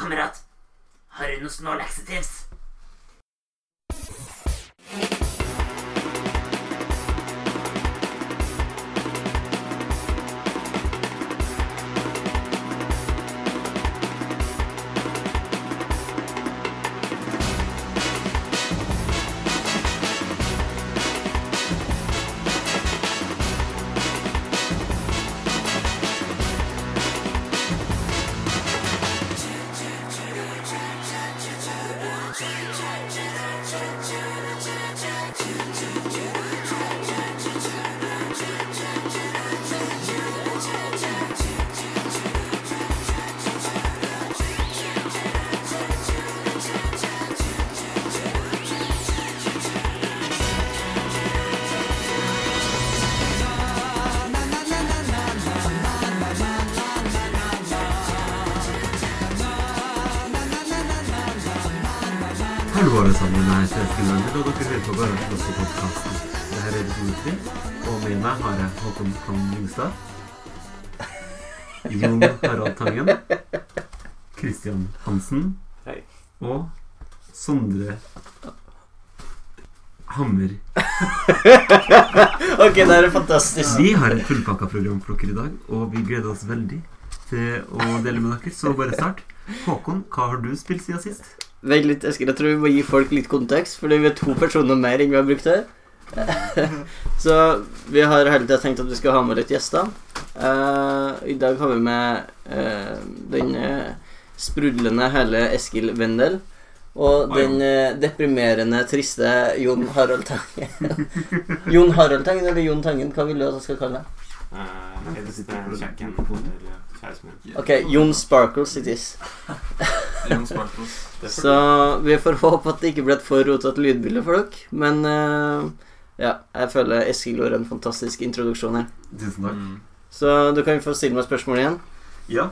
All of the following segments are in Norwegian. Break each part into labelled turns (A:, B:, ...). A: kamerat. Har du noen snålaksetips?
B: Hallo alle sammen, jeg heter Espen Lander, og dere hører på Garasjeblokk-podkasten. Det her er episode tre, og med meg har jeg Håkon Tang Lyngstad. Jon Harald Tangen. Kristian Hansen.
C: Hei.
B: Og Sondre Hammer.
C: Ok, det her er fantastisk.
B: Vi har et fullpakka program for dere i dag, og vi gleder oss veldig til å dele med dere, så bare start. Håkon, hva har du spilt siden sist?
C: Vent litt, Eskil. Jeg tror vi må gi folk litt kontekst, fordi vi er to personer mer enn vi har brukt her. Så vi har hele tida tenkt at vi skal ha med litt gjester. Eh, I dag har vi med eh, den eh, sprudlende hele Eskil Wendel. Og
B: Hei,
C: den eh, deprimerende, triste Jon Harald Tangen. Jon Harald Tangen eller Jon Tangen? Hva vil du at jeg skal kalle deg?
D: Eh,
B: du
D: Et
B: sitter
D: eh,
B: på den
D: kjøkken
B: mikrofonen?
D: til kjæresten min.
C: Ok, Jon Sparkles it is.
E: Jon Sparkles.
C: Så vi får håpe at det ikke ble et for rotete lydbilde for dere. Men eh, ja, jeg føler Eskil gjorde en fantastisk introduksjon her.
B: Tusen takk.
E: Mm.
C: Så du kan få stille meg spørsmål igjen.
B: Ja,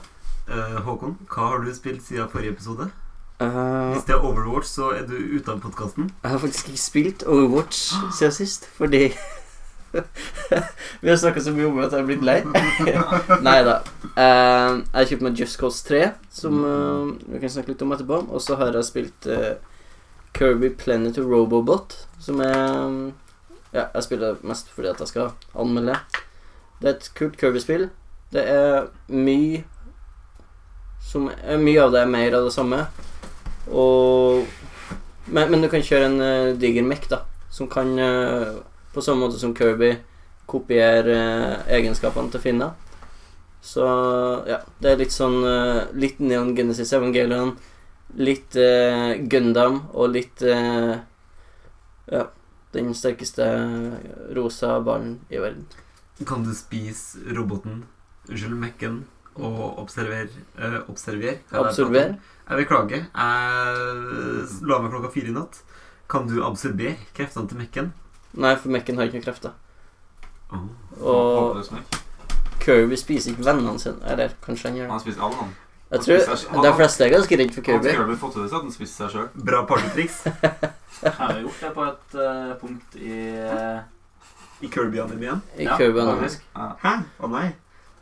B: eh, Håkon, hva har du spilt siden forrige episode?
C: Eh,
B: Hvis det er Overwatch, så er du ute av podkasten.
C: jeg har faktisk ikke spilt Overwatch siden sist, fordi Vi har snakka så mye om det at jeg har blitt lei. Nei da. Eh, jeg har kjøpt meg Just Cause 3, som eh, vi kan snakke litt om etterpå. Og så har jeg spilt eh, Kirby Planet og Robobot, som er mm, Ja, jeg spiller mest fordi at jeg skal anmelde. Det er et kult Kirby-spill. Det er mye som eh, Mye av det er mer av det samme. Og Men, men du kan kjøre en eh, diger mech, da, som kan eh, på samme måte som Kirby kopiere eh, egenskapene til Finna. Så ja, det er litt sånn eh, Litt Neon Genesis Evangelion, litt eh, Gundam og litt eh, Ja, den sterkeste eh, rosa ballen i verden.
B: Kan du spise roboten, unnskyld, mekken, og observere eh, Observer? Hva er det jeg prater
C: Absorber.
B: om? Jeg beklager. Jeg la meg klokka fire i natt. Kan du absorbere kreftene til mekken?
C: Nei, for Mekken har ikke noen krefter.
B: Oh.
C: Og
E: Håpløs Mac.
C: Kirby spiser ikke vennene sine. Eller kanskje han gjør det.
E: Han spiste alle, han.
C: Jeg tror De fleste er ganske redd for
E: Han
C: Kirby.
E: skulle vel fått til det så at han spiste seg sjøl.
B: Bra partytriks
D: Jeg har gjort det på et eh, punkt i eh,
B: i Kirby-animeen.
C: I Kirby
D: ja,
C: han
D: faktisk.
E: Ja.
B: Hæ? Å nei.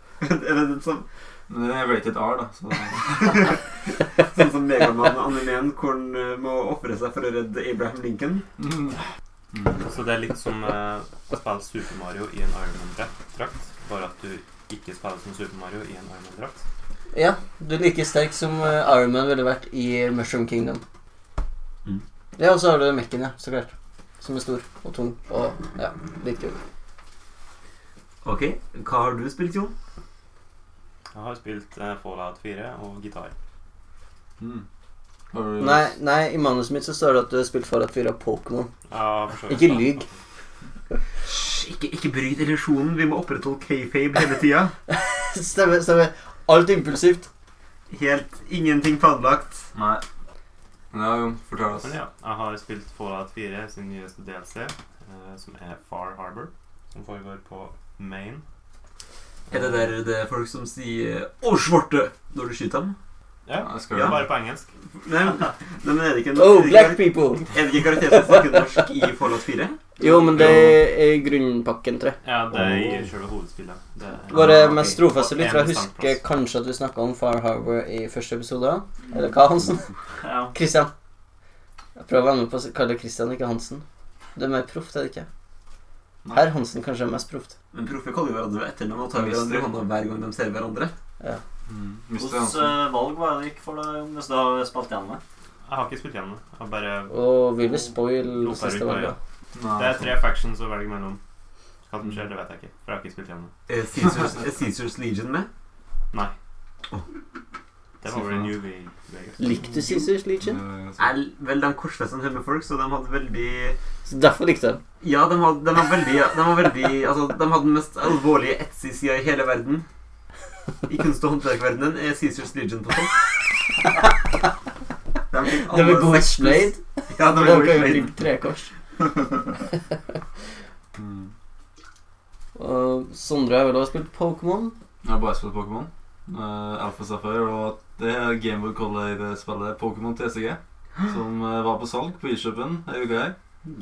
B: Er det den som,
E: Men det er rated R, da. Så det
B: sånn som Megaman-animeen hvor han eh, må ofre seg for å redde Abraham Lincoln?
E: mm.
F: Så det er litt som eh, å spille Super Mario i en Iron Man-drakt, bare at du ikke spiller som Super Mario i en Iron Man-drakt.
C: Ja, du er like sterk som eh, Iron Man ville vært i Mushroom Kingdom.
B: Mm.
C: Ja, og så har du Mekken, ja, så klart. Som er stor og tung og ja, litt kul.
B: Ok, hva har du spilt, Jon?
F: Jeg har spilt eh, Fallout 4 og gitar.
E: Mm. Har du-
C: Nei, nei, i manuset mitt så står det at du har spilt Fallout 4 av Pokémon.
F: Ja, for så vidt.
C: Ikke lyg.
B: Hysj, ikke, ikke bryt illusjonen. Vi må opprettholde k-fabe hele tida.
C: stemmer, stemmer. Alt impulsivt.
B: Helt ingenting planlagt.
E: Nei. Men ja, Jon, fortell oss.
F: Men ja, jeg har spilt Fallout 4 sin nyeste DLC, eh, som er Far Harbor, som foregår på Maine.
B: Er det der det er folk som sier 'Å, svarte!' når du skyter dem?
F: Ja,
E: Jeg skal
F: det er
E: jo
F: bare på engelsk.
B: Nei, men, nei, men er det ikke en
C: Oh,
B: er det ikke
C: black
B: en-
C: people!
B: Er det ikke en karakter som snakker norsk i Fallout 4?
C: Jo, men det er grunnpakken, tror jeg.
F: Ja, det er i selve hovedspillet. Det er,
C: Bare
B: Ah, ok.
C: med strofeste litt, for jeg
F: En
C: husker
F: standplass.
C: kanskje at vi snakka om Far Harbor i første episode. Eller hva, Hansen?
D: Ja.
C: Christian. Jeg prøver å være med på å kalle det Christian, ikke Hansen. Det er mer proft, er det ikke?
E: Nei.
C: Herr Hansen kanskje er mest proft.
B: Men proffer kaller jo hverandre etternavn og tar
E: Mister.
B: hverandre i hånda hver gang de ser hverandre.
E: Mm. Mister
D: Hvilket
F: eh,
E: Hansen.
D: eh, valg var det gikk for deg hvis du har spilt gjennom det?
F: jeg har ikke spilt gjennom det. Jeg har bare
C: Og vil vi spoil
F: Nå tar vi
C: siste
F: ikke
C: valget?
E: Nei, altså.
F: Det er tre factions å velge mellom. Hva som skjer, det vet jeg ikke. For jeg har ikke spilt gjennom det.
B: Er Caesars, er Caesars Legion med?
F: Det var vel New Ve- Vegas.
C: Likte du Caesars Legion?
E: sånn.
B: Er, vel, de korsfesta en haug med folk, så de hadde veldig
C: Så derfor likte jeg den.
B: Ja, de hadde, de var veldig, de var veldig altså, de hadde den mest alvorlige Etsy-sida i hele verden. I kunst- og håndverkverdenen er Caesars Legion på topp. De fikk
C: Det
B: alle
C: var
B: seks
C: god
B: pluss.
C: explained.
B: Ja, de
C: Det var
B: var
C: jo
B: god
C: blitt trekors.
E: Mm.
C: Og Sondre har vel også spilt Pokémon.
E: Jeg har bare spilt Pokémon. Uh, Alpha Sapphire og det er Gameboy Color-spillet Pokémon TCG. Som eh, var på salg på eShopen ei uke her.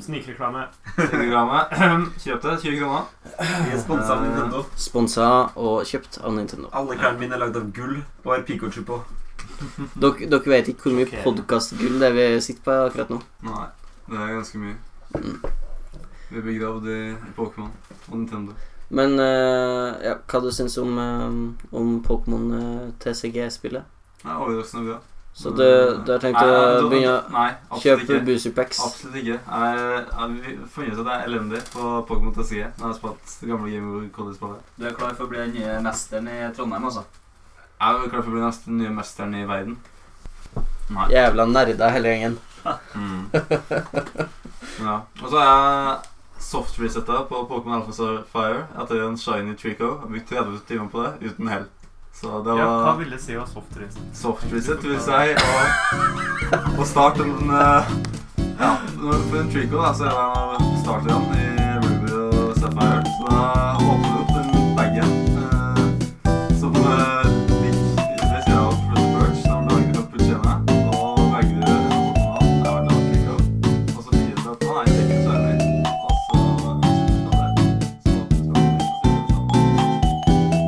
F: Snikreklame.
E: Telegrammet. Kjøp det. 20 kroner.
B: Vi er sponsa
C: Eh.
B: av Nintendo.
C: Sponsa og kjøpt av Nintendo.
B: Alle klærne mine er lagd av gull og har Pikachu på.
C: Dere, dere vet ikke hvor mye
F: Sjokkerende.
C: podkastgull det er vi sitter på akkurat nå.
E: Nei, det er ganske mye. Vi er begravd i Pokémon og Nintendo.
C: Men eh, ja, hva du syns om, eh, om Pokémon eh, TCG-spillet?
E: Det er overraskende bra.
C: Så du, du har tenkt å
E: Mm. Nei,
C: begynne
E: Nei,
C: å kjøpe
E: absolutt ikke.
C: booster packs?
E: Absolutt ikke. Jeg jeg har funnet ut at jeg er elendig på Pokémon TCG når jeg har spilt det gamle Gameboy Color-spillet.
D: Du er klar for å bli den nye mesteren i Trondheim, altså?
E: Jeg er jo klar for å bli nesten nye mesteren i verden. Nei.
C: Jævla nerder hele gjengen.
E: Mm. ja. Og så er jeg soft resetta på Pokémon Alpha Sapphire etter en shiny Trico. Jeg har brukt 30 timer på det uten hell. Så det
F: Ja, hva
E: var
F: ville si å softrace?
E: soft reset, vil jeg si. Og, og start en eh, Ja, for en Trico da, så er det starteren i Ruby og Sapphire. Så da åpner du opp den bagen eh, som eh, ligger ved siden av Flutter Birch, som lager opp budsjettet. Og velger du en Pokémon, det er vel en Trico. Og så finner du at nei, det er ikke så enig. Og så hvis du tar det, så tror jeg det er det samme.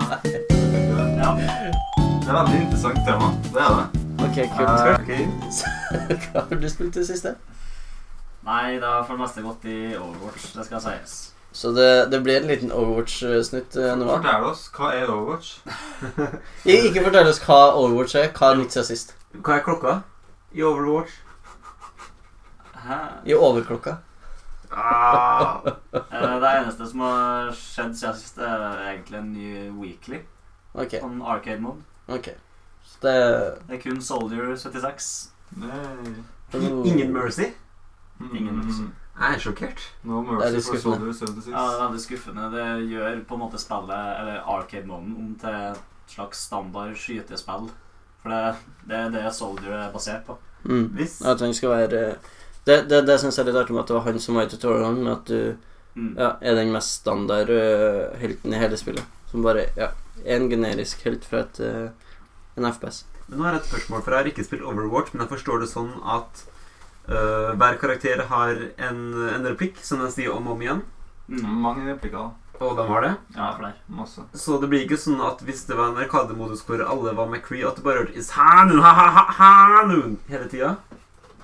F: Ja.
E: Det er et veldig interessant tema. Det er det.
C: Ok,
E: Eh,
C: kult.
E: ok.
C: Hva har du spilt i det siste?
D: Nei, det har for det meste gått i Overwatch, det skal sies.
C: Så det, det blir en liten Overwatch-snutt eh, nå. hva?
E: Fortell oss, hva er Overwatch?
C: Ik- Ikke fortell oss hva Overwatch er. Hva er nytt siden sist?
B: Hva er klokka i Overwatch?
D: Hæ?
C: I overklokka.
B: Ah,
D: Eh, Det eneste som har skjedd siden sist, er egentlig en ny Weekly.
C: Ok.
D: Sånn arcade mode.
C: ok. Så det
D: Det er kun Soldier 76.
E: Nei.
B: ingen
C: Oh.
B: mercy?
E: Mm.
D: Ingen mercy.
B: Jeg er sjokkert.
E: No
C: Det er
E: mercy
C: litt
E: for
C: skuffende.
E: Soldier 76.
D: Ja, det er veldig skuffende. Det gjør på en måte spillet, eller arcade-moden, om til et slags standard skytespill. For det, det er det Soldier er basert på.
C: Mm.
B: Hvis
C: At han skal være eh, Det, det, det syns jeg er litt artig med at det var han som var i tutorialen, med at du
D: Mm.
C: ja, er den mest standard eh, helten i hele spillet. Som bare ja, er en generisk helt fra et, eh, en FPS.
B: Men nå har jeg et spørsmål, for jeg har ikke spilt Overwatch, men jeg forstår det sånn at øh, hver karakter har en, en replikk som de sier om og om igjen,
D: Mm.
E: Mange replikker. da.
B: og de har det.
D: Ja, flere.
E: Masse.
B: Så det blir ikke sånn at hvis det var en arkademodus hvor alle var McCree, at du bare hørte Is Hanun, ha ha ha Hanun hele tida.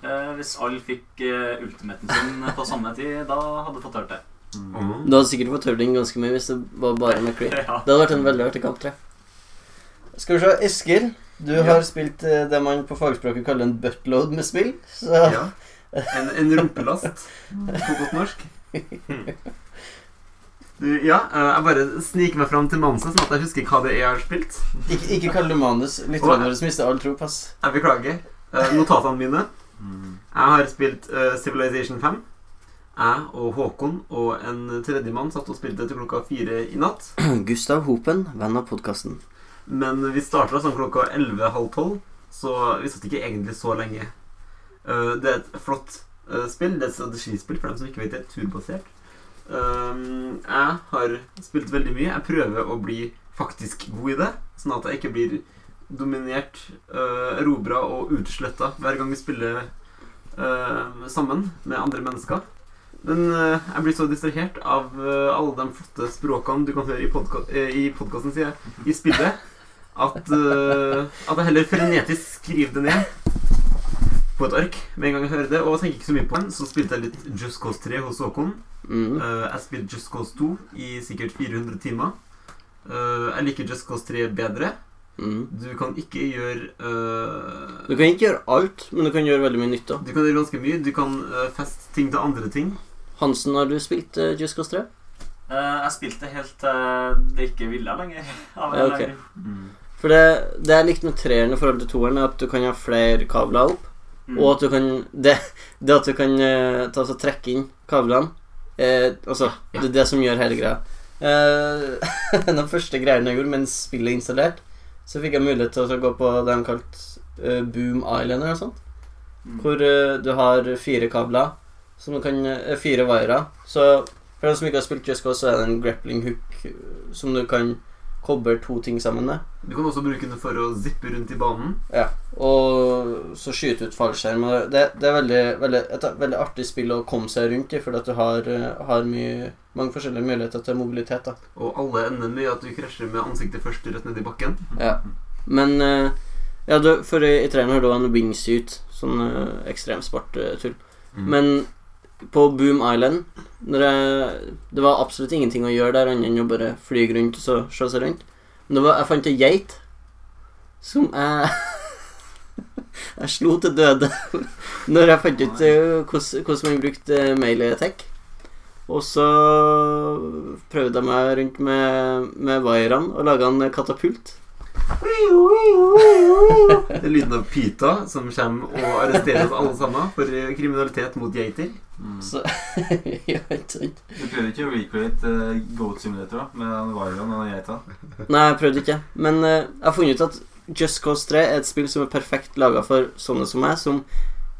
D: Eh, hvis alle fikk eh, ultimaten sin på samme tid, da hadde vi fått hørt det.
B: Mm.
C: Du hadde sikkert fått hørt den ganske mye hvis det var bare McCree.
D: Ja.
C: Det hadde vært en veldig artig kamp, tror jeg. Skal vi se, Eskil. Du
B: Ja.
C: har spilt eh, det man på fagspråket kaller en buttload med spill. Så
B: Ja. En, en rumpelast, på godt norsk. Du, ja, eh, jeg bare sniker meg fram til manuset, sånn at jeg husker hva det er jeg har spilt.
C: ikke, ikke kall det manus. Lytterne våre mister all tro, pass.
B: Jeg beklager. Eh, Notatene mine.
E: Mm.
B: Jeg har spilt eh, Civilization 5. Jeg og Håkon og en tredjemann satt og spilte til klokka fire i natt.
C: Gustav Hopen, venn av podkasten.
B: Men vi starta sånn klokka 11.30, så vi satt ikke egentlig så lenge. Eh, det er et flott eh, spill. Det er et strategispill for dem som ikke vet det. er Turbasert. Um, jeg har spilt veldig mye. Jeg prøver å bli faktisk god i det, sånn at jeg ikke blir dominert, eh, erobra og utsletta hver gang vi spiller eh, sammen med andre mennesker. Men eh, jeg blir så distrahert av eh, alle de flotte språkene du kan høre i, podka eh, i podkasten, sier jeg, i spillet, at, eh, at jeg heller frenetisk skriver det ned på et ark med en gang jeg hører det, og tenker ikke så mye på den. Så spilte jeg litt Just Cause 3 hos Håkon.
C: Mm.
B: Eh, jeg spilte Just Cause 2 i sikkert 400 timer. Eh, jeg liker Just Cause 3 bedre.
C: Mm.
B: Du kan ikke gjøre eh,
C: Du kan ikke gjøre alt, men du kan gjøre veldig mye nytte.
B: Du kan gjøre ganske mye. Du kan eh, feste ting til andre ting.
C: Hansen, har du spilt eh, Just Cause 3?
D: Eh, jeg spilte helt til det ikke ville lenger. Av en
C: Ja, ok.
D: eller annen
E: Mm.
C: For det, det jeg likte med treeren i forhold til toeren, er at du kan ha flere kabler opp.
D: grunn.
C: Og at du kan Det, det at du kan eh, ta, altså, trekke inn kablene eh, Altså,
B: Ja.
C: det er det som gjør hele greia. Eh, en av de første greiene jeg gjorde mens spillet er installert, så fikk jeg mulighet til å gå på det de kalte eh, Boom Island eller noe sånt.
D: Mm.
C: Hvor eh, du har fire kabler som du kan eh, Fire wirer. Så for dem som ikke har spilt Just Cause, så er det en grappling hook eh, som du kan koble to ting sammen med.
B: Du kan også bruke den for å zippe rundt i banen.
C: Og så skyte ut fallskjerm. og Det, det er veldig, veldig, et veldig artig spill å komme seg rundt i, fordi at du har, eh, har mye, mange forskjellige muligheter til mobilitet. da.
B: Og alle ender med at du krasjer med ansiktet først rett ned i bakken.
C: Ja. Men eh, ja, du, for i, i treeren har du en wingsuit, sånn eh, ekstremsporttull.
B: Mm.
C: Men på Boom Island når jeg, Det var absolutt ingenting å gjøre der annet enn å bare fly rundt og så se seg rundt. Men det var, jeg fant ei geit som jeg Jeg slo til døde når jeg fant ut eh, hvordan hvordan man brukte eh, mailtech. Og så prøvde jeg meg rundt med, med vaierne og laga en katapult.
B: Det er lyden av pyta som kommer og arresterer oss alle sammen for eh, kriminalitet mot geiter.
E: Mm.
C: Så ja, ikke sant?
E: Du prøvde ikke å recreate uh, Goat Simulator da, med den Varian og den geita?
C: Nei, jeg prøvde ikke. Men eh, jeg har funnet ut at Just Cause 3 er et spill som er perfekt laga for sånne som meg, som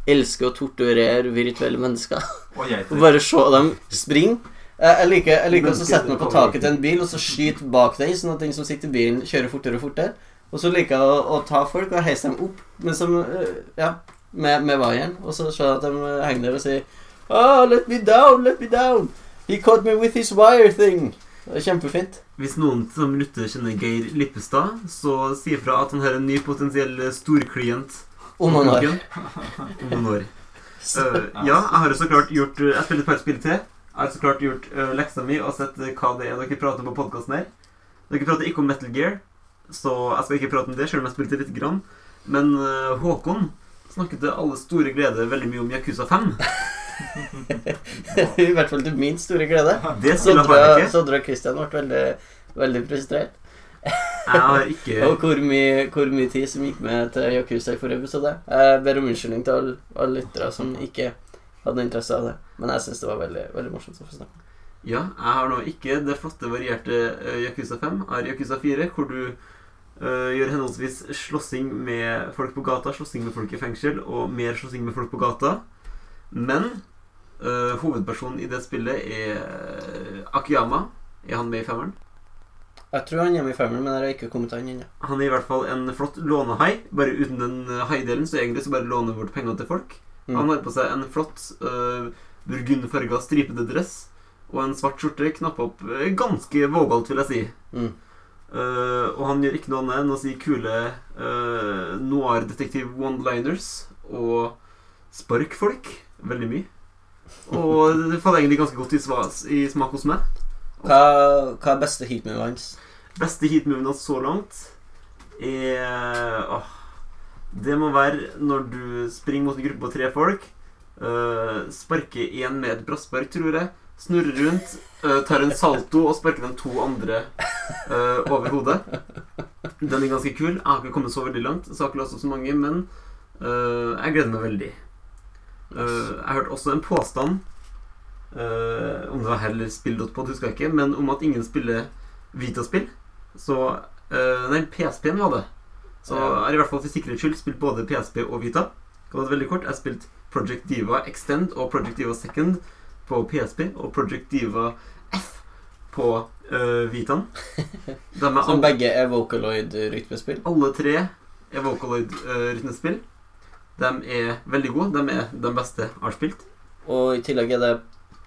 C: elsker å torturere virtuelle mennesker.
E: Og
C: Og
E: geiter.
C: bare se dem springe. Jeg jeg liker, jeg liker også å sette meg på taket til en bil og så skyte bak deg, sånn at den som sitter i bilen, kjører fortere og fortere. Og så liker jeg å, å ta folk og heise dem opp men som, øh, ja, med, med vaieren, og så se at de øh, henger der og sier «Ah, let me down, let me down! He caught me with his wire thing!» Det er kjempefint.
B: Hvis noen som lytter kjenner Geir Lippestad, så si fra at han har en ny potensiell eh, storklient.
C: Om han har.
B: Om noen år. Eh, ja, jeg har jo så klart gjort eh, Jeg spiller et par spill til. Jeg har så klart gjort eh, leksa mi og sett eh, hva det er dere prater om på podkasten her. Dere prater ikke om Metal Gear, så jeg skal ikke prate om det, selv om jeg spilte litt. Grann. Men eh, Håkon snakket til alle store glede veldig mye om Yakuza 5.
C: I hvert fall til min store glede.
B: Det
C: Så
B: spillet
C: tror
B: har jeg
C: jeg
B: ikke.
C: så tror jeg Christian ble veldig, veldig frustrert.
B: Jeg har ikke
C: Og hvor mye, hvor mye tid som gikk med til Yakuza i forrige episode. Jeg ber om unnskyldning til alle, alle lyttere som ikke hadde interesse av det. Men jeg syns det var veldig, veldig morsomt. å få snakke.
B: Ja, jeg har nå ikke det flotte, varierte eh, Yakuza 5. Jeg har Yakuza 4, hvor du eh, gjør henholdsvis slåssing med folk på gata, slåssing med folk i fengsel og mer slåssing med folk på gata. Men eh, hovedpersonen i det spillet er Akiyama. Er han med i femmeren?
C: Jeg tror han er hjemme i femmeren, men jeg har ikke kommet til han ennå.
B: Han er i hvert fall en flott lånehai. Bare uten den eh, haidelen, så egentlig så bare låner han bort penger til folk. Han
C: Mm.
B: har på seg en flott uh, burgundfarga stripete dress og en svart skjorte knappa opp eh, ganske vågalt, vil jeg si.
C: Mm.
B: Eh, og han gjør ikke noe annet enn å si kule eh, noir-detektiv one-liners og spark folk veldig mye. Og det faller egentlig ganske godt i, sva, i smak hos meg.
C: Hva, hva er beste heatmoven hans?
B: Beste heatmoven hans så langt er åh, Det må være når du springer mot en gruppe på tre folk, øh, sparker én med et brasspark, tror jeg, snurrer rundt, øh, tar en salto og sparker de to andre øh, over hodet. Den er ganske kul. Jeg har ikke kommet så veldig langt, så jeg har ikke låst opp så mange, men øh, jeg gleder meg veldig. Øh, jeg hørte også en påstand, øh, om det var heller spill.pod, husker jeg ikke, men om at ingen spiller Vita-spill. Så øh, Nei, PSP-en var det. Så jeg har i hvert fall for sikkerhets skyld spilt både PSP og Vita. Kan være veldig kort. Jeg har spilt Project Diva Extend og Project Diva Second på PSP og Project Diva F på øh, Vitaen. De er
C: Som
B: alle,
C: begge er Vocaloid-rytmespill.
B: alle tre er Vocaloid-rytmespill. De er veldig gode. De er de beste jeg har spilt.
C: Og i tillegg er det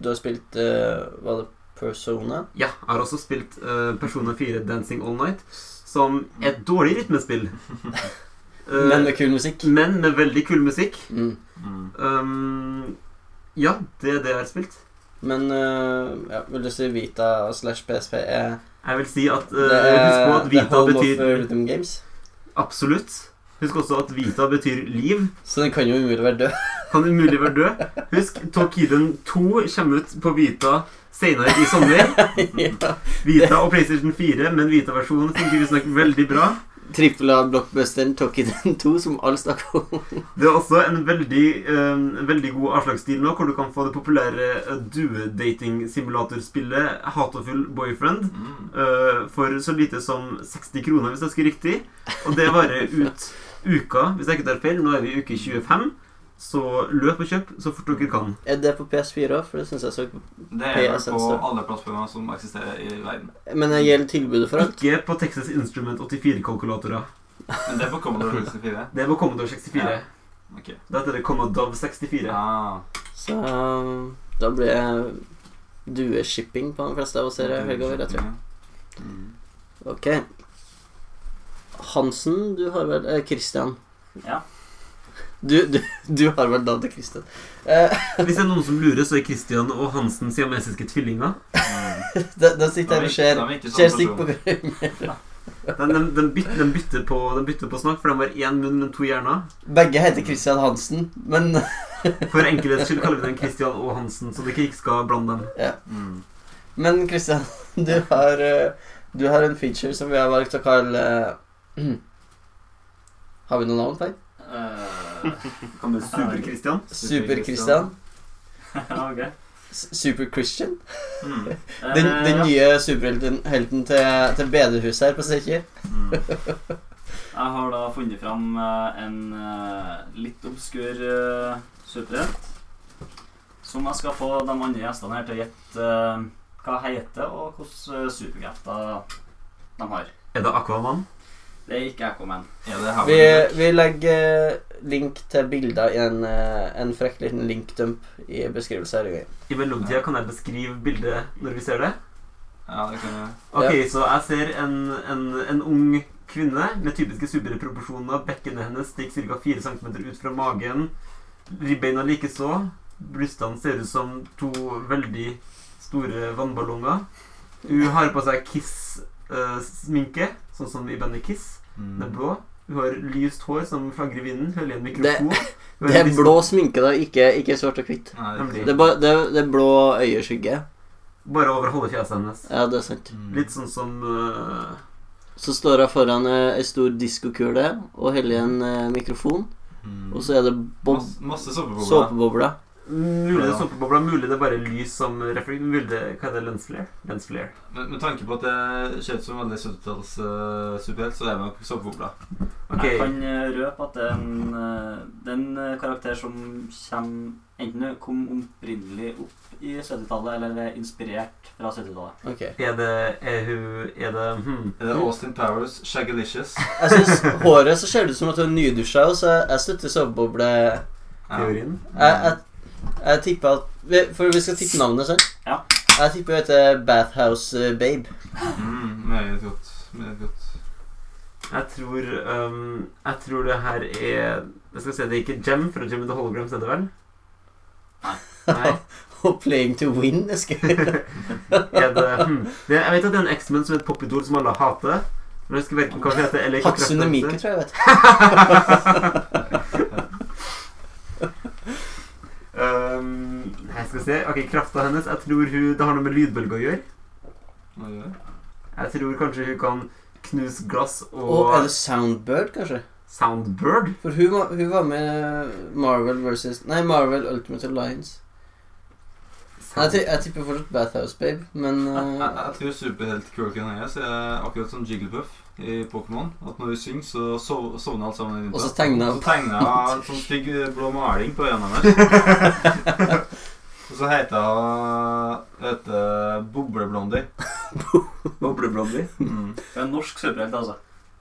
C: Du har spilt eh, Var det Persona?
B: Ja, jeg har også spilt eh, Persona 4 Dancing All Night, som er et dårlig rytmespill. Eh,
C: Men med kul musikk.
B: men med veldig kul musikk.
C: Mm.
D: Mm.
B: Um, ja, det er det jeg har spilt.
C: Men eh, ja, vil du si Vita slash PSP er
B: Jeg vil si at eh,
C: det er
B: Husk på at
C: the
B: Vita
C: home
B: betyr
C: of eh, rhythm games?
B: Absolutt. Husk også at Vita betyr liv.
C: Så den kan jo umulig være død.
B: Kan umulig være død. Husk, Tokiden 2 kommer ut på Vita senere i sommer.
C: ja.
B: Vita og PlayStation 4, men Vita-versjonen funker visstnok veldig bra.
C: Trippel A blockbusteren Tokiden 2, som alle snakker om.
B: Det er også en veldig, eh, en veldig god avslagsstil nå, hvor du kan få det populære eh, duedating-simulatorspillet Hatefull Boyfriend
E: Mm.
B: eh, for så lite som 60 kroner, hvis jeg husker riktig. Og det varer ut uka, hvis jeg ikke tar feil. Nå er vi i uke 25, så løp og kjøp så fort dere kan.
C: Er det på PS4 òg? For det syns jeg så
E: Det er
C: PSN
E: vel på
C: står.
E: alle plattformer som eksisterer i verden.
C: Men det gjelder tilbudet for alt.
B: Ikke på Texas Instrument 84-kalkulatorer.
E: Men det er på Commodore 64.
B: Det er på Commodore 64.
E: Ja. Ok.
B: Dette er Commodore 64.
E: Ah.
C: Så um, da blir det dueshipping på de fleste av oss her i helga, vil jeg tro.
E: Mm.
C: Ok. Hansen, du har vel eh, Christian.
D: Ja.
C: Du, du, du har vel navnet til Christian. Eh,
B: Hvis det er noen som lurer, så er Christian og Hansen siamesiske tvillinger.
C: da, da sitter jeg og ser ser stikk på
B: De, de, de, bytter, de, bytter på, de bytter på snakk, for de har én munn, men to hjerner.
C: Begge heter Christian Hansen, men
B: For enkelhets skyld kaller vi dem Christian og Hansen, så dere ikke skal blande dem.
E: Mm.
C: Men Christian, du har eh, Du har en feature som vi har valgt å kalle eh, Har vi noe navn på den?
D: Eh,
B: Kan du Super-Christian?
C: Ah, Super-Christian?
D: ja, ok.
C: Super-Christian?
E: Mm.
C: Den,
D: Eh,
C: den
D: ja.
C: nye superhelten helten til, til bedehuset her på Steinkjer.
E: Mm.
D: Jeg har da funnet fram eh, en eh, litt obskur eh, superhelt. Som jeg skal få de andre gjestene her til å gjette eh, hva jeg heter, og hvilke eh, superkrefter de har.
B: Er det Aquaman?
D: Det er ikke Aquaman.
E: Ja, det har
C: Vi,
E: vi.
C: vi legger link til bilder i en, eh, en frekk liten linkdump i beskrivelsen her. Jørgen.
B: I mellomtida kan jeg beskrive bildet når vi ser det.
E: Ja, det kan jeg.
B: Ok, Så jeg ser en, en, en ung kvinne med typiske superproporsjoner. Bekkenet hennes stikker ca. 4 cm ut fra magen. Ribbeina likeså. Brystene ser ut som to veldig store vannballonger. Hun har på seg Kiss-sminke, sånn som i bandet Kiss.
E: Mm.
B: Den er blå. Hun har lyst hår som flagrer i vinden. Hun har en mikrofon. Hun har
C: Det er
B: lyst-
C: blå sminke, da, ikke, ikke svart og hvitt.
E: Nei, det er
B: Nemlig.
C: Det er, bare, det, er- det er blå øyeskygge.
B: Bare over halve fjeset hennes.
C: Ja, det er sant.
E: Mm.
B: Litt sånn som øh,
C: Så står hun foran eh, ei stor diskokule og heller en eh, mikrofon,
E: Mm.
C: og så er det bob
E: Masse- Masse såpebobler.
C: såpebobler.
B: Mulig det
E: Ja.
B: er såpebobler, mulig det er bare lys som refleks... Mulig det Hva er det? Lens flare? Lens flare.
E: Med, med tanke på at det ser ut som veldig 70-talls eh, superhelt, så er det nok såpebobler.
B: Ok.
D: Jeg kan eh, røpe at det er en, eh, det er en eh, karakter som kommer Enten kom opprinnelig opp i 70-tallet, eller er inspirert fra 70-tallet.
C: Ok.
B: Er det Er hun Er det hmm.
E: Er det Austin Powers, Shagalicious?
C: Jeg syns håret så ser det ut som at hun er nydusja, og så jeg- jeg støtter såpeboble...
B: Teorien?
C: Jeg, jeg, jeg tipper at vi- For vi skal tippe navnet, sant?
D: Ja.
C: Jeg tipper hun heter Bathhouse eh, Babe.
E: Mm, meget godt. Meget godt.
B: um, Jeg tror øhm, Jeg tror det her er Jeg skal se, det er ikke Gem fra Gem and the Holograms, er det vel? Nei.
C: Og Playing to Win, Eskil.
B: Er det, hmm. det, jeg vet at det er en X-Men som er et popidol som alle hater. Men jeg husker verken hva det heter. Eller hvilken kraft
C: Hatsune
B: det
C: Miku,
B: heter.
C: tror jeg jeg vet.
B: Ehm, Nei, skal vi se. Ok, Krafta hennes Jeg tror hun, det har noe med lydbølge å gjøre.
E: Hva gjør jeg?
B: Jeg tror kanskje hun kan knuse glass
C: Og er
B: og
C: det Soundbird, kanskje?
B: Soundbird.
C: For hun var, hun var med Marvel versus Nei, Marvel Ultimate Alliance. Nei, Jeg,
B: Sound-
C: ti- jeg tipper fortsatt Bathhouse Babe, men
E: Jeg, jeg,
C: eh,
E: jeg tror superheltkurken hennes er akkurat som Jigglepuff i Pokémon. At når hun synger, så sov, sovner alt sammen rundt
C: Og så
E: deg.
C: tegner
E: Så
C: hun
E: tegner jeg en sånn stygg blå maling på øynene hennes. Og så heter hun heter Bobleblondie.
B: Bobleblondie.
E: Mm.
D: Det er en norsk superhelt, altså.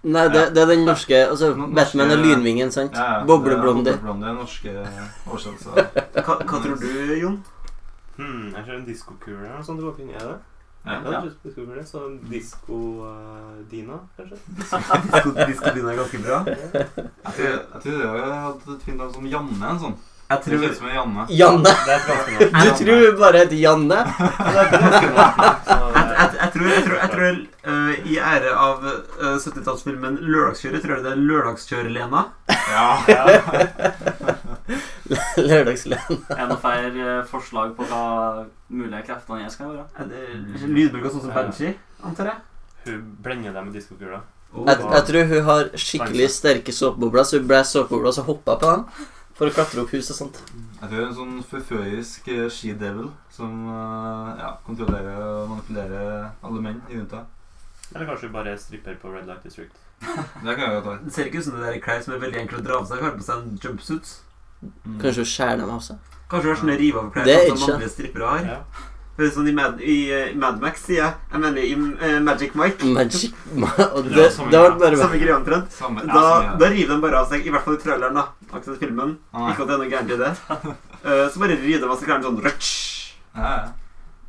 C: Nei, det, det er den norske Altså,
E: Norske-
C: Batman er lynvingen, sant?
E: Ja, ja.
C: Bobleblondie.
E: Det er Bobleblondie, norske oversettelser.
B: Hva, hva tror du, Jon?
F: Hmm, jeg ser en diskokule eller noe sånt rundt omkring. Er det?
E: Ja.
F: Ja, det er diskokule. Så en disko-Dina, kanskje?
B: Disko, disko din er ganske bra.
E: Jeg tror, jeg tror jeg hadde et fint navn som Janne. en sånn.
B: Jeg
E: Det
B: tror
E: kjennes som en Janne.
C: Janne!
F: Det er et ganske navn.
C: Du tror hun bare heter Janne?
F: Det er et ganske navn. så
B: Jeg,
F: det-
D: eh,
B: jeg, jeg tror, jeg tror, jeg tror eh, I ære av eh, 70-tallsfilmen 'Lørdagskjøret' tror jeg det er 'Lørdagskjøret-Lena'.
E: Ja.
D: Ja.
C: Lørdagsle...
D: Er det flere eh, forslag på hva mulige kreftene jeg skal være?
B: Er det Lydbølger Eh, sånn som Banshee, antar jeg.
F: Hun blender deg med diskokula.
B: Oh,
C: Jeg, jeg tror hun har skikkelig sterke såpebobler, så hun ble såpebobler og hoppa på dem for å klatre opp huset og sånt.
E: Jeg tror en sånn forførisk eh, she-devil som eh, ja, kontrollerer og manipulerer alle menn rundt deg.
F: Eller kanskje hun bare stripper på Red Light District.
E: Det kan jeg jo ta.
B: Det ser ikke ut som det der klær som er veldig enkelt å dra av seg. Har på seg en jumpsuit.
E: Mm.
C: Kanskje hun skjærer dem av seg.
B: Kanskje du har sånne rive over klær
C: Det er
B: som
C: ikke-
B: mannlige strippere har.
F: Ja.
B: Det er Sånn i Mad, i, eh, Mad Max, sier jeg. Jeg mener i eh, Magic Mike.
C: Magic Og det,
F: Ja,
C: det
F: som-
C: var bare
B: Samme greia omtrent.
E: Samme, ja,
B: Da,
E: samme, Ah.
B: da river de bare av seg, i hvert fall i traileren, da. Akkurat filmen.
E: ja.
B: Ikke at det er noe gærent i det. Eh, Så bare river de av seg klærne sånn rutsch.
E: Ja, ja.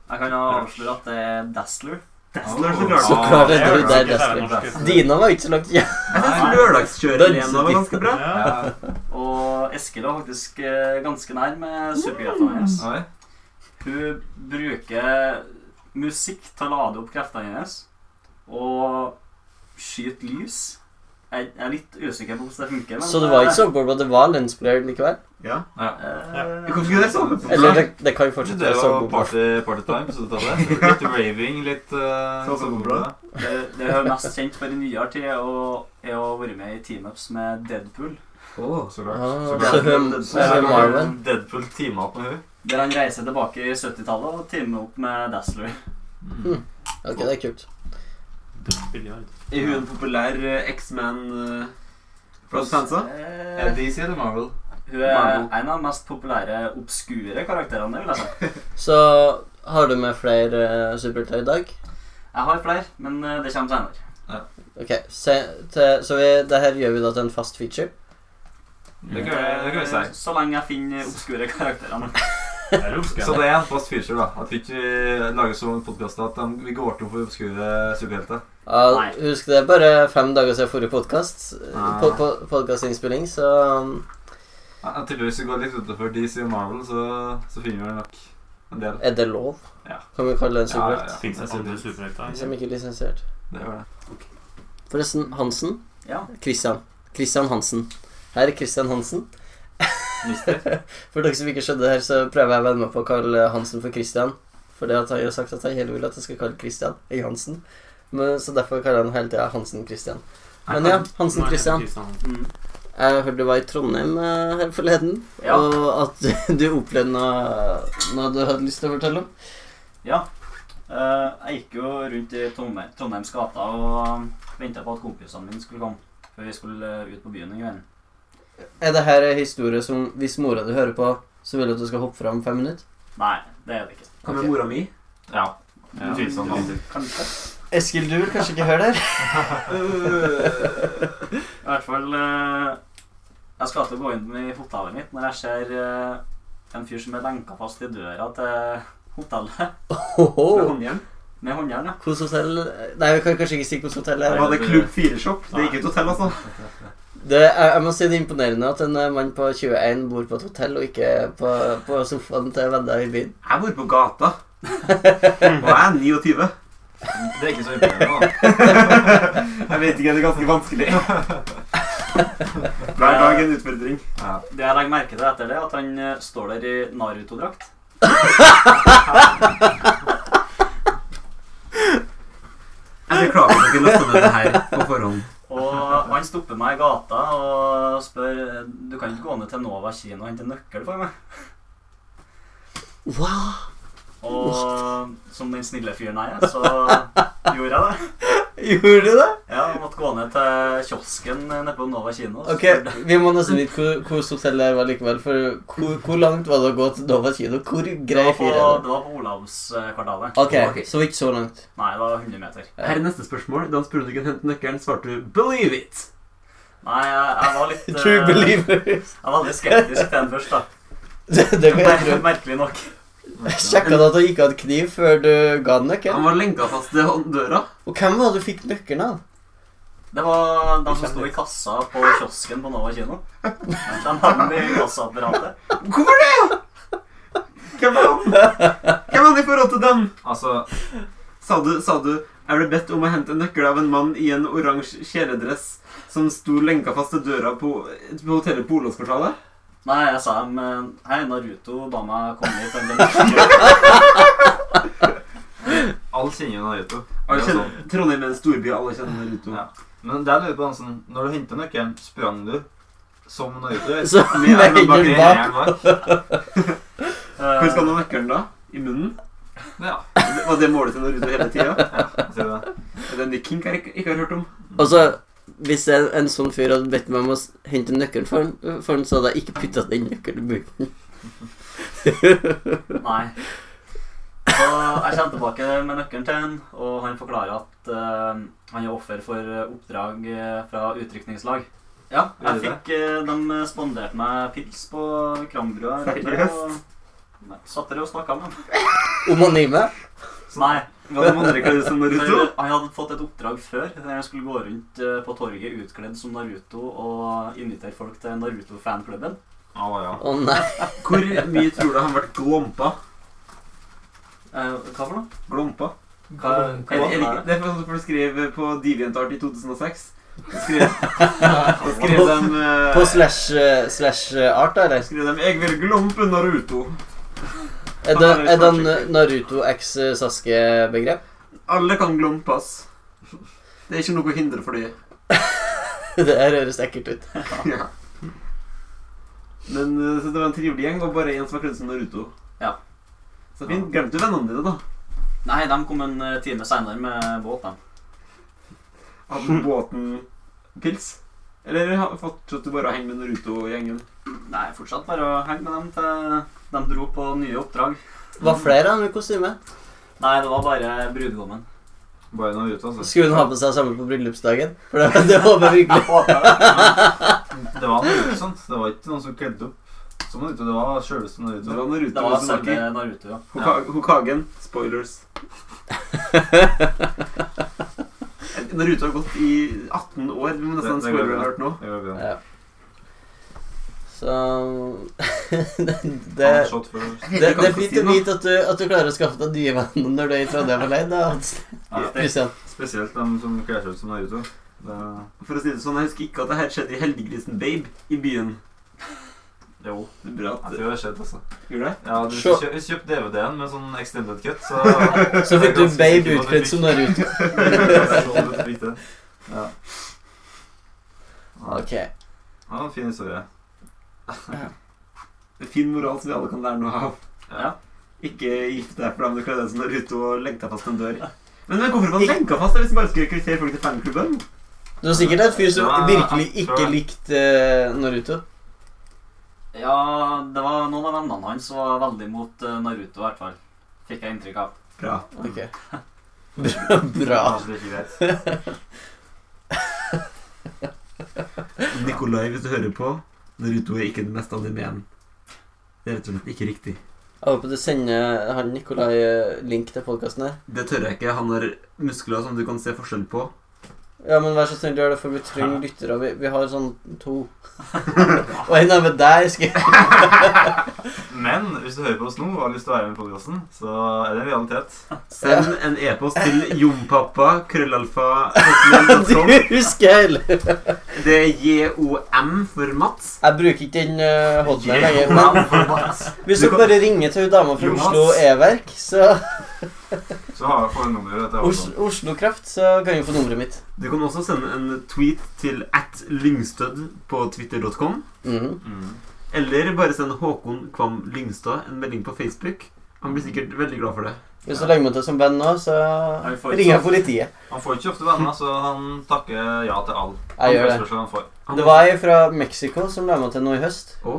D: Jeg kan jo avsløre at det er Dazzler.
B: Dazzler, så
E: Oh.
B: klart.
C: Så klart
F: det
C: er du
F: er
C: der,
F: ganske
C: Despen.
F: norsk.
C: Dina var ikke så langt ja.
B: Jeg
E: Ah, Nei.
B: syns lørdagskjøret Lena var ganske bra.
E: Ja,
F: Ja.
E: ja.
D: Og Eskil er faktisk eh, ganske nær med superkreftene hennes.
E: Oi.
D: Hun bruker musikk til å lade opp kreftene hennes og skyte lys. Jeg jeg er litt usikker på hvordan det funker.
C: Så det var ikke såpebobler, det var lensblair likevel?
B: Ja.
E: Ja.
D: Eh,
B: Hvorfor skulle jeg sove på
C: Eller det,
B: blå?
C: det kan jo fortsatt
E: Det
C: være
E: var
C: såpebobler.
E: party, party time, så du tar det. Litt raving, litt uh,
B: Sånn som Bobla.
D: Det, det er hun mest kjent for i nyere tid, og er å ha vært med i teamups med Deadpool.
B: Åh.
E: Så klart.
C: Ah,
E: Så
C: så
E: klart.
C: hun, så hun Marvin.
E: Deadpool teama opp med
D: Der han reiser tilbake i 70-tallet og teamer opp med Dazzler.
E: henne.
C: Hm. Ok, det er kult.
F: Biljard.
B: Er hun en populær eh, X-Man eh, blant fansa?
E: Er det
D: Eh,
E: DC eller Marvel?
D: Hun er en av de mest populære obskure karakterene, det vil jeg si.
C: Så har du med flere uh, superhelter i dag?
D: Jeg har flere, men eh, det kommer senere.
C: Ok, se, til, Så vi, det her gjør vi da til en fast feature.
E: Det kan vi- det kan vi si.
D: Eh, Så lenge jeg finner obskure karakterene.
F: Det er obskure.
E: Så det er en fast feature, da. At vi ikke lager så mange podkaster at de- vi går tom for obskure superhelter.
C: Ja,
D: Nei.
C: husk, det er bare fem dager siden forrige podkast.
E: Ah.
C: Po po Podkastinnspilling, så um,
E: Jeg jeg tror hvis vi går litt utenfor DC og Marvel, så, så finner vi nok en del.
C: er det lov?
E: Ja.
C: Kan vi kalle det en superhelt?
F: Fins det andre
C: Som
F: superhelter?
C: ikke er lisensiert.
E: Det gjør det.
C: Forresten, Hansen.
D: Ja.
C: Christian. Christian Hansen. Her er Christian Hansen. For dere som ikke skjønner det her, så prøver jeg å være med på å kalle Hansen for Christian. Fordi at jeg har sagt at jeg heller vil at jeg skal kalle Christian i Hansen. Men, så derfor kaller jeg han hele tida Hansen Christian. Men ja, Hansen Christian.
D: Mm.
C: Jeg hørte du var i Trondheim eh, her forleden,
D: Ja.
C: og at du opplevde noe, noe du hadde lyst til å fortelle om.
D: Ja. Eh, jeg gikk jo rundt i Trondheim, Trondheims gater og venta på at kompisene mine skulle komme. Før vi skulle eh, ut på byen en kveld.
C: Er det her en historie som hvis mora di hører på, så vil du at du skal hoppe fram fem minutter?
D: Nei, det er det ikke.
B: Hva med mora mi?
E: Ja.
D: Ja,
E: Utvilsomt.
D: Kanskje.
C: Eskil, du vil kanskje ikke høre det her?
D: I hvert fall eh, Jeg skal til å gå inn i hotellet mitt når jeg ser eh, en fyr som er lenka fast i døra til hotellet
B: Med
C: Oho.
B: håndjern?
D: med håndjern. ja.
C: Hos hotell Nei, vi kan kanskje ikke si hos hotell her.
B: Var det Klubb 4-shop? Det er ikke et hotell, altså.
C: Det, jeg, jeg må si det er imponerende at en eh, mann på 21 bor på et hotell og ikke på, på sofaen til venner i byen.
B: Jeg bor på gata. Og jeg er 29.
E: Det er ikke så imponerende, da.
B: Jeg vet ikke, det er ganske vanskelig. Hver dag en utfordring.
E: Ja.
D: Det jeg legger merke til etter det, er at han eh, står der i Naruto-drakt.
B: Jeg beklager at dere lasta ned det her på forhånd.
D: Og han stopper meg i gata og spør Du kan ikke gå ned til Nova kino og hente en nøkkel for meg?
C: Wow!
D: Og som den snille fyren jeg er, så gjorde jeg det.
C: Gjorde du det?
D: Ja, jeg måtte gå ned til kiosken nede på Nova kino. og så
C: Ok,
D: spurte-
C: Vi må nesten vite hvor- hvordan hotellet her var likevel. For hvor, hvor langt var det å gå til Nova kino? Hvor
D: Det
C: grei
D: var
C: fyr
D: på,
C: er du?
D: det var på Olavskvartalet.
C: Ok,
B: Ok.
C: så ikke så langt.
D: Nei, det var 100 meter.
B: Her er neste spørsmål. Da han spurte om du kunne hente nøkkelen, svarte du 'believe it'.
D: Nei, jeg, jeg var litt
C: True
D: eh,
C: believers.
D: Jeg var litt skeptisk til den først, da.
C: Det, det går helt
D: Mer,
C: bra.
D: merkelig nok.
C: Sjekka du at du ikke hadde kniv før du ga den
B: Han
C: nøkkelen?
B: var lenka fast til hånd- døra.
C: Og hvem var det du fikk nøkkelen av?
D: Det var de som sto i kassa på kiosken på Nova kino. De hadde den i kassaapparatet.
B: Hvorfor det? Hvem er han? Hvem er han i forhold til dem?
E: Altså,
B: Sa du, sa du Jeg ble bedt om å hente en nøkkel av en mann i en oransje kjeledress som sto lenka fast til døra på, på hotellet på Olavskvartalet?
D: Nei, jeg sa dem eh, Hei, Naruto ba meg komme hit. eller noe.
E: alle kjenner jo Naruto.
B: Alle
E: Det er jo sånn,
B: kjenner- Trondheim er en storby, alle kjenner Naruto.
E: Ja. Men det jeg lurer på, er sånn, når du henter nøkkelen, sprang du som Naruto gjør?
C: Så
B: Med
C: med
B: armen bak
C: hendene
E: Med
C: bak.
E: jern bak?
D: Eh,
B: Hvor skal han ha nøkkelen, da? I munnen?
E: Ja,
B: Var det målet til Naruto hele tida?
E: jeg sier det.
B: Er det en ny kink jeg ikke ikke har hørt om?
C: Altså, hvis en, en sånn fyr hadde bedt meg om å s- hente nøkkelen for han, for han så hadde jeg ikke putta den nøkkelen i munnen.
D: Nei. Så jeg kommer tilbake med nøkkelen til han, og han forklarer at eh, han er offer for eh, oppdrag eh, fra utrykningslag. Ja, jeg
E: Gjorde det?
D: fikk, eh, De spanderte meg pils på Krambrua. rett der, og- Nei, Satt der og snakka med ham.
C: Omanime.
D: Nei.
B: Var det andre kledd som Naruto?
D: For han hadde fått et oppdrag før, der han skulle gå rundt eh, på torget utkledd som Naruto og invitere folk til Naruto-fanklubben.
E: Å ja.
C: Å nei.
B: Hvor mye tror du han ble glompa?
D: Eh, hva for noe?
B: Glompa?
D: Hva, hva,
B: Er, er, det
D: hva
B: ikke- det er sånn som folk skrev på DeviantArt i 2006. Da skrev, da skrev de eh,
C: På slash, eh, slash eh, art, da, eller?
B: skrev de 'Jeg vil glompe Naruto'.
C: Er det, er det en Naruto x eh, Saske-begrep?
B: Alle kan glompes. Det er ikke noe hinder for det.
C: Det her høres ekkelt ut.
B: Ja. Men eh, så det var en trivelig gjeng, og bare én som var kledd som Naruto.
D: Ja.
B: Så fint. Glemte du vennene dine, da?
D: Nei, de kom en eh, time seinere med båt, de.
B: Hadde båten pils? Eller har- fortsatte du bare å henge med Naruto-gjengen?
D: Nei, fortsatt bare å henge med dem til de dro på nye oppdrag.
C: Var flere han med kostyme?
D: Nei, det var bare brudgommen.
E: Bare Naruto, altså.
C: Skulle hun ha på seg samme på bryllupsdagen? For det, det håper jeg virkelig.
E: Det var Naruto, sant? Det var ikke noen som kledde opp som Naruto. Det var sjølveste
B: Det
E: Naruto.
B: var Naruto
D: Det var
B: Uzumaki.
D: selve Naruto, ja.
B: Hoka Hokagen. Spoilers. Naruto har gått i 18 år. Vi må
E: Det-
B: nesten ha en
E: det går
B: spoiler
E: bra.
B: alert nå.
E: Det var bra.
C: Ja. Så det, det,
E: Han shot først.
B: Jeg vet ikke
C: det,
B: hva jeg
C: det er
B: skal
C: fint
B: si
C: å
B: nå.
C: vite at du, at du klarer å skaffe deg nye venner når du er i Trondheim alene. da, Hans
E: Ja,
C: Christian.
E: Spesielt dem som kler seg ut som Naruto. Det,
B: For å si det sånn, Jeg husker ikke at det her skjedde i Heldiggrisen Babe i byen.
E: jo,
B: Det er bra
E: jeg
B: at
E: tror det har skjedd, altså.
B: Gjorde det?
E: Ja, du
C: Sjå.
E: kjøpte kjøp DVD-en med sånn extended cut, så
C: Så fikk du babe utkledd som Naruto.
E: Naruto. Ja. Ja,
C: Ok.
E: det var en fin historie.
B: Det er Fin moral som vi alle kan lære noe av.
E: Ja.
B: Ikke gift deg for dem du kledde deg som Naruto og lenka fast en dør. Men, men hvorfor var han lenka fast? da, Hvis han bare skulle rekruttere folk til fanklubben?
C: Du var sikkert en fyr som
E: Ja,
C: virkelig
E: jeg tror
C: ikke
E: det.
C: likte eh, Naruto.
D: Ja, det var noen av vennene hans som var veldig mot eh, Naruto, i hvert fall. Fikk jeg inntrykk av.
B: Bra.
C: Ok. Bra. bra.
E: Kanskje det er ikke greit.
B: Nikolai, hvis du hører på, Naruto er ikke den mest animeen. Det er rett og slett ikke riktig.
C: Jeg håper du sender han Nikolai eh, link til podkasten her.
B: Det tør jeg ikke. Han har muskler som du kan se forskjell på.
C: Ja, men vær så snill, gjør det, for vi trenger lyttere. Vi, vi har sånn to. Og en er med deg, skal jeg
E: Men hvis du hører på oss nå og har lyst til å være med i podkasten, så er det en realitet.
B: Send en e-post til jompappa krøllalfa hotmail.com.
C: Du husker jeg heller.
B: Det er J-O-M for Mats.
C: Jeg bruker ikke den uh, hotmail lenger. Men
E: Så
C: hvis dere bare ringer til hun dama fra
E: Jonas.
C: Oslo E-verk, så
E: har jeg fått nummeret. Dette er
C: Os
E: også.
C: Oslo Kraft, så kan du få nummeret mitt.
B: Du kan også sende en tweet til at lyngstød på twitter.com.
C: Mhm.
E: Mm.
B: Eller bare send Håkon Kvam Lyngstad en melding på Facebook. Han blir sikkert veldig glad for det.
C: Hvis du legger meg til som band nå, så
D: Nei, vi får ikke
C: ringer jeg
D: sånn.
C: politiet.
E: Han får ikke så ofte venner, så han takker ja til all
C: Jeg gjør det.
E: forespørsel han får.
B: Han-
C: Det var ei fra Mexico som la meg til nå i høst.
B: Å,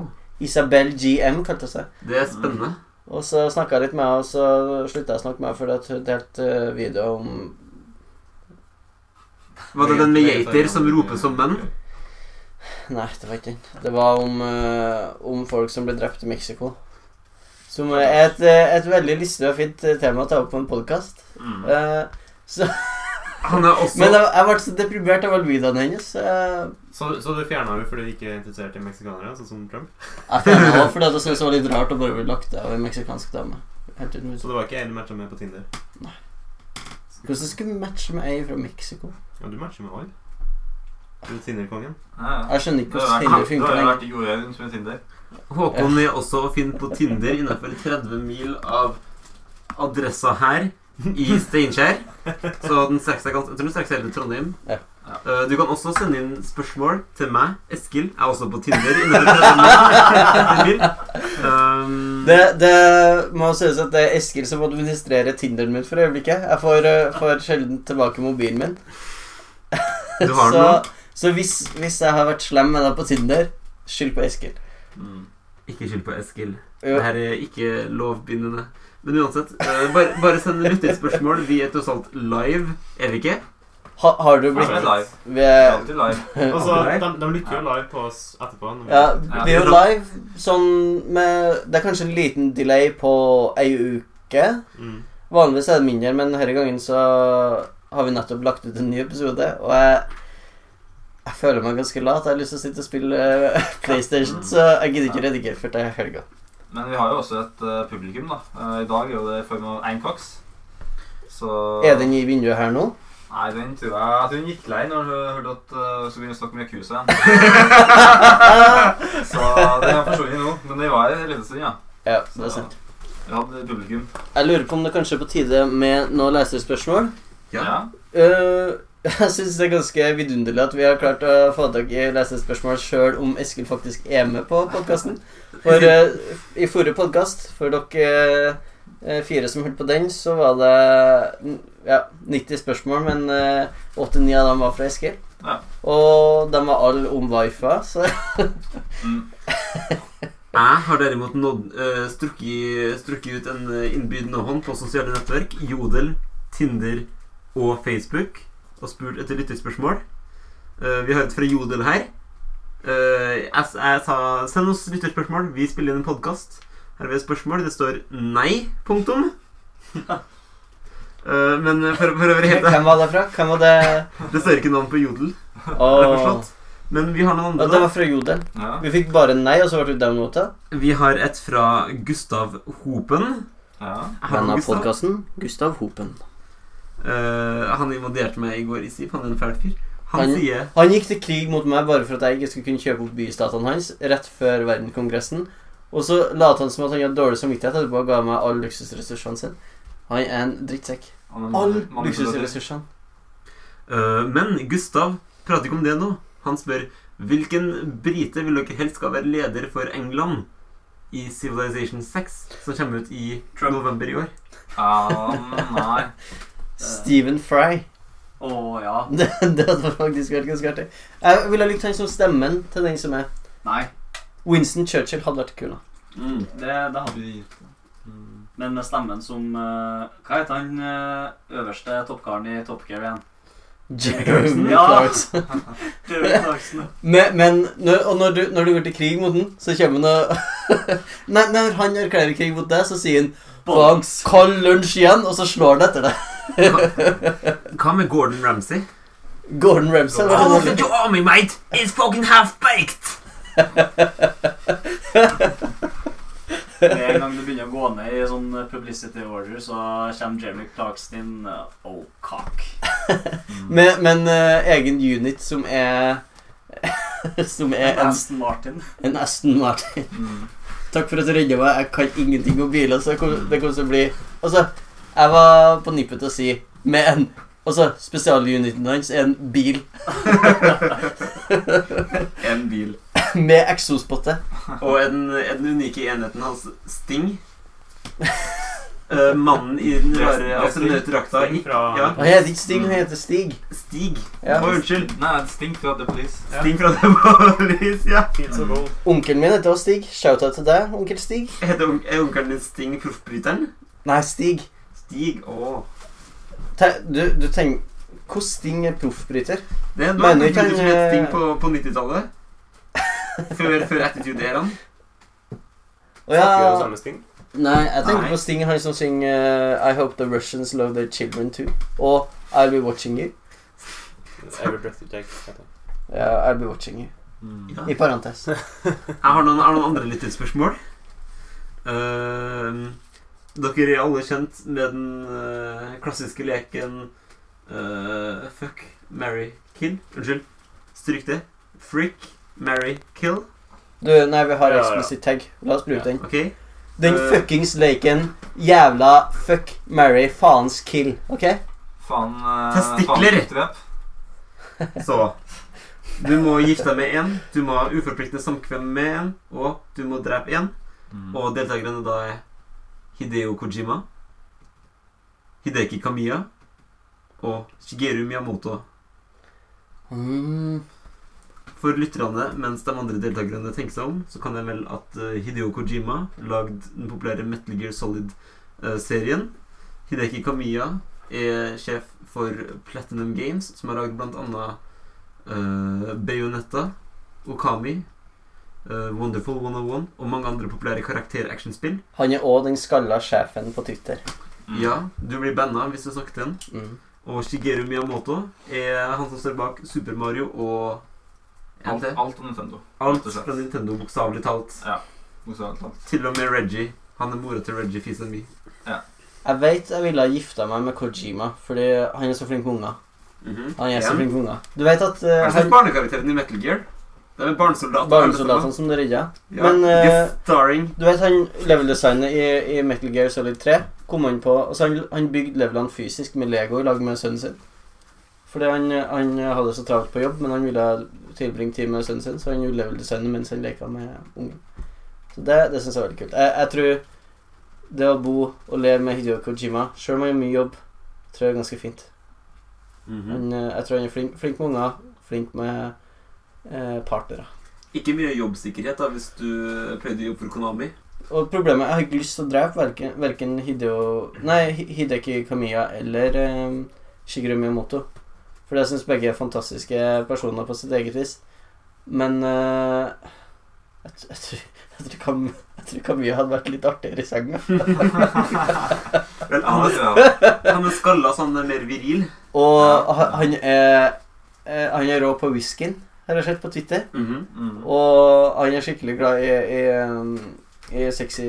C: Isabel GM kalte hun seg.
B: det er spennende.
C: Og så snakka jeg litt med henne, og så slutta jeg å snakke med henne fordi at hun delte eh, video om
B: Var det den med geiter som roper som menn?
C: Nei, det var ikke den. Det var om, eh, om folk som ble drept i Mexico. Som er et, eh, et veldig lystig og fint eh, tema å ta opp på en podkast.
E: Mm.
B: Han er også
C: men jeg, jeg ble så deprimert av all videoene hennes. eh,
F: Så, så du fjerna henne fordi du ikke er interessert i meksikanere, sånn som Trump?
C: Jeg fjerna henne fordi at jeg syntes det var litt rart å bare bli lagt av en meksikansk dame. Helt uten
F: Så
C: hus.
F: det var ikke en du matcha med på Tinder?
C: Hvordan skulle vi matche med ei fra Mexico?
F: Ja, du matcher med alle. Du er Tinder-kongen.
E: Ja, ja.
C: Jeg skjønner ikke
E: Det har
C: hvordan Tinder
E: vært- Det
C: funker
E: har jo
C: lenger.
E: vært Jorunn som er Tinder.
B: Håkon er også å finne på Tinder innenfor 30 mil av adressa her i Steinkjer. Så den strekker seg ganske Jeg tror den strekker seg hele Trondheim.
C: Ja.
B: Eh, Du kan også sende inn spørsmål til meg. Eskil er også på Tinder innenfor 30 mil. Um,
C: Det, det må sies at det er Eskil som administrerer Tinderen min for øyeblikket. Jeg får, eh, får sjelden tilbake mobilen min.
B: du har den
C: så,
B: nå?
C: Så hvis, hvis jeg har vært slem med deg på Tinder, skyld på Eskil.
E: Mm.
B: Ikke skyld på Eskil.
C: Jo.
B: Det her er ikke lovbindende. Men uansett, eh, bare, bare send lytterspørsmål. Vi er tross alt live, er vi ikke?
C: Ha, har du
E: Det
C: blitt
E: er live.
C: Vi
E: Det er
C: er,
E: alltid live.
F: Og så,
B: Nei.
F: de, de lytter jo live på oss etterpå. når vi-
C: ja, vi er jo live sånn med Det er kanskje en liten delay på ei uke.
F: Mm.
C: Vanligvis er det mindre, men denne gangen så har vi nettopp lagt ut en ny episode, og jeg jeg føler meg ganske lat. Jeg har lyst til å sitte og spille eh, PlayStation, så jeg gidder ikke redigere før til helga.
E: Men vi har jo også et eh, publikum, da. Eh, I dag er jo det i form av Ein Cox. Så
C: Er den i vinduet her nå?
E: Nei, den tror jeg Jeg tror hun gikk lei når hun hørte at uh, skulle begynne å snakke om Yakuza igjen. så den har forsvunnet nå. Men den var her en liten stund, ja.
C: Ja, det er sant.
E: Vi hadde publikum.
C: Jeg lurer på om det kanskje er på tide med noen leserspørsmål.
B: Ja.
C: Eh, jeg syns det er ganske vidunderlig at vi har klart å få tak i lesespørsmål sjøl om Eskil faktisk er med på podkasten. For eh, i forrige podkast, for dere eh, fire som hørte på den, så var det mm, ja, 90 spørsmål, men eh, 89 av dem var fra Eskil.
E: Ja.
C: Og de var alle om wifi, så
E: Mm.
B: Jeg har derimot nådd, eh, strukket, strukket ut en eh, innbydende hånd på sosiale nettverk, Jodel, Tinder og Facebook, og spurt etter lytterspørsmål. Eh, vi har et fra Jodel her. Eh, jeg, s- jeg sa send oss lytterspørsmål, vi spiller inn en podkast. Her har vi et spørsmål. Det står nei, punktum. Eh, men for, for å være helt
C: Hvem var det fra? Hvem var det?
B: Det står ikke navn på Jodel. Det er
C: Åh.
B: forstått. Men vi har noen andre.
C: Ja, det
B: da.
C: var fra Jodel.
E: Ja.
C: Vi fikk bare nei, og så ble vi downvota.
B: Vi har et fra Gustav Hopen.
E: ja.
C: Venn av podkasten, Gustav Hopen.
B: Eh, han invaderte meg i går i Siv. Han er en fæl fyr. Han,
C: Han-
B: sier
C: Han gikk til krig mot meg bare for at jeg ikke skulle kunne kjøpe opp bystatene hans rett før verdenkongressen. Og så lot han som at han hadde dårlig samvittighet etterpå og ga meg alle luksusressursene sine. Han er en drittsekk.
E: Og den-
C: Alle
E: mange-
C: luksusressursene.
B: eh, Men Gustav prater ikke om det nå. Han spør hvilken brite vil dere helst skal være leder for England i Civilization 6, som kommer ut i
D: Trump.
B: november i år.
E: Ja, nei.
C: Stephen Fry.
D: Å ja.
C: Det, det hadde faktisk vært ganske artig. Jeg ville likt han sånn som stemmen til den som er
D: Nei.
C: Winston Churchill hadde vært kul. da.
E: Mm.
D: Det, det hadde vi.
E: Mm.
D: Men med stemmen som eh, Hva heter han eh, øverste toppkaren i Top Gear igjen?
C: Jeremy
D: Ja.
C: Clarkson.
D: Jeremy Clarkson.
C: Men, men når, og når du, når du går til krig mot den, så kommer han og Nei, når han erklærer krig mot deg, så sier han Faen,
D: Bonds.
C: kald lunsj igjen, og så slår han etter deg.
B: Hva med Gordon Ramsay?
C: Gordon Ramsay var
A: All
C: det
A: that
C: der.
A: you owe me, mate, is fucking half-baked!
D: Med en gang du begynner å gå ned i sånn publicity order, så kommer Jeremy Clarkson inn. eh, Oh, cock.
C: Med, med en eh, egen unit som er Som er en,
D: Aston Martin.
C: en Aston Martin.
E: Mm.
C: Takk for at du redda meg. Jeg kan ingenting om biler. Så jeg kom, det kommer til å bli Altså, jeg var på nippet til å si med en Altså, spesialuniten hans er en bil
E: En bil.
C: med eksospotte.
B: Og er den, er den unike enheten hans Sting? Eh, mannen i den rare astronautdrakta
F: Sting
B: gikk
F: fra
B: Ja.
C: Han heter ikke Sting, han heter Stig.
B: Stig. Å,
C: Ja.
B: unnskyld.
E: Nei, Sting fra The Police.
F: Ja.
B: Sting fra The Police, ja.
F: Fields of Gold.
C: Onkelen min heter også Stig. Shout-out til deg, onkel Stig.
B: Heter onk- er onkelen din Sting proffbryteren?
C: Nei, Stig.
B: Stig, å.
C: Te, du, du tenker Hvordan Sting er proffbryter?
B: Det er en
C: Men
B: mann
C: vi
B: som
C: kan,
B: het Sting
C: eh,
B: på, på 90-tallet. Før, før Attitude-æraen.
C: Å
F: Snakker vi om
C: ja.
F: samme sting?
C: Nei, jeg tenker
B: Nei.
C: på Sting, han som synger eh, I hope the Russians love their children too. Og I'll be watching you.
F: Every breath you take. heter det.
C: Ja, I'll be watching you.
E: Mm.
B: Ja.
C: I parentes.
B: Jeg har noen, har noen andre lyttespørsmål. Uh, dere er alle kjent med den eh, klassiske leken eh, Fuck, marry, kill. Unnskyld. Stryk det. Freak, marry, kill.
C: Du, nei, vi har
F: Ja, ja.
C: eksplisitt tag. La oss bruke
F: Ja.
C: den.
B: Ok?
C: Den
B: Eh.
C: fuckings leken. Jævla fuck, marry, faens kill. OK?
E: Faen eh,
B: Testikler.
E: faen, drep.
B: Så Du må gifte deg med én, du må ha uforpliktende samkvem med én, og du må drepe én. Og deltakerne da er Hideo Kojima, Hideki Kamiya og Shigeru Miyamoto.
C: Mm.
B: For lytterne, mens de andre deltakerne tenker seg om, så kan jeg vel at eh, Hideo Kojima lagde den populære Metal Gear Solid-serien. Hideki Kamiya er sjef for Platinum Games, som har lagd blant annet eh, Bayonetta, Okami, eh, Wonderful 101 og mange andre populære karakter-actionspill.
C: Han er òg den skalla sjefen på Twitter.
E: Mm.
B: Ja, du blir banna hvis du snakker til den.
C: Mm.
B: Og Shigeru Miyamoto er han som står bak Super Mario og
E: Alt,
B: NT.
E: alt om Nintendo.
B: Alt fra Nintendo, bokstavelig talt.
E: Bokstavelig talt.
B: Til og med Reggie. Han er mora til Reggie Fils and Me.
C: Jeg veit jeg ville ha gifta meg med Kojima, fordi han er så flink med unger. Han er så flink med unger. Du veit at
B: Er
C: uh,
B: det sånn
C: han
B: barnekarakteren i Metal Gear? Det er barnesoldater.
C: Barnesoldatene som det redda
B: Ja.
C: Men, eh,
B: Guest starring.
C: Du vet han leveldesignet i, i Metal Gear Solid 3 kom han på altså han, han bygde levelene fysisk med Lego i lag med sønnen sin. Fordi han, han hadde så travelt på jobb, men han ville tilbringe tid med sønnen sin, så han gjorde leveldesignet mens han leka med ungen. Så det, det syns jeg var veldig kult. Jeg, jeg tror det å bo og leve med Hideo Kojima, sjøl om han har mye jobb, tror jeg er ganske fint.
B: Mhm.
C: Han, eh, jeg tror han er flink, flink med unger, flink med eh, partnere.
B: Ikke mye jobbsikkerhet da hvis du pleide å jobbe for Konami.
C: Og problemet er, jeg har ikke lyst til å drepe verken, verken Hideo Nei, Hi- Hideki Kamiya eller eh, Shigeru Miyamoto. For jeg syns begge er fantastiske personer på sitt eget vis. Men eh, jeg, t- jeg, tror, jeg, tror Kam, jeg tror Kamiya hadde vært litt artigere i senga.
B: Vel,
E: Ja,
B: han,
E: det tror jeg.
B: er, han er skalla så han er mer viril.
C: Og han, han er eh, Han er rå på whiskyen, har jeg sett på Twitter.
B: Mhm.
E: Mm.
C: Og han er skikkelig glad i, i, um, i sexy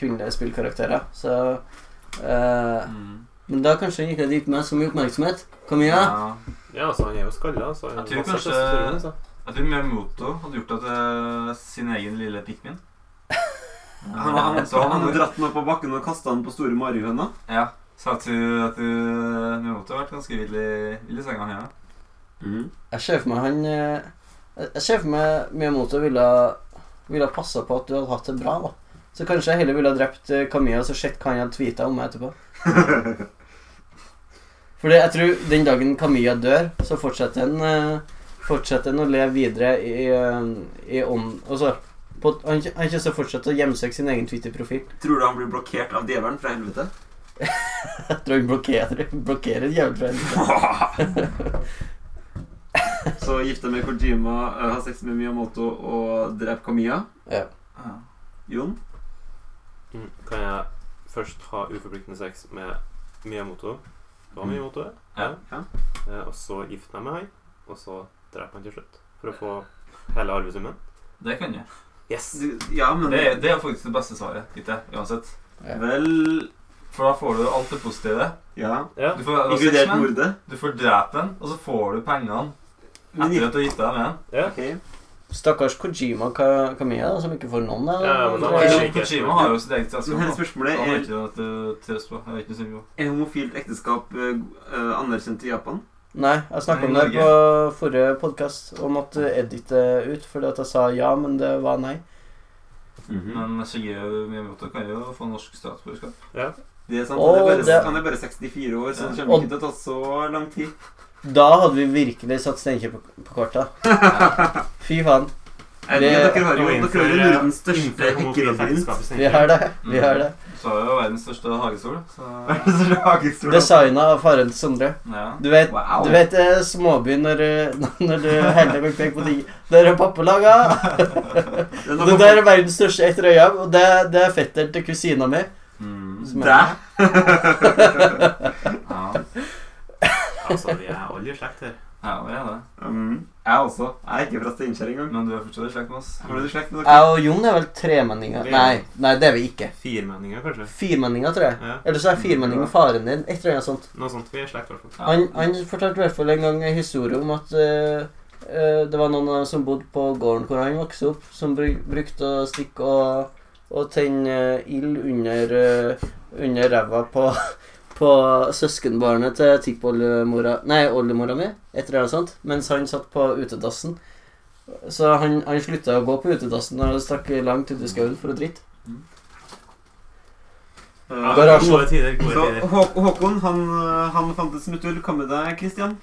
C: kvinnelige spillkarakterer. Så eh,
E: Mm.
C: Men da kanskje han ikke hadde gitt meg så mye oppmerksomhet. Kom igjen. da.
E: Ja.
F: Ja, altså, han er jo skalla, så
E: Jeg tror
F: masse
E: kanskje-
F: testosteron, altså.
E: Jeg tror Miyamoto hadde gjort det til sin egen lille pikmin.
B: Han, han, han,
E: Så han
B: har dratt den opp av bakken og kasta den på store marihøna.
E: Ja. Så jeg tror at du, Miyamoto har vært ganske vill i, vill i senga her.
B: Mhm.
C: Jeg ser for meg han eh, Jeg ser for meg Miyamoto ville, ville ha passa på at du hadde hatt det bra, da. Så kanskje jeg heller ville ha drept eh, Camilla og så sett hva han hadde tweeta om meg etterpå. Fordi jeg tror den dagen Camilla dør, så fortsetter han eh, Fortsetter han å leve videre i, eh, i ånd Altså på, han, han kommer til å fortsette å hjemsøke sin egen Twitter-profil.
B: Tror du han blir blokkert av djevelen fra helvete?
C: Jeg tror han blokkerer, blokkerer jævlig
B: Så gifte med Kojima, eh, ha sex med Miyamoto og drepe Kamiya.
C: Ja.
E: Ja.
B: Jon?
F: Mm. Kan jeg Mm. først ha uforpliktende sex med Miyamoto? Det var Miyamoto,
E: Ja.
B: Ja.
F: Eh, og så gifter jeg meg, og så dreper han til slutt. For å få hele arvesummen.
E: Det kan jeg.
F: Yes!
B: Du- Ja, men
E: Det, er- det er faktisk det beste svaret, ikke uansett.
B: Vel
E: For da får du alt det positive.
B: Ja.
F: Ja.
E: Du får sex
B: Inkludert
E: med den,
B: mordet.
E: du får drepe den, og så får du pengene
B: Men
E: etter
B: gif-
E: at du har gifta deg med den.
F: ja.
B: Ok.
C: Stakkars Kojima Ka Kamiya, da, som ikke får noen. Da.
F: Ja, men da var
E: Jo,
F: det ikke-
E: Kojima har jo sitt eget
B: Men her er
E: selskap. da.
B: spørsmålet
E: Han vet
B: er,
E: ikke at du trøst på. Jeg vet ikke så mye om.
B: er homofilt ekteskap eh, eh, anerkjent i Japan?
C: Nei, jeg snakka om
E: Nei,
C: det på forrige podkast og måtte edite ut fordi at jeg sa ja, men det var nei. Mhm.
E: Men Shigeru Miyamoto kan jo få norsk statsborgerskap.
B: Det er sant.
C: Åh,
B: Han er bare,
C: det-
B: han er bare 64 år, så det
C: Ja.
B: kommer ikke til å ta så lang tid.
C: Da hadde vi virkelig satt Steinkjer på, på korta. Fy faen.
B: Er det,
C: Det-
B: dere har jo
F: Jo,
B: dere har jo
F: innenfor-
B: Nordens største
F: Innenfor homofilt
B: hekkerlabyrint.
F: ekteskap, hvis
C: Vi
F: jeg
C: har
F: tenker.
C: det. Vi har det.
E: Så har jo verdens største hagestol, så
C: Designa av faren til Sondre.
E: ja.
C: Du vet,
E: Wow.
C: du vet eh, småby når, eh, når du heller vil peke på ting Der er pappa laga! Det der er verdens største etterøya, og det, det er fetteren til kusina mi.
E: Mm.
C: som er-
B: Dæ?
E: Ja.
F: Altså, vi er alle i slekt her.
E: ja, vi er det.
B: Mm, jeg også. Jeg er ikke fra Steinkjer engang.
E: Men du er fortsatt i slekt med oss.
B: Har du slekt med dere?
C: Jeg og Jon er vel tremenninger
F: Vi er-
C: Nei, nei, det er vi ikke.
F: Firmenninger, kanskje?
C: Firmenninger, tror jeg.
F: Ja.
C: Eller så er firmenning med faren din. Et eller annet sånt.
F: Noe sånt. Vi er i slekt, i hvert fall.
E: Ja.
C: Han, han fortalte i hvert fall en gang en historie om at eh, eh, det var noen som bodde på gården hvor han vokste opp, som bru- brukte å stikke og, og tenne eh, ild under, eh, under ræva på, på søskenbarnet til tippoldemora Nei, oldemora mi, et eller annet sånt, mens han satt på utedassen. Så han, han slutta å gå på utedassen og stakk langt ut i skauen for å drite.
F: Ja,
B: Eh,
C: Garasje.
F: Gode tider, gode
B: Så
F: tider.
B: Hå Håkon, han, eh, han fant et smutthull. Hva med deg, Kristian?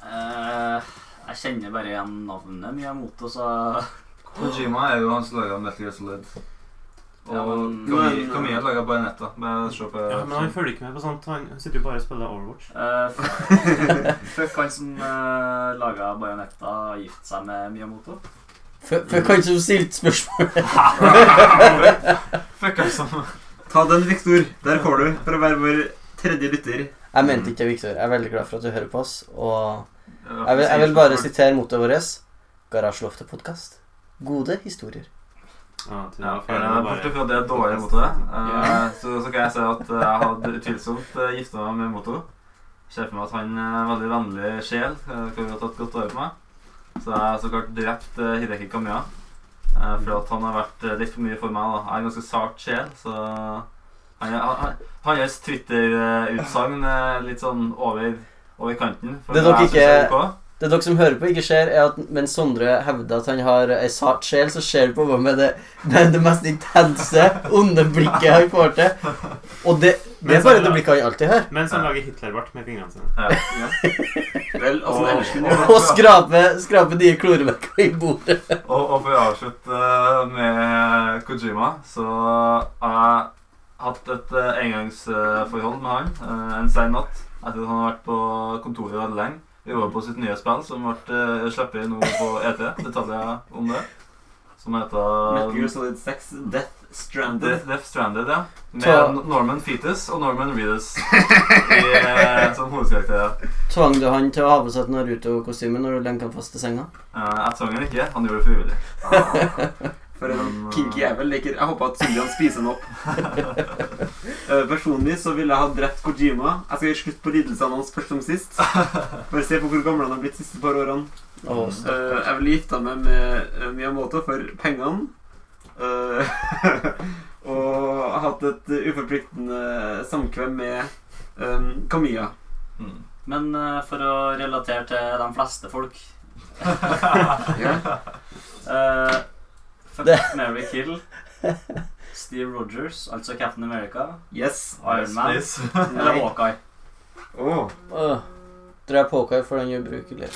D: Eh, jeg kjenner bare igjen navnet Miyamoto, så
E: Kojima er jo han som laga Metal Gear Solid.
D: Ja,
E: Og
D: men-
B: Men-
E: Camille laga Bajonetta. Bare se på
F: Ja, men han følger ikke med på sånt. Han sitter jo bare og spiller Overwatch.
D: eh, Fuck han som uh, laga Bajonetta, gifte seg med Miyamoto.
C: For kanskje du stilte spørsmål
E: Fuck, altså.
B: Ta den, Viktor. Der får du, for å være vår tredje lytter.
C: Jeg mente ikke det, Victor. Jeg er veldig glad for at du hører på oss, og Jeg vil, jeg vil bare sitere motet vårt. Garasjeloftet-podkast. Gode historier.
F: Ja, til-
E: Ja,
F: da
E: for,
F: føler
E: eh,
F: jeg
E: Bortsett
F: bare-
E: fra at det er dårlig mot det, eh, så, så kan jeg si at eh, jeg hadde utvilsomt eh, gifta meg med Moto. Ser for meg at han eh, er en veldig vennlig sjel. eh, Kan ha tatt godt vare på meg. Så jeg har så klart drept eh, Hideki Kamiya. eh, Fordi at han har vært eh, litt for mye for meg. da. Jeg er en ganske sart sjel, så han er- han- han- Hans Twitter-utsagn er litt sånn over, over kanten. for
C: Det er nok
E: jeg synes
C: ikke-
E: er ok.
C: Det dere som hører på, ikke ser, er at mens Sondre hevder at han har ei sart sjel, så ser du på meg med det, med det mest intense, onde blikket han får til. Og det, det
F: Men
C: er bare
F: Sondre-
C: det blikket han alltid har.
F: Mens han lager Hitlerbart med fingrene sine.
B: Vel, altså,
F: Åh.
B: ellers kunne
C: Og skraper skrape nye kloremerker i bordet.
E: Og, og for å avslutte eh, med Kojima, så har jeg hatt et eh, engangsforhold med han eh, en sein natt. Etter at han har vært på kontoret veldig lenge. Jobba på sitt nye spill, som ble eh, sluppet nå på E ET. Detaljer om det. Som
B: Metal Gear
E: heter
B: Solid 6 Death Stranded.
E: Um, Death, Death Stranded, ja.
C: Ta-
E: Med Norman Fetus og Norman Reedus i, eh, som hovedkarakterer.
C: Tvang du han til å ha på seg et Naruto-kostyme når du lenka han fast til senga?
E: Eh, Jeg tvang han ikke, han gjorde det frivillig.
B: For en
E: Men, eh,
B: kinky jævel. Liker. Jeg håper at Sundian spiser den opp. Eh, Personlig så ville jeg ha drept Kojima. Jeg skal gjøre slutt på lidelsene hans først som sist. Bare se på hvor gammel han har blitt de siste par årene.
C: Å,
B: Eh, jeg ville gifta meg med eh, Miyamoto for pengene. Eh, og hatt et eh, uforpliktende samkvem med um, Kamiya.
E: Mm.
D: Men eh, for å relatere til de fleste folk eh, Fuck Mary Kill, Steve Rogers, altså Captain America,
B: Yes.
D: Iron Man
E: Yes,
D: eller
B: Nei.
D: Hawkeye.
B: Åh.
C: Åh. Drep Hawkeye for den ubrukelige.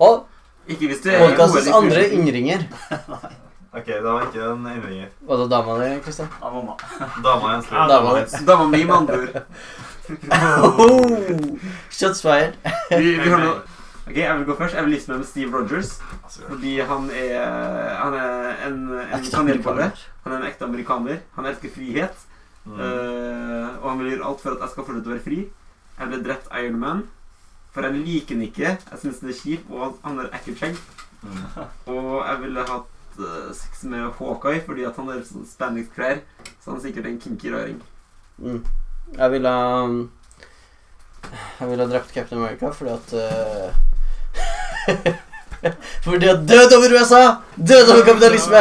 C: Og
B: Ikke hvis du er i
C: podkastens
B: OL i
C: andre
B: kursen.
C: innringer.
E: Ok, det var ikke en innringer.
C: Var det dama di, Kristian?
D: Av mamma.
E: Dama er en
F: Ja,
E: slurk.
C: Da
F: det
C: var
F: var
C: det.
F: hans.
B: Da var min, med andre ord.
C: Oh, shots fired.
B: Vi, vi har noe Ok, Jeg vil gå først. Jeg vil gifte meg med Steve Rogers. Fordi han er Han er en, en kanelbolle. Han er en ekte amerikaner. Han elsker frihet.
E: Mm.
B: Eh, og han vil gjøre alt for at jeg skal fortsette å være fri. Jeg ble drept Iron Man. For jeg liker den ikke. Jeg syns den er kjip, og han har ekkelt skjegg. Og jeg ville hatt eh, sex med Hawkeye fordi at han har sånn spanningsklær. Så han er sikkert en kinky raring.
C: Mm. Jeg ville ha um, Jeg ville ha drept Captain America fordi at eh, Fordi at død over USA! Død over kapitalisme!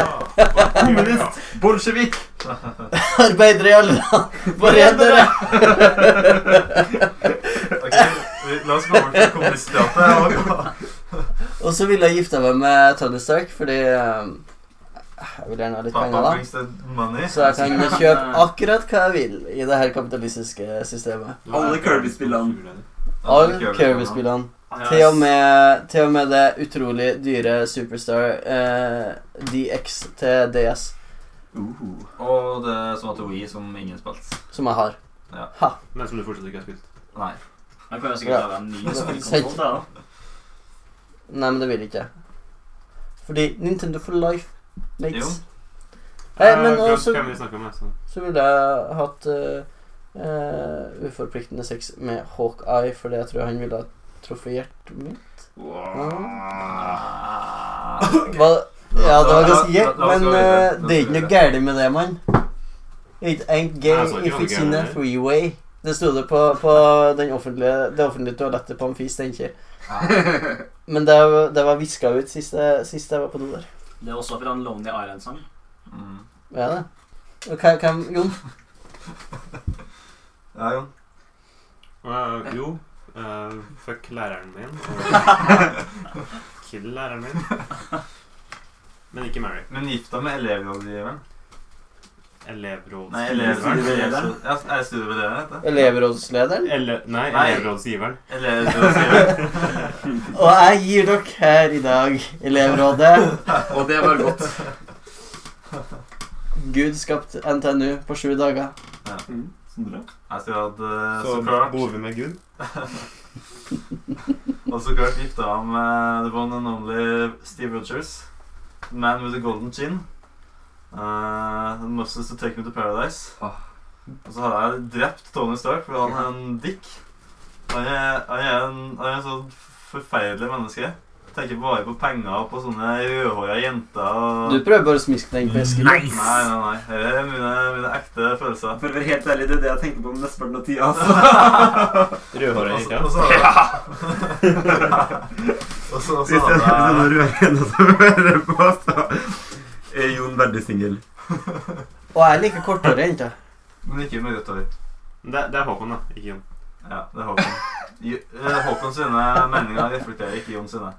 B: Kommunist! Bolsjevik!
C: Arbeidere i alle land! Bare gjør dere!
E: Ok, vi- La oss gå over til kommunistteatret. og-
C: Og så ville jeg gifta meg med Tony Stark fordi eh, Jeg vil gjerne ha litt penger,
E: Papa
C: da.
E: brings the money.
C: Så jeg kan kjøpe akkurat hva jeg vil i det her kapitalistiske systemet.
B: Alle Kirby-spillene.
C: Alle Kirby-spillene. Til og, med, til og med det utrolig dyre Superstar eh, DX til DS,
G: Og det som var til Wii, som ingen spilte.
C: som jeg har.
F: Men som du fortsatt ikke har spilt.
G: Nei.
D: Jeg kan jo sikkert lage en ny sånn spillkontroll til, da.
C: Nei, men det vil jeg ikke. Fordi Nintendo for life
G: Jo.
C: mates. Nei, men
F: Akkurat
C: også
F: kan Eh, vi snakke om det, så.
C: så ville jeg hatt eh, eh, uforpliktende sex med Hawkeye, fordi jeg tror han ville ha truffet hjertet mitt. Hva, ja, det var ganske gøy, men eh, det er ikke noe gærent med det, mann. It ain't gay
F: Nei, altså, ikke
C: if
F: noe
C: it's in a
F: gærent.
C: freeway. Det sto det på, på den offentlige, det offentlige toalettet på Amfis, tenker jeg. Men det, det var viska ut sist jeg, sist jeg var på do der.
D: Det er også fra en Lonely Island-sang.
E: Mm.
C: Ja, det. Og hva, hvem, Jon?
E: Ja, Jon.
F: Eh, jo, eh, fuck læreren min. Og kill læreren min. Men ikke Mary.
E: Men gift deg med elevrådgiveren.
F: Elevråds...
E: Nei, elevrådgiveren.
B: Studielederen.
E: Ja, er det studieveileder, det?
C: Elevrådslederen?
F: Ele nei,
E: Nei.
F: elevrådsgiveren.
E: Elevrådgiveren.
C: Og jeg gir dere her i dag, elevrådet.
B: Og det var godt.
C: Gud skapte NTNU på sju dager.
B: Mm.
G: Sondre?
E: Jeg skulle hatt eh,
F: Så
E: så klart
F: bor vi med Gud.
E: Og så klart gifta han med the one and only Steve Rogers. Man with a golden chin. Uh, Moses to take me to paradise.
G: Ah.
E: Og så har jeg drept Tony Stark, for han er en dick. Han er, han er, en, han er en sånn forferdelig menneske. Tenker bare på penger og på sånne rødhåra jenter. Og...
C: Du prøver bare å smiske den på Eskil.
A: Nice!
E: Nei, nei, nei. Dette er mine, mine ekte følelser.
B: For å være helt ærlig, det er det jeg tenker på mesteparten av tida. Altså.
F: Rødhåra
E: Og så-
F: jente.
E: og så har jeg- Og så- og så har
B: sånn
E: jeg
B: hører på, så er Jon veldig singel.
C: Og jeg liker korthåret jenter.
E: Men ikke med rødt hår.
F: Det, det er Håkon, da. Ikke Jon.
E: Ja, det er Håkon. Jo- eh, Håkon sine meninger reflekterer ikke Jon sine.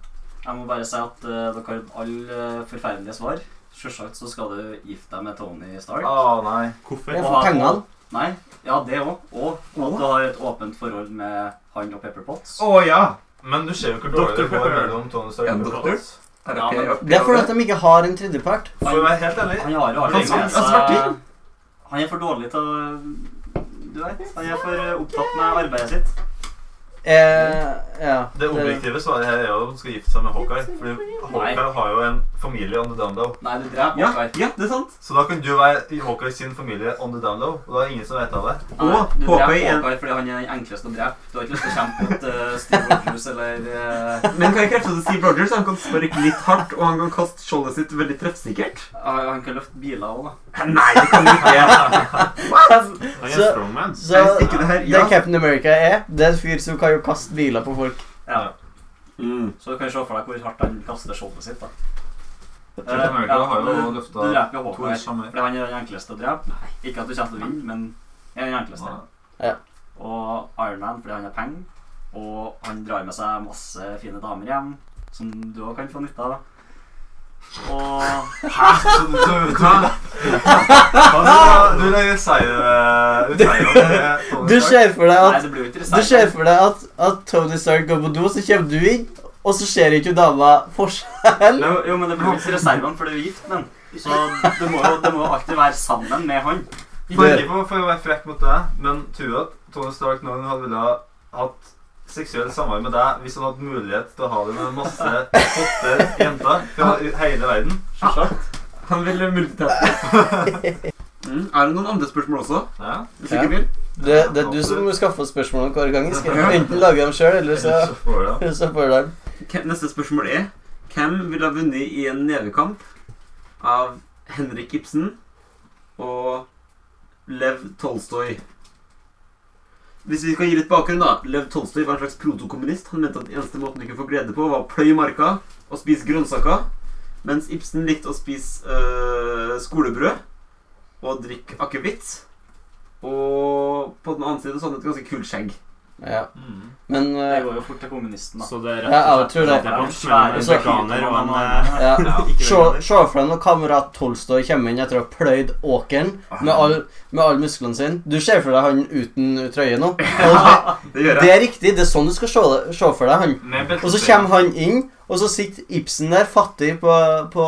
D: Jeg må bare si at eh, dere har alle eh, forferdelige svar. Selvsagt så skal du gifte deg med Tony
E: Å
D: Stark.
E: nei.
F: Hvorfor?
C: Jeg får pengene.
D: Nei, ja, det òg. Og at du har et åpent forhold med han og Pepper Potts.
E: Å ja! Men du ser jo hvor dårlig det
F: Dr.
E: går
F: Pepper.
E: mellom Tony Stark
B: Ja,
E: og
B: Dr.
E: Pepper.
D: Ja, men
C: Det er fordi at de ikke har en tredjepart.
E: For å være helt ærlig
D: Han har jo aldri
E: Han-
D: med seg Han er for dårlig til å Du vet. Han er for eh, opptatt med arbeidet sitt.
C: Eh, ja.
E: Det objektive svaret her er jo at hun skal gifte seg med Hawkeye. Fordi Hawkeye har jo en familie on the down low.
D: Nei, du dreper
B: Ja,
D: Hawkeye.
B: ja, det er sant.
E: Så da kan du være i Hawkeye sin familie on the down low, og da er det ingen som vet av det.
D: Nei,
B: Og
D: du dreper
B: Hawkeye er-
D: Hawkeye fordi han er den enkleste å drepe. Du har ikke lyst til å kjempe mot eh, Steve Rogers eller eh,
B: Men kan jeg krefte til Steve Rogers? Han kan sparke litt hardt, og han kan kaste skjoldet sitt veldig treffsikkert.
D: Han han kan løfte biler òg, da.
B: Nei, det kan du ikke.
F: Han er
C: Så-
F: strongman.
C: Så
B: Hvis ikke det her,
C: det
B: ja.
C: Captain America er, det er en fyr som kan jo kaste biler på folk.
D: Ja.
B: Mm.
D: Så du kan se for deg hvor hardt han kaster skjoldet sitt. da Eh,
E: Captain America
D: ja,
E: har jo
D: men du-
E: løftet
D: Du dreper jo
E: To
D: Hawkeye.
E: år sammen.
D: Fordi han er den enkleste å drepe. Ikke at du kommer til å vinne, men han er den enkleste.
C: Ja.
D: Og Iron Man fordi han har penger. Og han drar med seg masse fine damer hjem, som du òg kan få nytte av. da. Og
E: Hæ? Så du, så, du, du, eh, du legger seier utleier
C: Du ser for deg
D: Nei,
C: at,
D: det blir jo ikke
C: du ser
D: reserve.
C: for deg at, at Tony Stark går på do, så kommer du inn, og så ser ikke dama forskjell.
D: Jo, jo, men det blir jo ikke reservene, for du er jo gift med han. Så det må, jo, det må jo alltid være sammen med han.
E: For, ikke for, for å være frekk mot deg, men tror du at Tony Stark noen gang hadde ville ha hatt seksuelt samarbeid med deg hvis han hadde hatt mulighet til å ha det med masse flotte jenter fra hele verden? Selvsagt.
B: Han vil multitaske. Mm. Er det noen andre spørsmål også?
E: Ja.
B: Hvis ikke vil?
C: Det, det er du som skaffer spørsmålene hver gang. Skal enten lage dem sjøl, eller så,
G: Ellers så får du det.
C: så får du dem.
B: Hvem- Neste spørsmål er Hvem ville ha vunnet i en nevekamp av Henrik Ibsen og Lev Tolstoy? Hvis vi skal gi litt bakgrunn, da. Lev Tolstoy var en slags protokommunist. Han mente at den eneste måten du kunne få glede på, var å pløye marka og spise grønnsaker. Mens Ibsen likte å spise øh, skolebrød og drikke akevitt. Og på den annen side så hadde han et ganske kult skjegg.
C: Ja.
G: Mm.
C: Men
D: Det
C: eh,
D: går jo fort til kommunisten, da.
F: Så det er
C: Ja, jeg tror det.
F: Det er en svær
C: Så-
F: veganer, men eh,
C: ja.
F: ikke
C: Se
F: veganer.
C: se for deg når kamerat Tolstoy kommer inn etter å ha pløyd åkeren med alle all musklene sine. Du ser for deg han uten trøye nå. Og
B: Det gjør
C: det
B: jeg.
C: er riktig. Det er sånn du skal se, det- se for deg han.
G: Med
C: Og så kommer han inn, og så sitter Ibsen der fattig på, på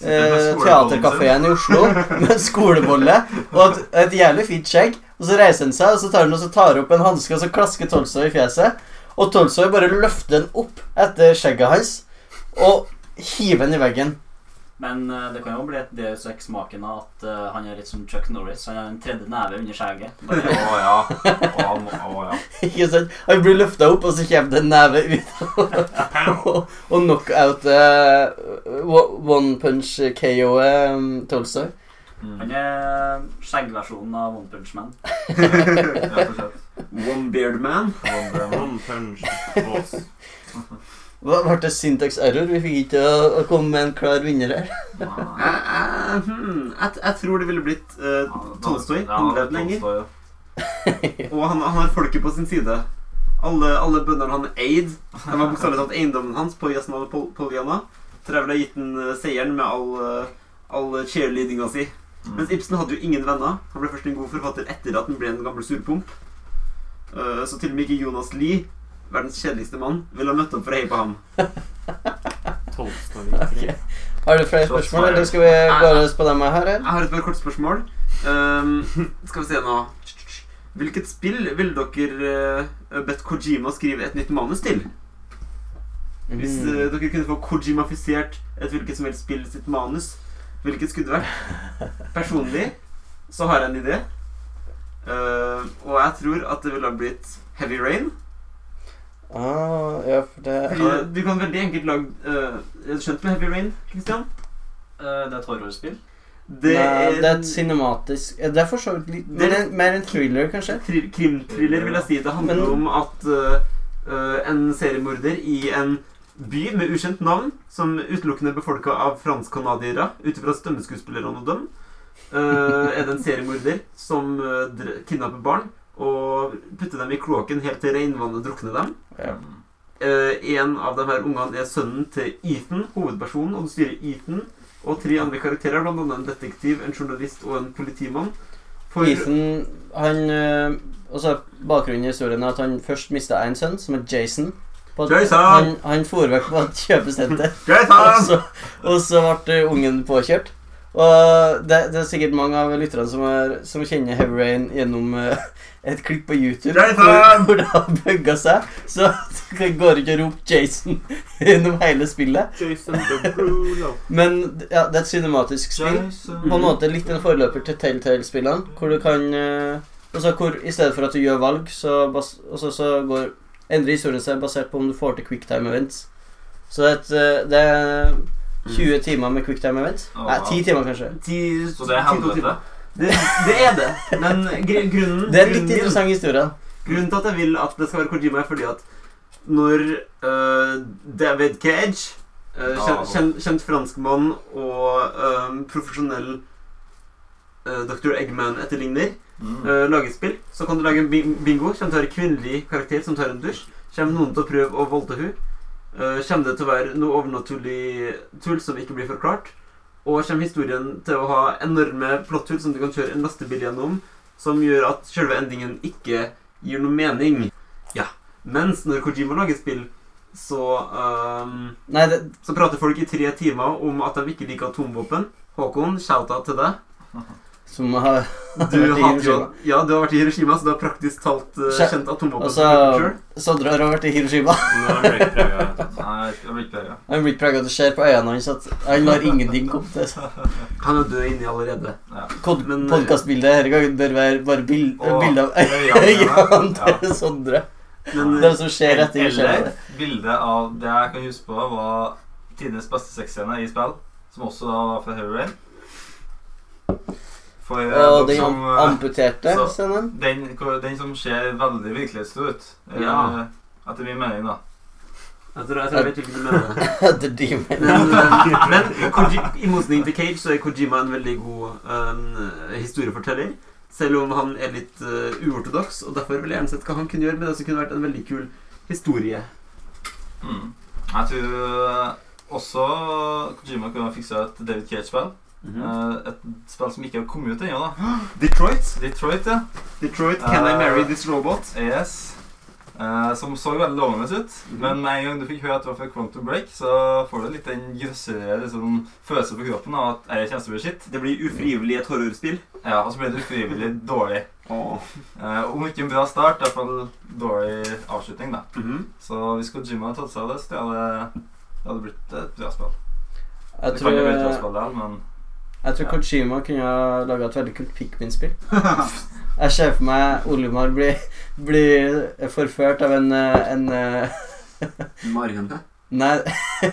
C: eh, teaterkafeen i Oslo med en skolebolle og et, et jævlig fint skjegg. Og så reiser han seg, og så tar han og så tar opp en hanske og så klasker Tolstoy i fjeset. Og Tolstoy bare løfter den opp etter skjegget hans og hiver den i veggen.
D: Men eh, det kan jo bli et Deus Ex-maken av at eh, han er litt som Chuck Norris. Han har en tredje neve under skjegget.
E: Å ja. Å, han må- å ja.
C: Ikke sant? Han blir løfta opp, og så kommer det en neve ut. og, og knockout eh, one punch KO eh, Tolstoy.
E: Mm.
D: Han er eh, skjeggversjonen av One Punch Man.
E: Rett og slett.
B: One beard man.
F: One punch boss.
C: Hva ble det syntax error? Vi fikk ikke å, å komme med en klar vinner her.
B: Jeg, jeg, Eh, hmm, jeg, jeg tror det ville blitt eh, Tolstoy. Han levde lenger. Og han, han har folket på sin side. Alle, alle bøndene han eide. De har bokstavelig talt eiendommen hans på Jazzen av Pol Poliana. Så de ville ha gitt ham seieren med all, eh, all cheerleadinga si.
E: Mm.
B: Mens Ibsen hadde jo ingen venner. Han ble først en god forfatter etter at han ble en gammel surpomp. Eh, så til og med ikke Jonas Lie, verdens kjedeligste mann, ville ha møtt opp for å heie på ham.
F: Tolstoy. tre.
C: Har du flere spørsmål, eller skal vi gå løs på dem her?
B: Jeg
C: eller?
B: har et par kort spørsmål. Ehm, skal vi se nå Hvilket spill ville dere eh, bedt Kojima skrive et nytt manus til? Hvis
C: Mm.
B: eh, dere kunne få Kojimafisert et hvilket som helst spill sitt manus, hvilket skulle det vært? Personlig så har jeg en idé. Eh, og jeg tror at det ville ha blitt Heavy Rain.
C: Ah, ja, for
B: Fordi
C: det
B: du kan veldig enkelt lage eh, Er du skjønt med Heavy Rain, Christian?
D: Eh, det er et horrorspill.
B: Det
C: Nei,
B: er
C: det er et cinematisk Det er for så vidt litt men det er mer en thriller, kanskje?
B: Tri krimthriller, vil jeg si. Det handler om
C: Men-
B: at eh, eh, en seriemorder i en by med ukjent navn, som utelukkende er befolka av fransk-canadiere, ut ifra stemmeskuespillerne og dem, eh, er det en seriemorder som eh, dre- kidnapper barn og putter dem i kloakken helt til regnvannet drukner dem.
C: Ja.
B: Eh, en av de her ungene er sønnen til Ethan, hovedpersonen, og du styrer Ethan og tre andre karakterer, blant annet en detektiv, en journalist og en politimann. For-
C: Ethan han eh, Altså, bakgrunnen i historien er at han først mista en sønn, som er Jason. På et-
B: Jason!
C: Han, han for vekk på et kjøpesenter. Og
B: Jason!
C: så, og så ble eh, ungen påkjørt. Og det, det er sikkert mange av lytterne som, er, som kjenner Heavy Rain gjennom eh, et klipp på YouTube
B: Jason!
C: hvor, hvor det har bugga seg. Så det går ikke å rope Jason gjennom hele spillet.
F: Jason Derulo.
C: Men ja, det er et cinematisk spill. På en
B: Mm.
C: måte litt en forløper til Telltale-spillene, hvor du kan eh, Altså hvor i stedet for at du gjør valg, så, bas altså, så går endrer historien seg basert på om du får til quicktime events. Så det, er et, eh, det er 20 timer med quicktime events.
G: Å,
C: Nei,
G: wow.
C: 10 timer, kanskje.
B: Ti-
G: Så det er
B: ti- to
G: helvete.
B: timer. Det, det er det, men gr grunnen
C: Det er en
B: grunnen
C: litt
B: min-
C: interessant historie.
B: Grunnen til at jeg vil at det skal være Kojima, er fordi at når øh, David Cage, øh, kjent, kjent, kjent franskmann og øh, profesjonell øh, Dr. Eggman-etterligner,
C: Eh,
B: øh, lager spill, så kan du lage en bing- bingo. Kommer til å være kvinnelig karakter som tar en dusj. Kommer noen til å prøve å voldta henne. Øh, kommer det til å være noe overnaturlig tull som ikke blir forklart? Og kommer historien til å ha enorme plotthull som du kan kjøre en lastebil gjennom, som gjør at selve endingen ikke gir noe mening. Ja. Mens når Kojima lager spill, så ehm,
C: Nei, det,
B: Så prater folk i tre timer om at de ikke liker atomvåpen. Håkon, shouta til deg.
C: Som har
B: Du
C: vært i
B: har,
C: Hiroshima.
B: ja, du har vært i Hiroshima, så du har praktisk talt eh,
C: Skje-
B: kjent atomvåpen
C: Altså- Sondre har vært i Hiroshima.
F: Nå har jeg ikke prøvd å
E: Nei, jeg blir ikke bedre.
C: Han blir prega av det skjer på øynene hans at han lar ingenting komme til seg.
B: Han er død inni allerede. Men-
C: Podkastbildet denne gangen bør være bare bil-
E: Åh,
C: bilde av øynene
E: øynene,
C: til Sondre.
B: Men eh,
C: Det er det som skjer etter
E: Eller
C: Hiroshima.
E: bilde av det jeg kan huske på, var tidenes beste sexscene i spill, som også da var fra Heavy Rain. For eh,
C: Og
E: dere
C: den
E: som,
C: am-
E: eh,
C: amputerte
E: så-
C: scenen.
E: den, hvor- den som ser veldig virkelighetstro ut, eh,
B: Ja.
E: etter min mening, da.
B: jeg tror jeg tror jeg vet hvilken du mener.
C: Etter Demon.
B: Men, eh, men Koji, i motsetning til Cage så er Kojima en veldig god eh, historieforteller. Selv om han er litt uh, uortodoks, og derfor vil jeg gjerne sett hva han kunne gjøre med det som kunne vært en veldig kul historie.
E: Mm. Jeg tror eh, også Kojima kunne ha fiksa et David Cage-spill.
C: Mhm.
E: Eh, Et spill som ikke har kommet ut ennå, da.
B: Detroit.
E: Detroit, ja.
B: Detroit, Can I
E: Eh,
B: marry this robot?
E: Yes. Eh, som så veldig lovende ut,
C: Mhm.
E: men med en gang du fikk høre at det var fra Quantum Break, så får du litt den grøssere liksom, følelsen på kroppen av at dette kommer til å bli skitt.
B: Det blir ufrivillig et horrorspill.
E: Ja, og så blir det ufrivillig dårlig. Eh, om ikke en bra start, i hvert fall dårlig avslutning, da.
B: Mhm.
E: Så hvis Kojima hadde tatt seg av det, så tror jeg det, det hadde blitt et bra spill.
C: Jeg
E: det kan jo bli et bra
C: tror, eh,
E: spill, ja, men
C: jeg tror
E: Ja.
C: Kojima kunne ha laga et veldig kult Pikmin-spill. Jeg ser for meg Olimar blir blir forført av en, eh, en eh,
B: Marihøne.
C: Nei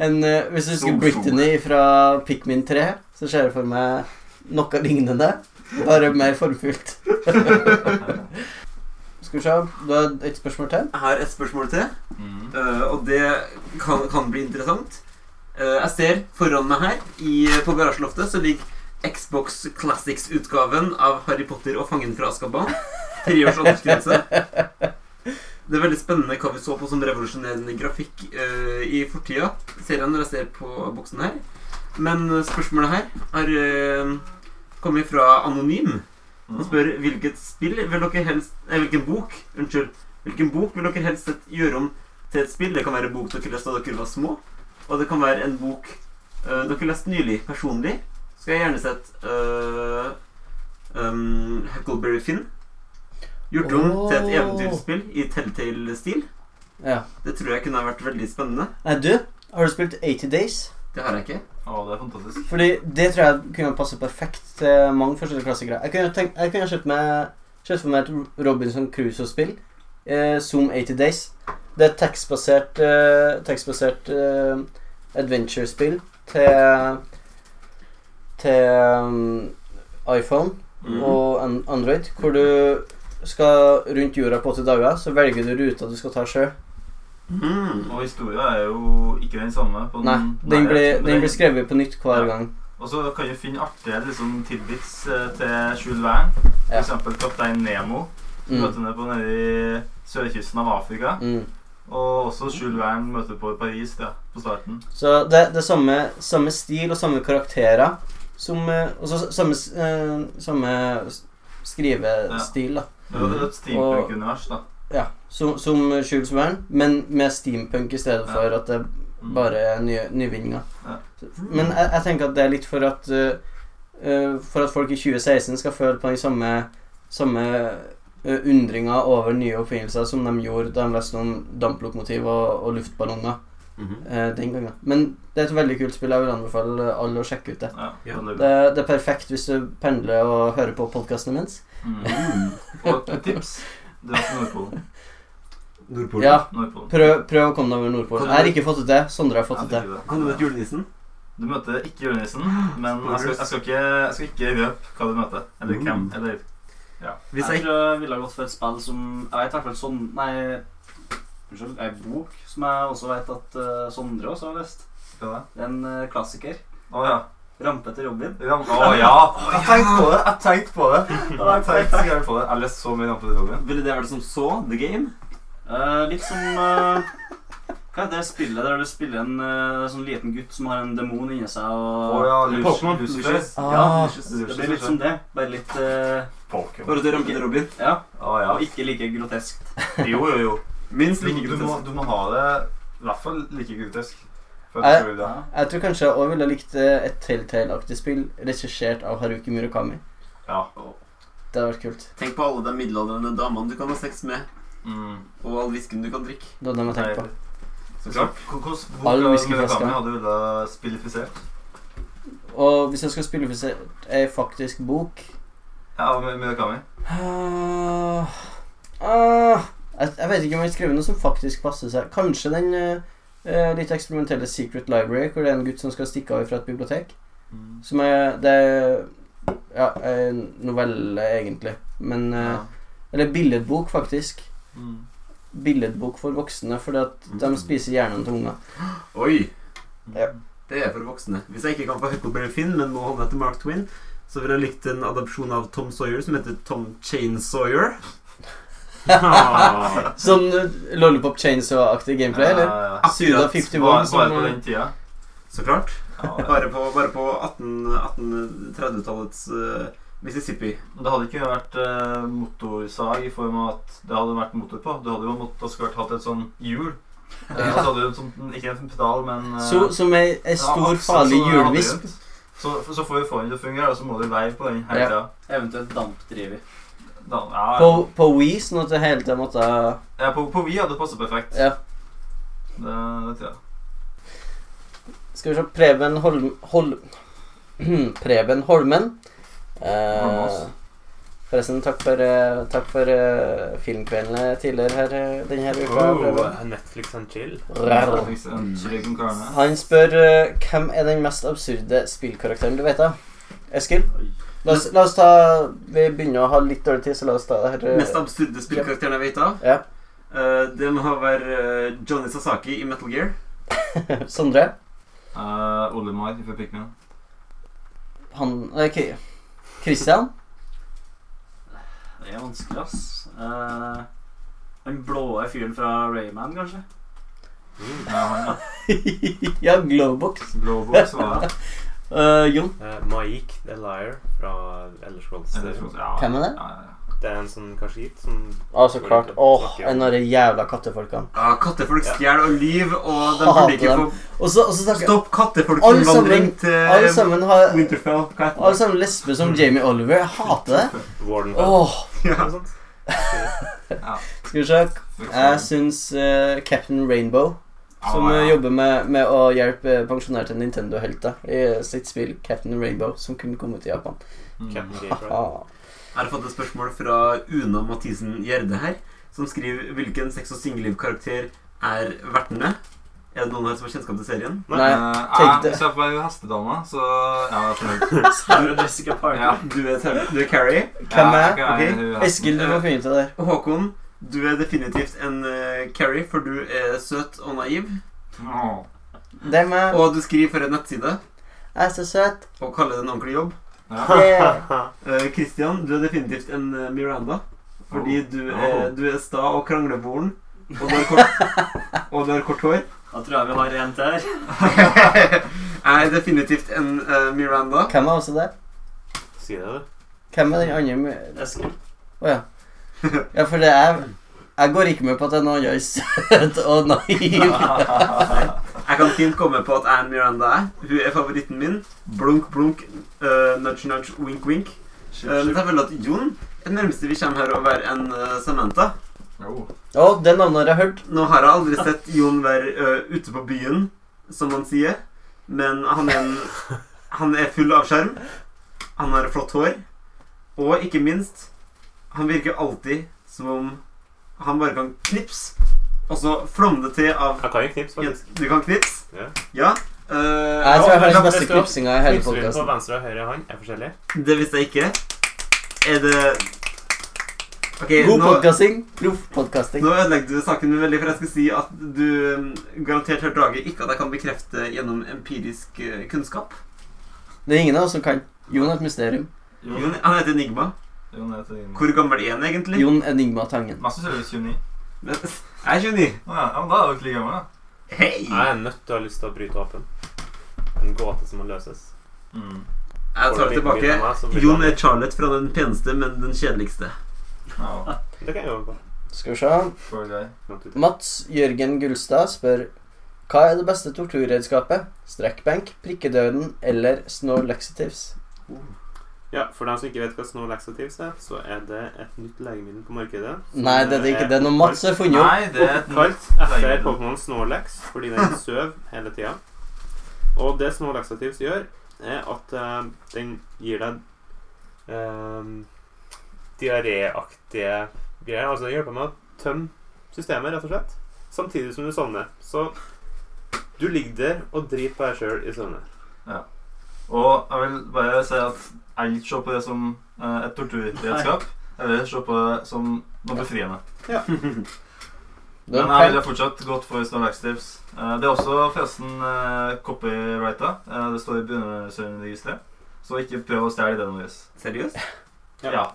C: en, eh, Hvis du husker
E: Sol, sol.
C: Brittany fra Pikmin 3, så ser jeg for meg noe lignende, bare mer formfullt.
E: eh,
C: Skal vi se Du har et spørsmål til?
B: Jeg har et spørsmål til.
E: mm.
B: Eh, og det kan, kan bli interessant. Eh, jeg ser foran meg her, i, på garasjeloftet, så ligger Xbox Classics-utgaven av Harry Potter og Fangen fra Azkaban. Treårs aldersgrense. Det er veldig spennende hva vi så på som revolusjonerende grafikk eh, i fortida. Ser jeg når jeg ser på boksen her. Men eh, spørsmålet her har eh, kommet fra Anonym. Han
E: Mm.
B: spør hvilket spill vil dere helst Nei, hvilken bok Unnskyld. Hvilken bok vil dere helst sett gjøre om til et spill? Det kan være en bok dere leste da dere var små, og det kan være en bok eh, dere leste nylig personlig. Skal jeg gjerne sett eh, um, Huckleberry Finn. Gjort om til et
C: Åh.
B: eventyrspill i Telltale-stil.
C: Ja.
B: Det tror jeg kunne ha vært veldig spennende.
C: Nei, du, har du spilt 80 Days?
B: Det har jeg ikke.
E: Å, det er fantastisk.
C: Fordi det tror jeg kunne passe perfekt til mange førsteklassikere. Jeg kunne, tenkt, jeg kunne kjøpt, meg, kjøpt for meg et Robinson Crusoe-spill, eh, Zoom 80 Days. Det er et tekstbasert, eh, tekstbasert eh, adventure-spill til, til mm, iPhone
B: Mhm.
C: og an Android, hvor du skal rundt jorda på 80 dager, så velger du ruta du skal ta sjøl.
B: Mm.
E: Og historien er jo ikke den samme. På den,
C: Nei, den blir,
E: men
C: den blir skrevet på nytt hver
E: Ja.
C: gang.
E: Og så kan du finne artige liksom, tidbits eh, til Jules Verne. For
C: Ja.
E: eksempel Kaptein Nemo. som
C: Mm.
E: Møter ned på nede i sørkysten av Afrika.
C: Mm.
E: Og også Jules Verne møter på i Paris ja, på starten.
C: Så det det er samme, samme stil og samme karakterer som eh, Og så samme, s- eh, samme s- skrivestil, da.
E: Det er jo et steampunk-univers, da.
C: Ja. Som, som Jules Verne, men med steampunk i stedet
E: Ja.
C: for at det
E: Mm.
C: bare er nye, nyvinninger.
E: Ja.
C: Men jeg, jeg tenker at det er litt for at eh, eh, For at folk i 2016 skal føle på den samme, samme eh, undringa over nye oppfinnelser som de gjorde da de leste om damplokomotiv og, og luftballonger. eh, den gangen. Men det er et veldig kult spill. Jeg vil anbefale alle å sjekke ut det.
E: Ja,
B: Ja.
E: veldig
C: Det,
E: bra.
C: det er perfekt hvis du pendler og hører på podkasten imens.
E: Mm. Og et tips dra til Nordpolen.
B: Nordpolen.
C: Ja,
E: Nordpolen.
C: prøv, prøv å komme deg over Nordpolen. Jeg har ikke fått det til. Sondre har fått det
E: Jeg
C: til.
E: fikk
B: Kan du møte
E: det.
B: julenissen?
E: Du møter ikke julenissen, men jeg skal, jeg, skal ikke, jeg skal ikke røpe hva du møter. Eller hvem.
B: Mm.
E: Eller
B: Hvis
D: jeg
B: jeg
D: tror jeg ville ha gått for et spill som Jeg vet i hvert fall sånn Nei, unnskyld. Ei bok som jeg også vet at eh, Sondre også har lest.
E: hva det er.
D: Det er en eh, klassiker.
E: Å ja.
D: Rampete Robin.
E: Ram Å ja! Jeg tenkte på det! Jeg tenkte på det! Jeg tenkte så gjerne på det. Jeg har lest så mye Rampe til Robin.
B: Ville det vært som så The Game?
D: Eh, litt som eh, Hva heter det spillet der du spiller en eh, sånn liten gutt som har en demon inni seg og
E: Å ja, Lus-
F: Pokémon.
E: Lucifer.
D: Ja,
C: Ah,
D: Det blir litt som det. Bare litt eh,
E: Pokémon.
B: Bare til Rampete Robin.
D: Ja.
E: Å ja.
D: Og ikke like groteskt.
E: Jo, jo, jo.
B: Minst
E: Du,
B: like altså.
E: du, må,
B: grotesk.
E: du må ha det i hvert fall like grotesk. For
C: Eh,
E: at du skal bli bra.
C: jeg tror kanskje jeg òg ville ha likt eh, et Telltale-aktig spill regissert av Haruki Murakami.
G: Ja.
C: Det hadde vært kult.
B: Tenk på alle de middelaldrende damene du kan ha sex med,
G: Mm.
B: og all whiskyen du kan drikke.
C: Det hadde jeg tenkt på.
B: Så klart.
E: Klart. Hvordan
C: All
E: bok
C: whiskyflasker.
E: med Kami hadde du ville spillifisert?
C: Og hvis jeg skal spille for ei faktisk bok
E: Ja, med med Kami.
C: Ah, ah, jeg, jeg vet ikke om jeg har skrevet noe som faktisk passer seg. Kanskje den eh, eh, litt eksperimentelle Secret Library, hvor det er en gutt som skal stikke av fra et bibliotek.
E: Eh.
C: Som er Det er ja, en novelle, egentlig. Men eh,
E: Ja.
C: Eller billedbok, faktisk.
E: Mm.
C: Billedbok for voksne, fordi at de
B: Mm.
C: spiser hjernen til unger.
B: Oi!
C: Ja.
B: Det er for voksne. Hvis jeg ikke kan få Huckleberry Finn, men må holde meg til Mark Twin, så ville jeg likt en adopsjon av Tom Sawyer som heter Tom Chain Sawyer.
F: Ja.
C: Sånn eh, Lollipop Chainsaw-aktig gameplay, eller?
E: Mm. Ja, ja.
C: Suda
B: Akkurat.
C: 51
E: Bare
C: som
E: bare på
C: eh,
E: den tida.
B: Så klart.
E: Ja,
B: Bare på, bare på 18 1830-tallets eh, Mississippi.
E: Det hadde ikke vært eh, motorsag i form av at det hadde vært motor på. Du hadde jo måttet også vært hatt et sånn hjul. Eh, og så hadde du en sånn, ikke en pedal, men eh,
C: Så, som ei, ei
E: ja,
C: stor,
E: akse,
C: farlig
E: så hadde du
C: hjulvisp.
E: rundt. Så, så får du forhånd til å fungere, og så må du veive på den hele
C: Ja.
E: tida.
D: Eventuelt dampdriver.
E: Da- Ja.
C: På, på Wii, sånn at det hele tiden måtte
E: Ja, på, på Wii hadde det passet perfekt.
C: Ja.
E: Det, det tror jeg.
C: Skal vi se Preben Holm... Hol, Preben Holmen. Eh,
E: Holmås.
C: forresten, takk for, eh, takk for eh, filmkveldene tidligere her eh, denne her uka. Preben.
F: Oh, Netflix and chill.
C: Rar.
E: Netflix, en trygg om karene.
C: Han spør eh, hvem er den mest absurde spillkarakteren du vet av. Eskil?
D: Oi.
C: La oss, la oss ta Vi begynner å ha litt dårlig tid, så la oss ta det her. eh,
B: Mest absurde spillkarakteren jeg vet av.
C: Ja.
B: Eh, det må være eh, Johnny Sasaki i Metal Gear.
C: Sondre?
E: Eh, Olimar fra Pikmin.
C: Han Ok. Christian?
D: Det er vanskelig, ass. Eh, den blåe fyren fra Rayman, kanskje?
F: Mm.
E: Ja, han, ja.
C: ja, Glowbox.
E: Blowbox var det.
C: Eh, Jon?
F: Eh, Maik the Liar fra Elder Scrolls.
E: Eller så- ja.
C: Hvem er det?
E: Ja, ja, ja.
F: Det er en sånn kashit som
C: Ja, så Altså, klart. Åh, en av de jævla kattefolkene.
B: Ah, kattefolk stjeler og lyver, og de
C: Hater
B: burde ikke
C: dem.
B: få
C: Og så, og så snakker
B: Stopp
C: Alle sammen-
B: kattefolkinnvandring
C: alle
B: til eh,
C: sammen har
B: Winterfell. Hva
C: Alle
B: heter det?
C: sammen lesber
E: Mm.
C: som Jamie Oliver. Jeg hater det.
F: Warden Fell.
C: Åh,
B: Ja.
F: noe sånt.
C: skal vi se.
E: For
C: Jeg
E: eksempel.
C: syns eh, Captain Rainbow,
E: Ah, Ja,
C: som eh,
E: ja.
C: jobber med, med å hjelpe eh, pensjonerte Nintendo-helter i eh, sitt spill Captain Rainbow, som kunne komme til Japan.
E: Mm.
F: Captain Gay Pride.
C: Haha.
B: Jeg har fått et spørsmål fra Una Mathisen Gjerde her, som skriver hvilken sex- og singelliv-karakter er vertene. Er det noen her som har kjennskap til serien?
C: Nei,
E: Eh,
C: tenk det.
E: Jeg ser på meg hestedama, så ja, jeg er fornøyd.
D: Sarah Jessica Parker.
E: Ja.
B: Du er, Tau- du er Carrie.
C: Hvem
E: Ja,
C: er?
E: ikke jeg,
B: Ok.
E: hun hesten.
C: Eskil, du må finne ut av det der.
B: Håkon, du er definitivt en eh, Carrie, for du er søt og naiv.
E: Åh.
C: Det er meg.
B: Og du skriver for en nettside
C: Jeg er så søt.
B: og kaller det en ordentlig jobb.
E: Ja.
C: Yeah.
B: Eh, Christian, du er definitivt en eh, Miranda. Fordi du er,
E: Oh.
B: du er sta og kranglevoren. Og du har kort, og du har kort hår.
D: Da tror jeg vi har en til her.
B: Jeg er definitivt en eh, Miranda.
C: Hvem er også det?
F: Si det, du.
C: Hvem er den andre med-
D: Eskil.
C: Å ja. Ja, for det er Jeg går ikke med på at det er noe annet søt og naiv.
B: Jeg kan fint komme på at jeg er en Miranda. jeg. Hun er favoritten min. Blunk, blunk, eh, nudge, nudge, wink, wink. Eh,
E: Shit,
B: Men
E: shit.
B: jeg føler at Jon er den nærmeste vi kommer her å være en eh, Samantha.
E: Jo.
C: Å, det navnet har jeg hørt.
B: Nå har jeg aldri sett Jon være eh, ute på byen, som han sier. Men han er, en, han er full av skjerm. Han har flott hår. Og ikke minst, han virker alltid som om han bare kan knips, og så flomme det til av
F: Jeg kan jo knips,
B: Ja,
F: faktisk.
B: Du kan knips?
F: Ja.
B: Ja. eh,
C: Jeg tror jeg har den beste
F: Jeg skal-
C: knipsinga i hele
F: Knipser vi på
C: podkasten.
F: venstre og høyre hånd er forskjellig.
B: Det visste jeg ikke. Er det Ok,
C: God
B: nå,
C: podkasting. Proff podkasting.
B: nå ødelegger du saken min veldig, for jeg skal si at du mm, garantert hørte draget ikke at jeg kan bekrefte gjennom empirisk eh, kunnskap.
C: Det er ingen av oss som kan. Jon er et mysterium.
E: Jon
B: Jon, han heter Enigma.
E: Jon er til din.
B: Hvor gammel er han egentlig?
C: Jon Enigma Tangen.
E: Mest sannsynligvis 29.
B: Men- Jeg er 29.
E: Å ja, ja, men da er du ikke like gammel, da.
B: Hei!
F: Jeg er nødt til å ha lyst til å bryte åpen. En gåte som må løses.
E: Mm.
B: Jeg tar det tilbake. Jon er Charlotte fra den peneste, men den kjedeligste.
E: Ja,
F: Det kan jeg jobbe på.
C: Skal vi se.
E: poor guy.
F: Langt ut.
C: Mats Jørgen Gullstad spør Hva er det beste torturredskapet? Strekkbenk, prikkedøden eller Snow Laxatives?
F: Ja, For dem som ikke vet hva Snow Laxatives er, så er det et nytt legemiddel på markedet. som
C: Nei, det er det ikke. Det er noe Mats har funnet opp.
G: Nei, det er et
F: Oppkalt etter
G: legemiddel.
F: Pokémon Snorlax, fordi den søv hele tida. Og det Snorlaxatives gjør, er at eh, den gir deg eh, diaréaktige greier. Altså den hjelper med å tømme systemet, rett og slett. Samtidig som du sovner. Så du ligger der og driter på deg sjøl i søvne.
E: Og jeg vil bare si at jeg vil se på det som eh, et torturredskap. Eller se på det som noe befriende.
C: Det er
E: Men jeg
C: en
E: ville fortsatt gått for Snow Laxatives. Eh, det er også forresten uh, copyrighta. Eh, det står i begynnerregisteret. Så ikke prøv å stjele ideen vår.
B: Seriøst?
F: Ja.
E: Ja.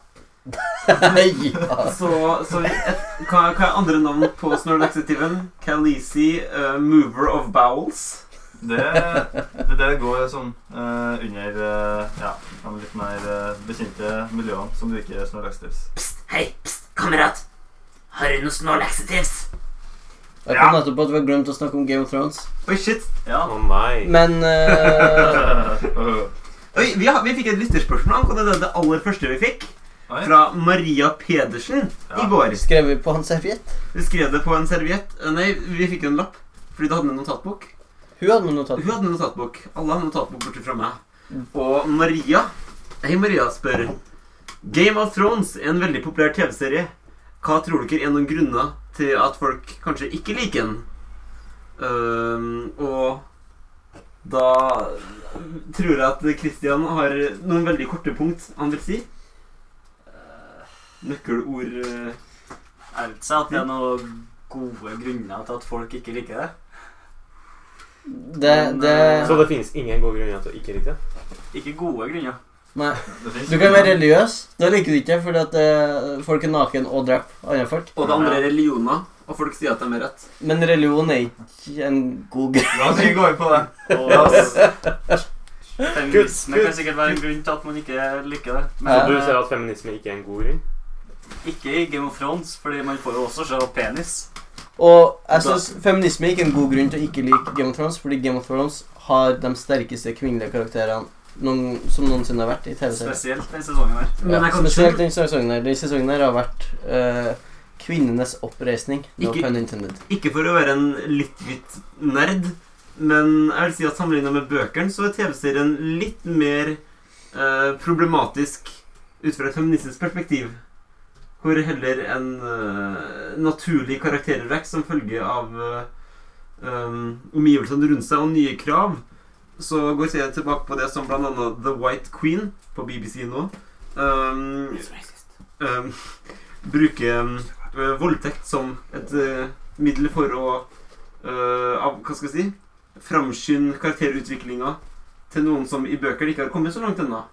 C: feil. Ja.
B: Så, så vi- et, hva, hva er andre navn på Snorlaxativen? Khaleesi, eh, Mover of Bowels.
E: Det, det der går sånn eh, under eh, ja, de litt mer eh, bekjente miljøene som bruker Snow Laxatives.
A: Pst, hei, pst, kamerat. Har du noen snålaksetips?
C: Jeg kom nettopp på at vi har glemt å snakke om Game of Thrones.
B: Oi, shit.
F: Å nei.
C: Men eh,
B: Oi, vi, har, vi fikk et lytterspørsmål angående det, det aller første vi fikk.
E: Oi.
B: Fra Maria Pedersen i
E: Ja.
B: går.
C: skrev vi på hans serviett?
B: Vi skrev det på en serviett. Eh, Nei, vi fikk en lapp. Fordi du hadde med en notatbok.
C: Hun hadde med notat.
B: Hun hadde en notatbok. Alle hadde en notatbok bortsett fra meg.
C: Mm.
B: Og Maria Hei, Maria spør Game of Thrones er en veldig populær TV-serie. Hva tror dere er noen grunner til at folk kanskje ikke liker den? Ehm, og da tror jeg at Christian har noen veldig korte punkt han vil si. Nøkkelord eh,
D: Jeg vil ikke si at Eh, det
F: Mm.
D: er noen gode grunner til at folk ikke liker det. eh,
C: Det, det
F: Så det finnes ingen gode grunner til å ikke like det?
D: Ikke gode grunner.
C: Nei.
E: Det finnes
C: Du kan være religiøs. Da liker du ikke fordi at eh, folk er naken og dreper andre folk.
B: Og det andre er religioner, og folk sier at de er rett.
C: Men religion er ikke en god grunn.
E: La oss ikke gå inn på det.
D: Og
E: La oss-
D: feminisme kan sikkert være en grunn til at man ikke liker det.
F: Så
C: Ja.
F: du ser at feminisme ikke er en god grunn?
D: Ikke i Game of Thrones, fordi man får jo også se penis.
C: Og jeg synes feminisme er ikke en god grunn til å ikke like Game of Thrones, fordi Game of Thrones har de sterkeste kvinnelige karakterene noen, som noensinne har vært i TV-serien.
D: Spesielt den sesongen her.
B: Men jeg
C: Ja,
B: kan
C: spesielt
B: skjønne-
C: den sesongen her. Den sesongen her har vært eh, kvinnenes oppreisning. No
B: Ikke-
C: pun intended.
B: Ikke for å være en litt-hvitt nerd, men jeg vil si at sammenligna med bøkene, så er TV-serien litt mer eh, problematisk ut fra et feministisk perspektiv. Hvor heller en eh, naturlig karaktervekst som følge av eh, um, omgivelsene rundt seg og nye krav. Så går jeg tilbake på det som blant annet The White Queen på BBC nå. Um, um, bruker um, eh, voldtekt som et eh, middel for å eh, av, Hva skal jeg si? Framskynde karakterutviklinga til noen som i bøker ikke har kommet så langt ennå.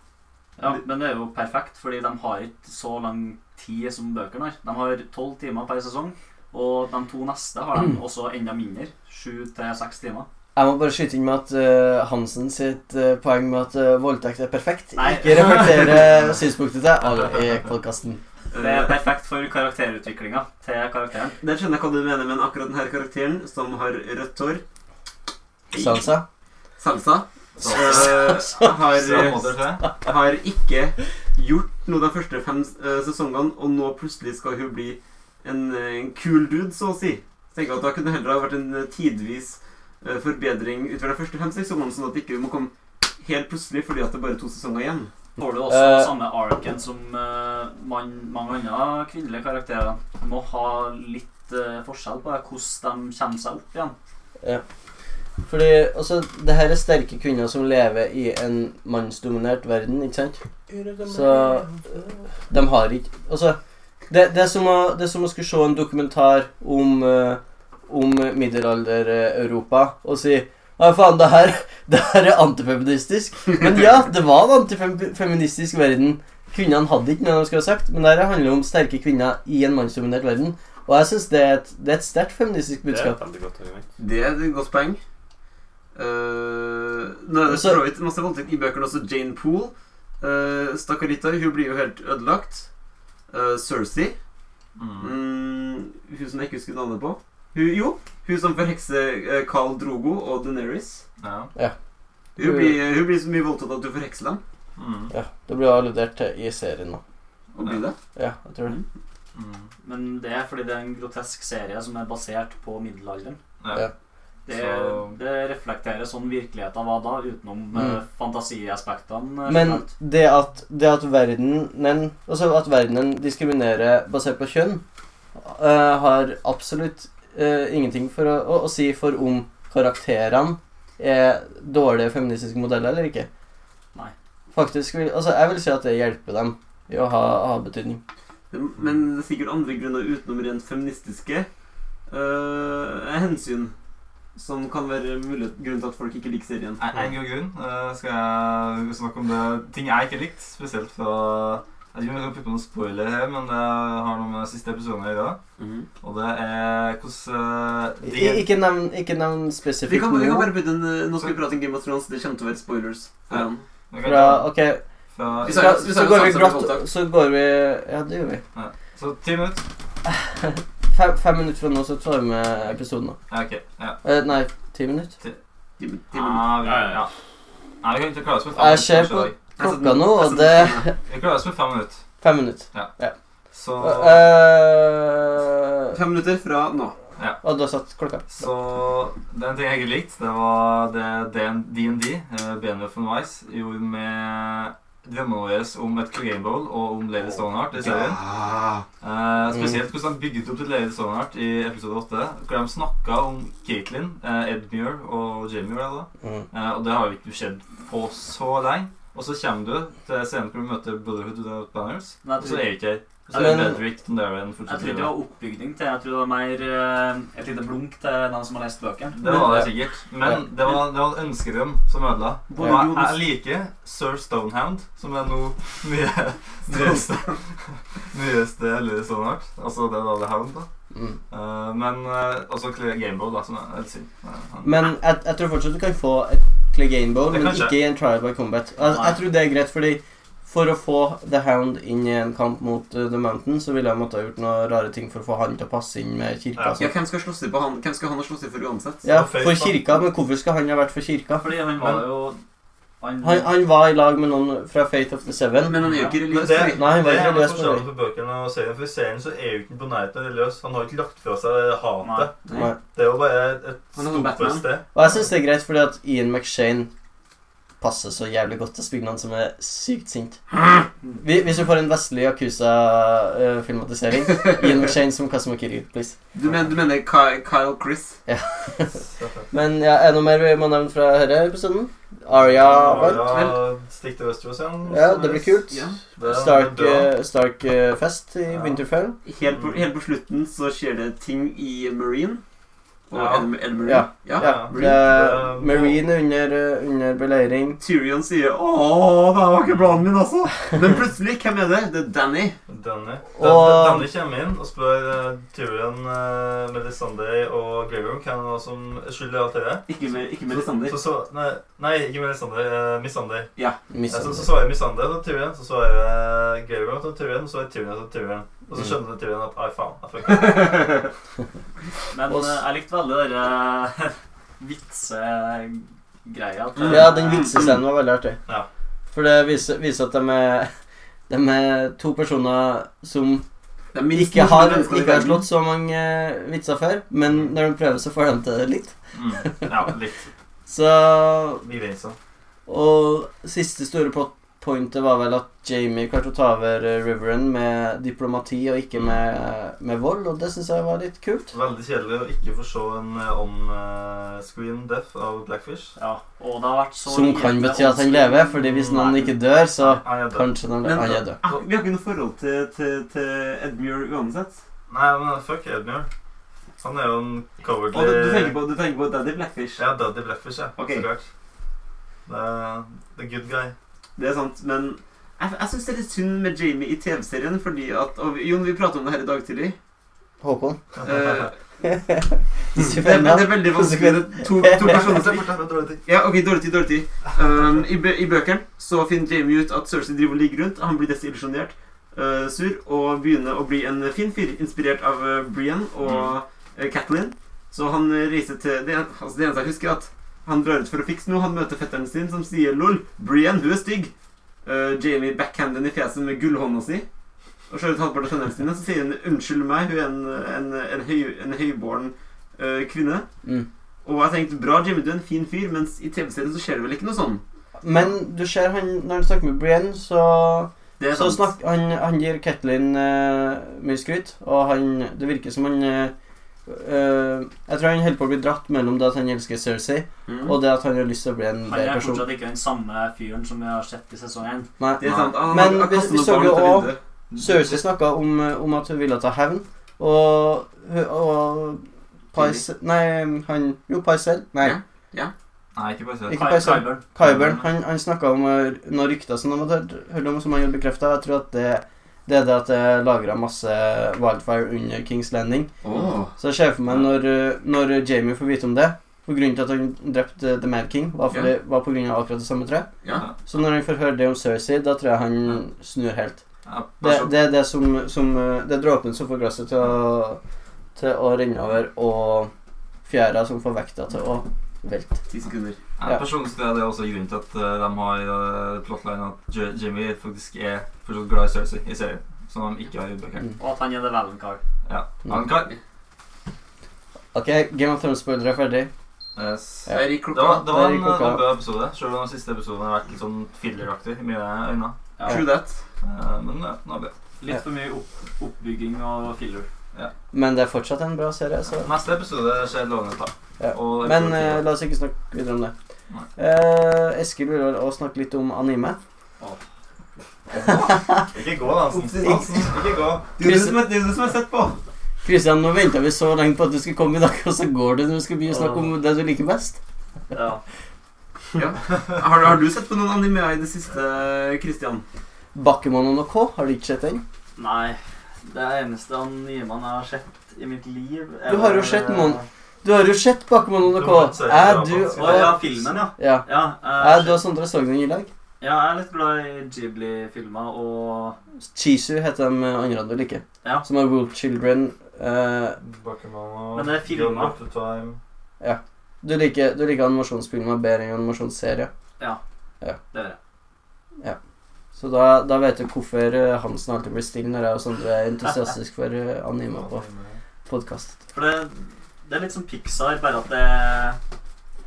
D: Ja, men det er jo perfekt, fordi de har ikke så lang tid som bøkene har. De har tolv timer per sesong, og de to neste har de også enda mindre. Sju til seks timer.
C: Jeg må bare skyte inn med at eh, Hansen sitt eh, poeng med at eh, voldtekt er perfekt,
D: Nei.
C: ikke reflekterer synspunktet til alle i podkasten.
D: Det er perfekt for karakterutviklinga til karakteren.
B: Eh, Der skjønner jeg hva du mener, men akkurat denne karakteren, som har rødt hår
C: Sansa?
B: Salsa.
E: Så-
B: eh, har,
E: så måtte det skje.
B: har ikke gjort noe de første fem eh, sesongene, og nå plutselig skal hun bli en, eh, en kul dude, så å si. Så tenker jeg at Da kunne det heller ha vært en eh, tidvis eh, forbedring utover de første fem sesongene, sånn at det ikke må komme helt plutselig fordi at det er bare to sesonger igjen.
D: Får du også
C: Eh.
D: samme arken som eh, man, mange andre kvinnelige karakterer. Du må ha litt eh, forskjell på hvordan de kommer seg opp igjen.
C: Fordi altså, det her er sterke kvinner som lever i en mannsdominert verden, ikke sant? Så de har ikke Altså, det, det, er som å, det er som å skulle se en dokumentar om, eh, om middelalder-Europa og si Nei, faen, det her, det her er antifeministisk. Men ja, det var en antifeministisk verden. Kvinnene hadde ikke noe de skulle ha sagt, men det her handler om sterke kvinner i en mannsdominert verden. Og jeg syns det er et, det er et sterkt feministisk
F: Det er
C: budskap.
F: et veldig godt argument.
B: Det er et godt poeng. Eh, nå er det
C: Så-
B: for så vidt masse voldtekt i bøkene også. Jane Poole. Uh, Stakkarita, hun blir jo helt ødelagt. Uh, Cersei.
E: Mm.
B: Mm, hun som jeg ikke husker navnet på. Hun, jo, hun som forhekser eh, Khal Drogo og Deneris.
E: Ja.
B: Hun blir, hun blir så mye voldtatt at hun forhekser dem.
E: Mm.
C: Ja, Det blir jo alludert til i serien. da
B: Og blir det?
C: Ja, jeg tror det.
E: Mm.
D: Men det er fordi det er en grotesk serie som er basert på middelalderen.
E: Ja.
C: Ja.
D: Det,
E: Så-
D: det reflekterer sånn virkeligheten var da, utenom eh, fantasiaspektene. eh,
C: Mm. Men
D: generelt.
C: det at, det at verdenen Altså at verdenen diskriminerer basert på kjønn, eh, har absolutt eh, ingenting for å, å, å si for om karakterene er dårlige feministiske modeller eller ikke.
D: Nei.
C: Faktisk vil Altså, jeg vil si at det hjelper dem i å ha, ha betydning.
B: Men det er sikkert andre grunner utenom rent feministiske eh, hensyn som kan være mulig grunn til at folk ikke liker serien.
E: En en god grunn eh, skal jeg snakke om det. Ting jeg ikke likte, spesielt fra Jeg vet ikke om jeg skal putte noen spoiler her, men det har noe med siste episoden å gjøre. Og det er hvordan eh,
C: I,
E: de-
C: ikke nevn, ikke nevn
B: Vi
C: spesifikt
B: kan, vi kan
C: noe.
B: bare putte en, eh, Nå skal vi prate om Game of Thrones. Det kommer til å være spoilers. for
E: Ja.
B: han.
E: Jeg kan
C: Fra,
E: ta-
C: ok,
E: fra-
B: Vi sa-
C: skal,
B: vi sa
C: så
B: jo
C: går vi
B: Samsung
C: glatt
B: Contact.
C: Så går vi Ja, det gjør vi.
E: Så ti minutter.
C: Fem, fem minutter fra nå så tar vi med episoden. da.
E: Ja, ok. Ja.
C: Eh, nei, ti minutter.
B: Ti min- ti minutter.
E: Ja, vi,
F: Ja, ja, ja.
E: ja. Nei, vi kan ikke klare oss med fem
C: Jeg ser på
E: minutter. kanskje i dag.
B: Altså,
C: klokka nå,
E: altså,
C: og det
E: Vi klarer oss med fem minutter.
C: Fem minutter.
E: Så,
C: Uh,
B: Fem minutter fra nå.
C: og du har satt klokka.
E: så det er en ting jeg ikke likte, det var det DND, eh, Benioff and Wise, gjorde med drømmene våre om et Clegane Bowl og om Lady Stoneheart i serien. Eh,
D: Mm.
E: spesielt hvordan han bygde opp til Lady Stoneheart i episode 8. Hvor de snakka om Caitlyn, eh, Edmure og Jamie. var det da?
C: Mm.
E: Eh, og det har jo ikke skjedd på så lenge. Og så kommer du til scenen hvor du møter Brotherhood Without Banners,
D: Men
E: og så
D: jeg,
E: er det ikke her. Og så er
C: Men-
E: Bedrick Dondarrion
D: tror, jeg tror
E: fortsatt
D: ikke det
E: livet.
D: var oppbygning til Jeg tror det var mer eh, et lite blunk til dem som har lest bøkene.
E: Det var det sikkert. Men det var, det var en ønskedrøm som ødela.
B: Ja.
E: Og jeg, jeg liker Sir Stonehound, som er nå nye, nyeste Nyeste Lille Stoneheart. Altså det var The Hound, da.
C: Mm.
E: Eh, men eh, også Gameboard, da, som er helt synd. Eh, han-
C: Men jeg, jeg tror fortsatt du kan få et Clegane Bowl,
E: Det
C: men
E: kan skje.
C: ikke i en trial by combat. Jeg, jeg tror det er greit, fordi for å få The Hound inn i en kamp mot eh, The Mountain, så ville jeg måtte ha gjort noen rare ting for å få han til å passe inn med kirka.
E: Ja.
C: og
B: Ja,
C: sånt.
B: hvem skal slåss til på han? Hvem skal han slåss til for uansett?
C: Ja,
E: Og Faith,
C: for
E: da.
C: kirka, men hvorfor skal han ha vært for kirka?
D: Fordi han var jo han,
C: Han, han var i lag med noen fra Fate of the Seven.
B: Men han er jo ikke religiøs.
G: Men det-
B: fordi-
C: Nei, han var
G: Det
C: ikke
G: er
C: religiøs. men-
G: forskjellen på bøkene og serien. For i serien så er jo ikke på nærheten religiøs. Han har ikke lagt fra seg det hatet.
C: Nei.
G: Det er jo bare et
B: Han er jo Batman.
G: stopfeste.
C: Og jeg syns det er greit, fordi at Ian McShane passer så jævlig godt til Spignan, som er sykt sint.
D: Mm.
C: Hvi- Hvis du får en vestlig Yakuza-filmatisering Ian McShane som Kazuma Kiryu, please.
B: Du mener, du mener Ky- Kyle Chris?
C: Men ja, er det noe mer vi må nevne fra denne episoden? Aria Art.
G: Ja, Stikk til Westeros igjen.
C: Ja, det blir kult.
B: Ja.
C: Stark, eh, Stark eh, fest i Winterfell.
B: Helt på, helt på slutten så skjer det ting i Marine. Og
G: Ja.
B: er det- er det Marine?
C: Ja.
B: ja.
C: Ja.
B: Marine.
C: det er Marine under, eh, under beleiring.
B: Tyrion sier 'Å, det var ikke planen min', altså. Men plutselig, hvem er det? Det er Danny.
G: Danny.
C: Og-
G: Dan- Danny kommer inn og spør eh, Tyrion, eh, Melisande og Greyroom hvem var som skylder alt det der.
B: Ikke med, ikke Melisandre.
G: Så, så, nei, nei, ikke Melisande. eh, Missandei. Ja, så, så
C: Misunderstood.
G: svarer Missandei til Tyrion, så svarer Greyroom til Tyrion, så svarer Tyrion til Tyrion. Og så skjønner Tyrion at ai, faen. Jeg fucker.
D: Men
C: Og s-
D: eh, jeg likte veldig dere vitsegreia. at-
C: Ja, den vitsescenen var veldig artig.
G: Ja.
C: For det viser, viser at de er, de er to personer som
B: Det er minst
C: ikke har,
B: morsomme mennesker i
C: ikke har
B: verden.
C: slått så mange eh, vitser før, men når de prøver, så får de til det litt.
E: Mm. Ja, litt.
C: Så
G: Begrensa.
C: Og siste store plot pointet var vel at Jamie klarte å ta over eh, Riveren med diplomati og ikke
B: Mm.
C: med, eh, med vold, og det syns jeg var litt kult.
G: Veldig kjedelig å ikke få se en eh, on-screen death av Blackfish.
D: Ja, og det har vært så
C: Som
D: lite
C: kan bety at han
D: åndsliv.
C: lever, fordi hvis noen ikke dør, så
G: Han er død.
C: kanskje de,
B: Men-
C: han er død.
B: Ah, Vi har ikke noe forhold til, til, til Edmure uansett.
G: Nei, men fuck Edmure. Han er jo en cowardly
B: Og du, du, tenker på, du tenker på Daddy Blackfish.
G: Ja, Daddy Blackfish, ja.
B: Ok.
G: Så klart. Det er the good guy.
B: Det er sant, men jeg, jeg syns det er litt synd med Jamie i TV-serien, fordi at og vi- Jon, vi pratet om det her i dag tidlig.
C: Håkon.
B: Eh, det, er,
C: Sivena.
B: det er veldig vanskelig. Det er To, to personer som Ja, ok, dårlig tid, dårlig tid. Um, I bø- i bøkene så finner Jamie ut at Cersei driver og ligger rundt. Han blir desillusjonert, eh, sur, og begynner å bli en fin fyr, inspirert av eh, Brienne og eh, Catelyn. Så han eh, reiser til det, altså det eneste jeg husker, er at han drar ut for å fikse noe. Han møter fetteren sin, som sier 'lol, Brienne, hun er stygg'. eh, Jamie backhanden i fjeset med gullhånda si. Og slår ut halvparten av tennene sine. Så sier hun 'unnskyld meg', hun er en, en, en, høy, en høyborn eh, kvinne.
C: Mm.
B: Og jeg tenkte, bra Jimmy, du er en fin fyr, mens i TV-serien så skjer det vel ikke noe sånn.
C: Men du ser han, når han snakker med Brienne, så,
B: Det er
C: så
B: sant.
C: snakk, han, han gir Ketlin eh, mye skryt, og han, det virker som han eh, eh, Jeg tror han holder på å bli dratt mellom det at han elsker Cersei,
B: Mm.
C: og det at han har lyst til å bli en
D: Han
C: bedre
D: er
C: person.
D: fortsatt ikke den samme fyren som vi har sett i sesong 1.
C: Nei.
B: Det er sant. Ah,
C: Men
B: jeg kaster
C: vi- vi
B: noen
C: så
B: barn
C: jo
B: ut av
C: også-
B: vinduet.
C: Cersei snakka om, eh, om at hun ville ta hevn, og, og Pyce Nei, han Jo, Pycel. Nei,
B: Ja.
E: Nei, ikke bare se.
C: Ikke bare sånn.
D: Kyburn.
C: Kybern. Han, han snakka om eh, noen rykter som de hadde hørt- hørt om, som han hadde bekrefta. Jeg tror at det, det er det at det er lagra masse wildfire under Kings Landing.
B: Åh.
C: Så jeg ser for meg når, eh, når Jamie får vite om det For grunnen til at han drepte The Mad King, var, fordi, var på grunn av akkurat det samme treet.
B: Ja.
C: Så når han får høre det om Cersei, da tror jeg han snur helt.
E: Ja,
C: Det,
E: bare så-
C: det er det som, som eh, Det er dråpen som får glasset til å, til å renne over, og fjæra som får vekta til å velte.
B: Ti sekunder.
E: Ja,
C: Ja.
E: personlig så er det også grunnen til at eh, de har uh, plotline at J Jimmy faktisk er fortsatt glad i Cersei i serien, som de ikke har i bøkene.
C: Mm.
D: Og at han er the valen card.
E: Ja. Han kan.
C: Ok, Game of Thrones-spoilere er ferdig.
E: Yes.
C: Ja.
B: Der gikk
E: Det var,
B: klokka.
E: det var
C: Der
E: en,
C: gikk klokka.
E: en bra episode, selv om den siste episoden har vært litt sånn filleraktig i mine øyne.
D: Ja.
B: True that.
E: Eh, men ja, den var bra.
C: Ja.
D: Litt for mye opp, oppbygging og filler.
C: Men det er fortsatt en bra serie. Så.
E: Neste episode skjer lovende ut, da.
C: Ja.
E: Og
C: Men eh, la oss ikke snakke videre om det.
E: Nei.
C: Eh, Eskil vil vel også snakke litt om anime.
G: Ikke gå, Nansen. Nansen, sånn. ikke gå.
B: Det er jo du som er- det er jo du som har sett på.
C: Kristian, nå venta vi så lenge på at du skulle komme i dag, og så går du når du skal begynne å snakke om det du liker best.
D: Ja.
B: Har, du- har du sett på noen anime i det siste, Christian?
C: Bakemono no K, har du ikke sett den?
D: Nei. Det eneste animen jeg har sett i mitt liv er
C: Du har jo
D: vel-
C: sett noen. Du har jo sett Bakemono no
G: Du
C: K.
G: har ikke sett det,
C: Er
G: da,
C: du
G: faktisk.
D: Å ja, filmen, ja.
C: Ja.
D: Ja,
C: Er
D: jeg,
C: du og Sondre så den i lag?
D: ja, jeg er litt glad i Ghibli-filmer og
C: Chisu heter de andre du liker.
D: Ja.
C: Som er Wool Children. Eh,
G: Bakemono,
D: Men det er filmer.
G: Gone with the Time.
C: du, liker, du liker animasjonsfilmer bedre enn animasjonsserier.
D: det der.
C: Så da, da vet du hvorfor eh, Hansen alltid blir stille når jeg og Sondre er entusiastisk for eh, anime på podkast.
D: For det, det er litt som Pixar, bare at det er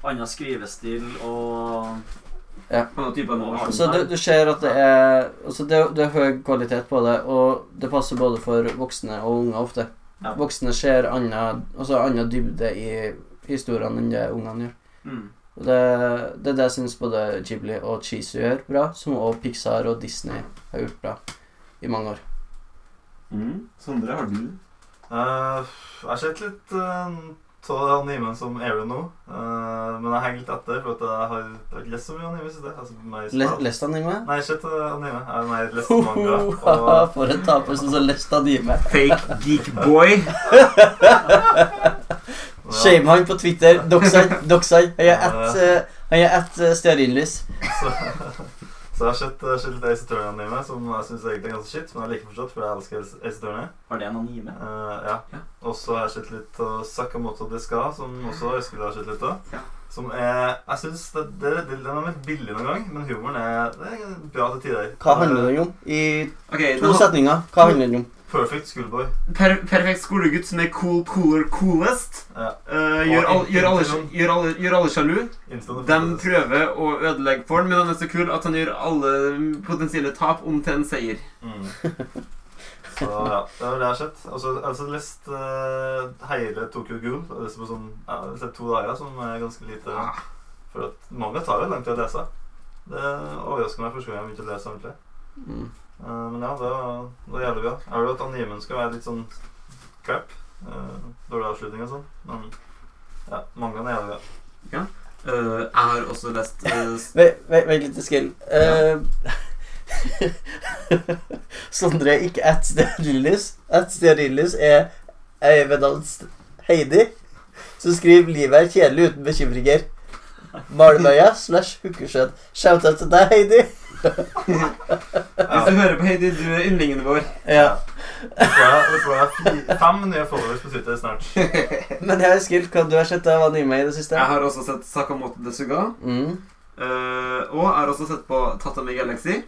D: annen skrivestil og
B: Annen type animasjon.
C: Så du, du ser at det er altså det, det er høy kvalitet på det, og det passer både for voksne og unger ofte.
D: Ja.
C: Voksne ser annen altså annen dybde i historiene enn det ungene gjør.
D: mm,
C: Og Det, det er det jeg syns både Ghibli og Chizu gjør bra, som også Pixar og Disney har gjort bra i mange år.
B: Mm. Sondre, har du?
G: Eh, jeg har sett litt uh, av animen som er ute nå, eh, men jeg henger litt etter, for at jeg har jeg har ikke lest så mye anime i siste. Altså, mer
C: Le,
G: spennende.
C: leste han anime?
G: Nei, jeg har sett eh, anime. Jeg har mer lest manga.
C: Ho-ho-ha,
G: Og,
C: For en taper som så leste anime.
B: Fake geek boy.
G: ja,
C: Shame han på Twitter. Doxide, doxide. Han er ett eh, han er ett eh, stearinlys.
G: så, så jeg har sett, eh, sett litt Ace Attorney-anime, som jeg syns egentlig er ganske shit, men jeg liker fortsatt, for jeg elsker Ace- Ace Attorney.
D: Var det en anime?
G: Eh, ja. Og så har jeg sett litt av Sakamoto Deska, som også Eskil har sett litt av.
B: Ja.
G: Som er Jeg syns det, det, det, den er litt billig noen gang, men humoren er, det er bra til tider.
C: Hva handler den om? I
B: Ok,
C: to
B: nå-
C: setninger. Hva handler den om?
G: Eh, Perfect Schoolboy.
B: Per perfekt skolegutt som er cool, cooler, coolest.
G: Ja.
B: Eh, gjør, all, gjør, alle, gjør, alle, gjør alle sjalu.
G: Instant
B: De prøver å ødelegge for han, men han er så kul at han gjør alle potensielle tap om til en seier.
G: Mm. Så ja, det var det jeg har sett. Og så har jeg også lest eh, hele Tokyo Ghoul. Jeg har lest på sånn, ja, jeg har sett to dager, som er ganske lite. For at manga tar jo lang tid å lese. Det overrasker meg første gang jeg begynte å lese ordentlig.
C: Mm.
G: Eh, men ja, det var, det var jævlig bra. Jeg hører at animen skal være litt sånn crap. eh, dårlig avslutning og sånn. Men ja, mangaen er jævlig bra.
B: Eh, jeg har også lest eh, s-
C: Vent, vent, vent litt, Eskil. Eh, Sondre er ikke ett stearinlys. Ett stearinlys er Eivedals Heidi, som skriver 'Livet er kjedelig uten bekymringer'. Malmøya slash Hukkersjøen. Shout-out til deg, Heidi.
B: Hvis du hører på Heidi, du er yndlingen vår.
C: Ja.
G: Det tror jeg- det tror jeg er fi- fem nye followers på Twitter snart.
C: Men jeg Eskil, hva du har sett av anime i det siste?
B: Jeg har også sett Sakamoto Desuga.
C: Mm.
B: eh, og jeg har også sett på Tatami Galaxy.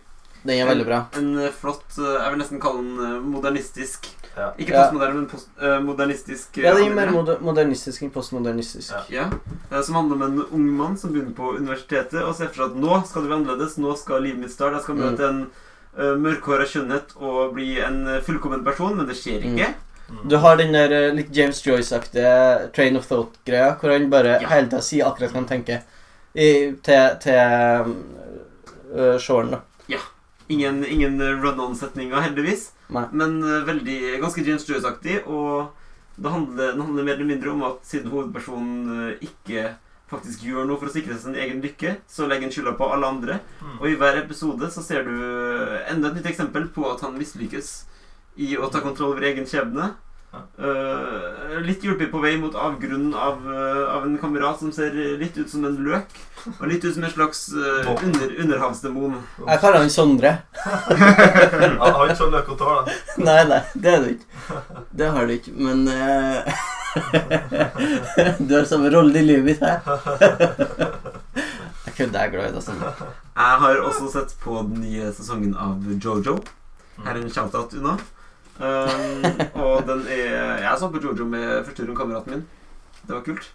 C: Den er veldig bra.
B: En eh, flott eh, Jeg vil nesten kalle den eh, modernistisk.
G: Ja.
B: Ikke
C: Ja.
B: postmoderne, men post, eh, modernistisk. eh,
C: Ja, den er mer
B: anime.
C: moder modernistisk enn postmodernistisk.
G: Ja.
B: Ja, eh, Som handler om en ung mann som begynner på universitetet og ser for seg at nå skal det være annerledes, nå skal livet mitt starte. Jeg skal
C: Mm.
B: møte en uh, mørkhåra skjønnhet og bli en eh, fullkommen person, men det skjer ikke.
G: Mm.
C: Du har den der eh, litt James Joyce-aktige train of thought-greia, hvor han bare
B: Ja.
C: hele tida sier akkurat hva han tenker I, til, til øh, seeren, da.
B: Ingen, ingen run-on-setninger, heldigvis,
C: Nei.
B: men eh, veldig, ganske James Joyce-aktig. Og det handler, det handler mer eller mindre om at siden hovedpersonen eh, ikke faktisk gjør noe for å sikre seg sin egen lykke, så legger han skylda på alle andre.
G: Mm.
B: Og i hver episode så ser du eh, enda et nytt eksempel på at han mislykkes i å ta kontroll over egen skjebne.
G: Ja.
B: Eh, litt hjulpet på vei mot avgrunnen av, eh, av en kamerat som ser litt ut som en løk. Og litt ut som en slags eh,
G: Båt.
B: under, underhavsdemon.
C: Jeg kaller han Sondre.
G: Han har ikke så løk og tår, da.
C: Nei, nei, det er du ikke. Det har du ikke, men eh, Du har samme rolle i livet mitt her. Jeg kødder, jeg er glad i deg, Sondre.
B: Jeg har også sett på den nye sesongen av Jojo.
G: Mm.
B: Her er en shout-out unna. Um, og den er Jeg så på Jojo med første rundt kameraten min. Det var kult.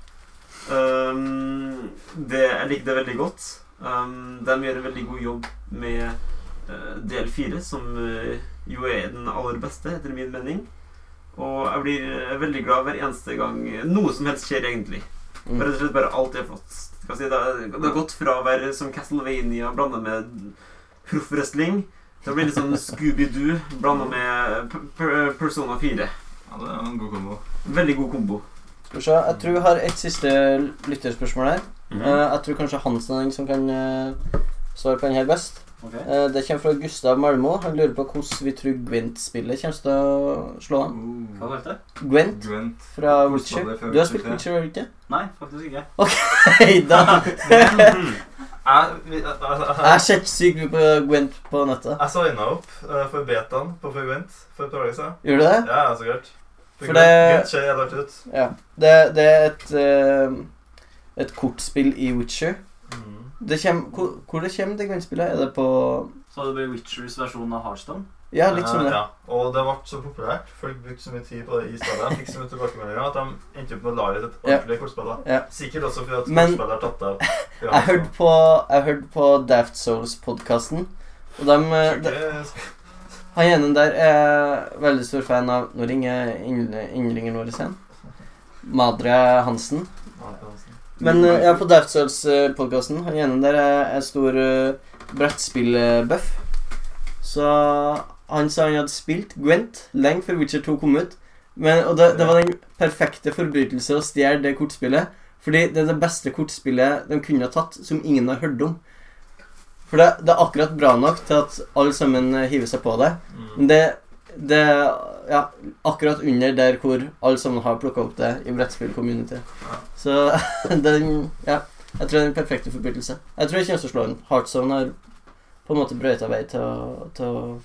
B: Um, det, jeg liker det veldig godt. Um, de gjør en veldig god jobb med eh, del fire, som eh, jo er den aller beste, etter min mening. Og jeg blir eh, veldig glad hver eneste gang noe som helst skjer, egentlig.
C: Mm.
B: Rett og slett bare alt er flott. Skal jeg si, det, er- det har gått fra å være som Castlevania blanda med proffwrestling Det blir litt sånn Scooby-Doo blanda med P- P- Persona 4.
E: Ja, det er en god kombo.
B: Veldig god kombo.
C: Skal vi se, jeg tror jeg har et siste lytterspørsmål her.
E: Mm.
C: Eh, jeg tror kanskje Hansen er den som kan eh, svare på den her best.
D: Ok.
C: Eh, det kommer fra Gustav Malmo. Han lurer på hvordan vi tror Gwent-spillet kommer til å slå an.
D: Hva
E: Oh.
D: var det?
C: Gwent
E: Gwent.
C: fra
E: Hvordan
C: Witcher.
E: var det før
C: Du har spilt Witcher, har
E: Witcher?
C: du ikke?
D: Nei, faktisk ikke.
C: Hei da!
G: Jeg, vi- jeg, jeg,
C: Jeg har sett sykt mye på Gwent på nettet.
G: jeg signa opp eh, for betaen på Fugvint for et par dager siden.
C: Gjorde du det?
G: Ja, ja, så klart.
C: For det-
G: Gutt ser jævlig artig ut.
C: Ja. Det, det er et eh, et kortspill i Witcher.
G: Mm.
C: Det kjem, hvor, hvor det kommer det Gwent-spillet? Er det på
D: Så det blir Witchers versjon av Heartstone.
C: Ja, litt som
E: Eh,
C: det.
G: Eh, Ja. Og det ble så populært. Folk brukte så mye tid på det i stedet. Jeg Fikk så mye tilbakemeldinger at de endte opp med å lage et
C: Ja.
G: ordentlig kortspill. da.
C: Ja.
G: Sikkert også fordi at
C: Men-
G: kortspillet har tatt av.
C: Jeg hørte på, jeg hørte på Daft Souls-podkasten, og dem, eh, de, Han ene der er veldig stor fan av Nå ringer yndle- yndlingen vår igjen. Madre Hansen. Men eh, jeg er på Dauftsøls-podkasten. Han ene der er, er stor eh, brettspillbuff. Så han sa han hadde spilt Gwent lenge før Witcher 2 kom ut. Men, og det, det var den perfekte forbrytelse å stjele det kortspillet. Fordi det er det beste kortspillet de kunne ha tatt, som ingen har hørt om. For det, det er akkurat bra nok til at alle sammen eh, hiver seg på det.
G: Mm.
C: Men det, det Ja, akkurat under der hvor alle sammen har plukka opp det i brettspill-community. Så den Ja. Jeg tror det er den perfekte forbrytelse. Jeg tror jeg kommer til å slå den. Heartzone har på en måte brøyta vei til, å- til å-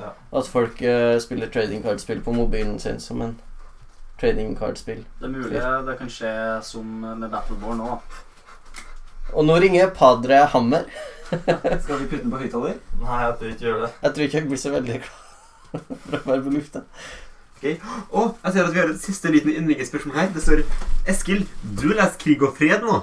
G: Ja.
C: at folk eh, spiller trading card-spill på mobilen sin som en trading card-spill.
D: Det er mulig det kan skje som med Battleborn nå.
C: Og nå ringer Padre Hammer.
B: Eh,
D: Skal vi putte den på høyttaler?
G: Nei, jeg tør ikke gjøre det.
C: Jeg tror ikke jeg blir så veldig glad for å være på lufta.
B: Og jeg ser at vi har et siste liten innleggsspørsmål her. Det står Eskil, du leser Krig og fred nå.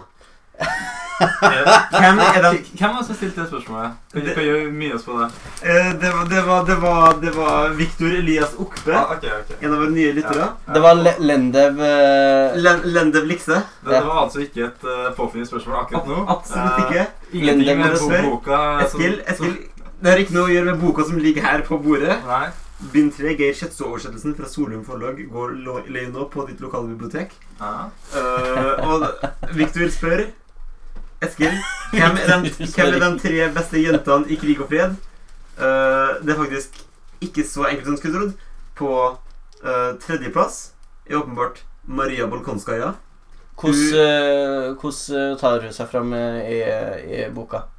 B: Hvem er den
E: Hvem var det som stilte det spørsmålet? Kan
B: Det-
E: kan gjøre mye oss på det.
B: Eh, Det var, det var, det var, det var Victor Elias Okpe,
G: Ja, ok, ok.
B: en av våre nye lyttere.
C: Det var Le Lendev eh,
B: Len- Lendev Likse.
E: Det, det var altså ikke et
G: eh,
E: uh, påfunnet spørsmål akkurat nå.
B: Absolutt ikke.
E: Eh, ingenting med
C: Lendem
E: bo-
B: spør.
E: boka som-
B: Eskil, Eskil, det har ikke noe å gjøre med boka som ligger her på bordet.
E: som- Nei.
B: Bind 3, Geir Kjøtso-oversettelsen fra Solum forlag går lo- lei nå på ditt lokale bibliotek.
E: Ja.
B: Eh, og Victor spør Eskil, hvem er, den, hvem er de tre beste jentene i Krig og fred? Eh, det er faktisk ikke så enkelt som skulle trodd. På eh, tredjeplass er åpenbart Maria Bolkonskaja.
C: Hvordan eh, hvordan tar hun seg fram eh, i, i boka?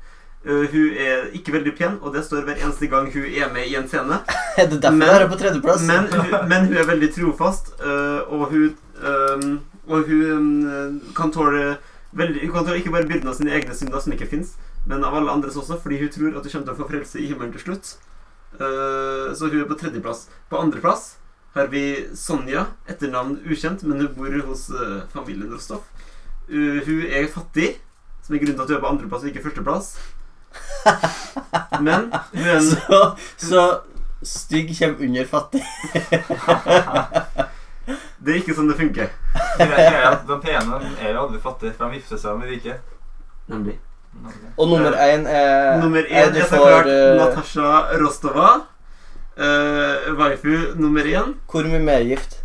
B: Eh, hun er ikke veldig pen, og det står hver eneste gang hun er med i en scene.
C: Er det derfor
B: Men-
C: jeg er på tredjeplass?
B: Men, hun- men hun er veldig trofast, øh, og hun, eh, øhm, eh, og hun øh, kan tåle veldig, Hun kan tåle ikke bare byrden av sine egne synder som ikke fins, Men av alle andres også, fordi hun tror at hun kommer til å få frelse i himmelen til slutt. Eh, så hun er på tredjeplass. På andreplass har vi Sonja, etternavn ukjent, men hun bor hos eh, familien Rostov. Eh, hun er fattig, som er grunnen til at hun er på andreplass og ikke førsteplass. Men hun er en
C: Så, så stygg kommer under fattig.
B: Det er ikke sånn det funker.
E: De pene er jo aldri fattige, for de gifter seg med rike.
B: Nemlig.
C: Og nummer én er
B: Nummer
C: er
B: én
C: du
B: er så
C: får,
B: klart
C: eh,
B: Natasha Rostova. Uh, waifu nummer én.
C: Hvor mye mer gift?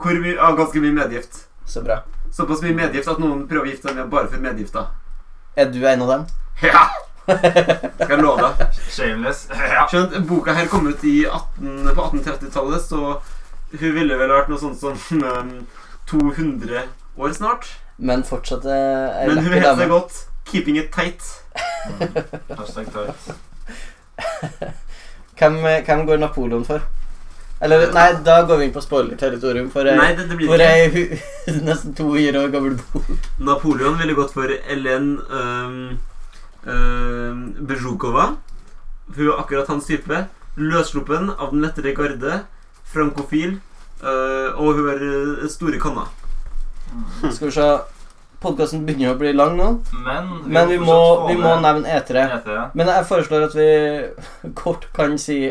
B: Hvor mye av ganske mye medgift.
C: Så bra.
B: Såpass mye medgift at noen prøver å gifte seg med bare for medgifta.
C: Er du en av dem?
B: Ja! Skal jeg love deg.
E: Shameless. Ja.
B: Skjønt, boka her kom ut i 18, på 1830-tallet, så hun ville vel vært noe sånt som um, 200 år snart.
C: Men fortsatt eh, ei
B: Men hun
C: lekker
B: het seg
C: dame.
B: godt 'Keeping it tight'.
E: Hashtag tight.
C: Hvem, eh, hvem går Napoleon for? Eller nei, da går vi inn på spoilerterritorium for ei,
B: Nei, det, det blir
C: for
B: det ikke.
C: ei hu- nesten 200 år gammel bok.
B: Napoleon ville gått for Elen um, um, Bezjukova. Hun er akkurat hans type. Løssluppen av den lettere garde. Frankofil. øh, og hun har øh, store kanner.
E: Mm.
B: Hmm.
C: Skal vi se Podkasten begynner å bli lang nå,
E: Men
C: men vi må, vi må nevne E E3.
E: etere.
C: Men jeg foreslår at vi kort kan si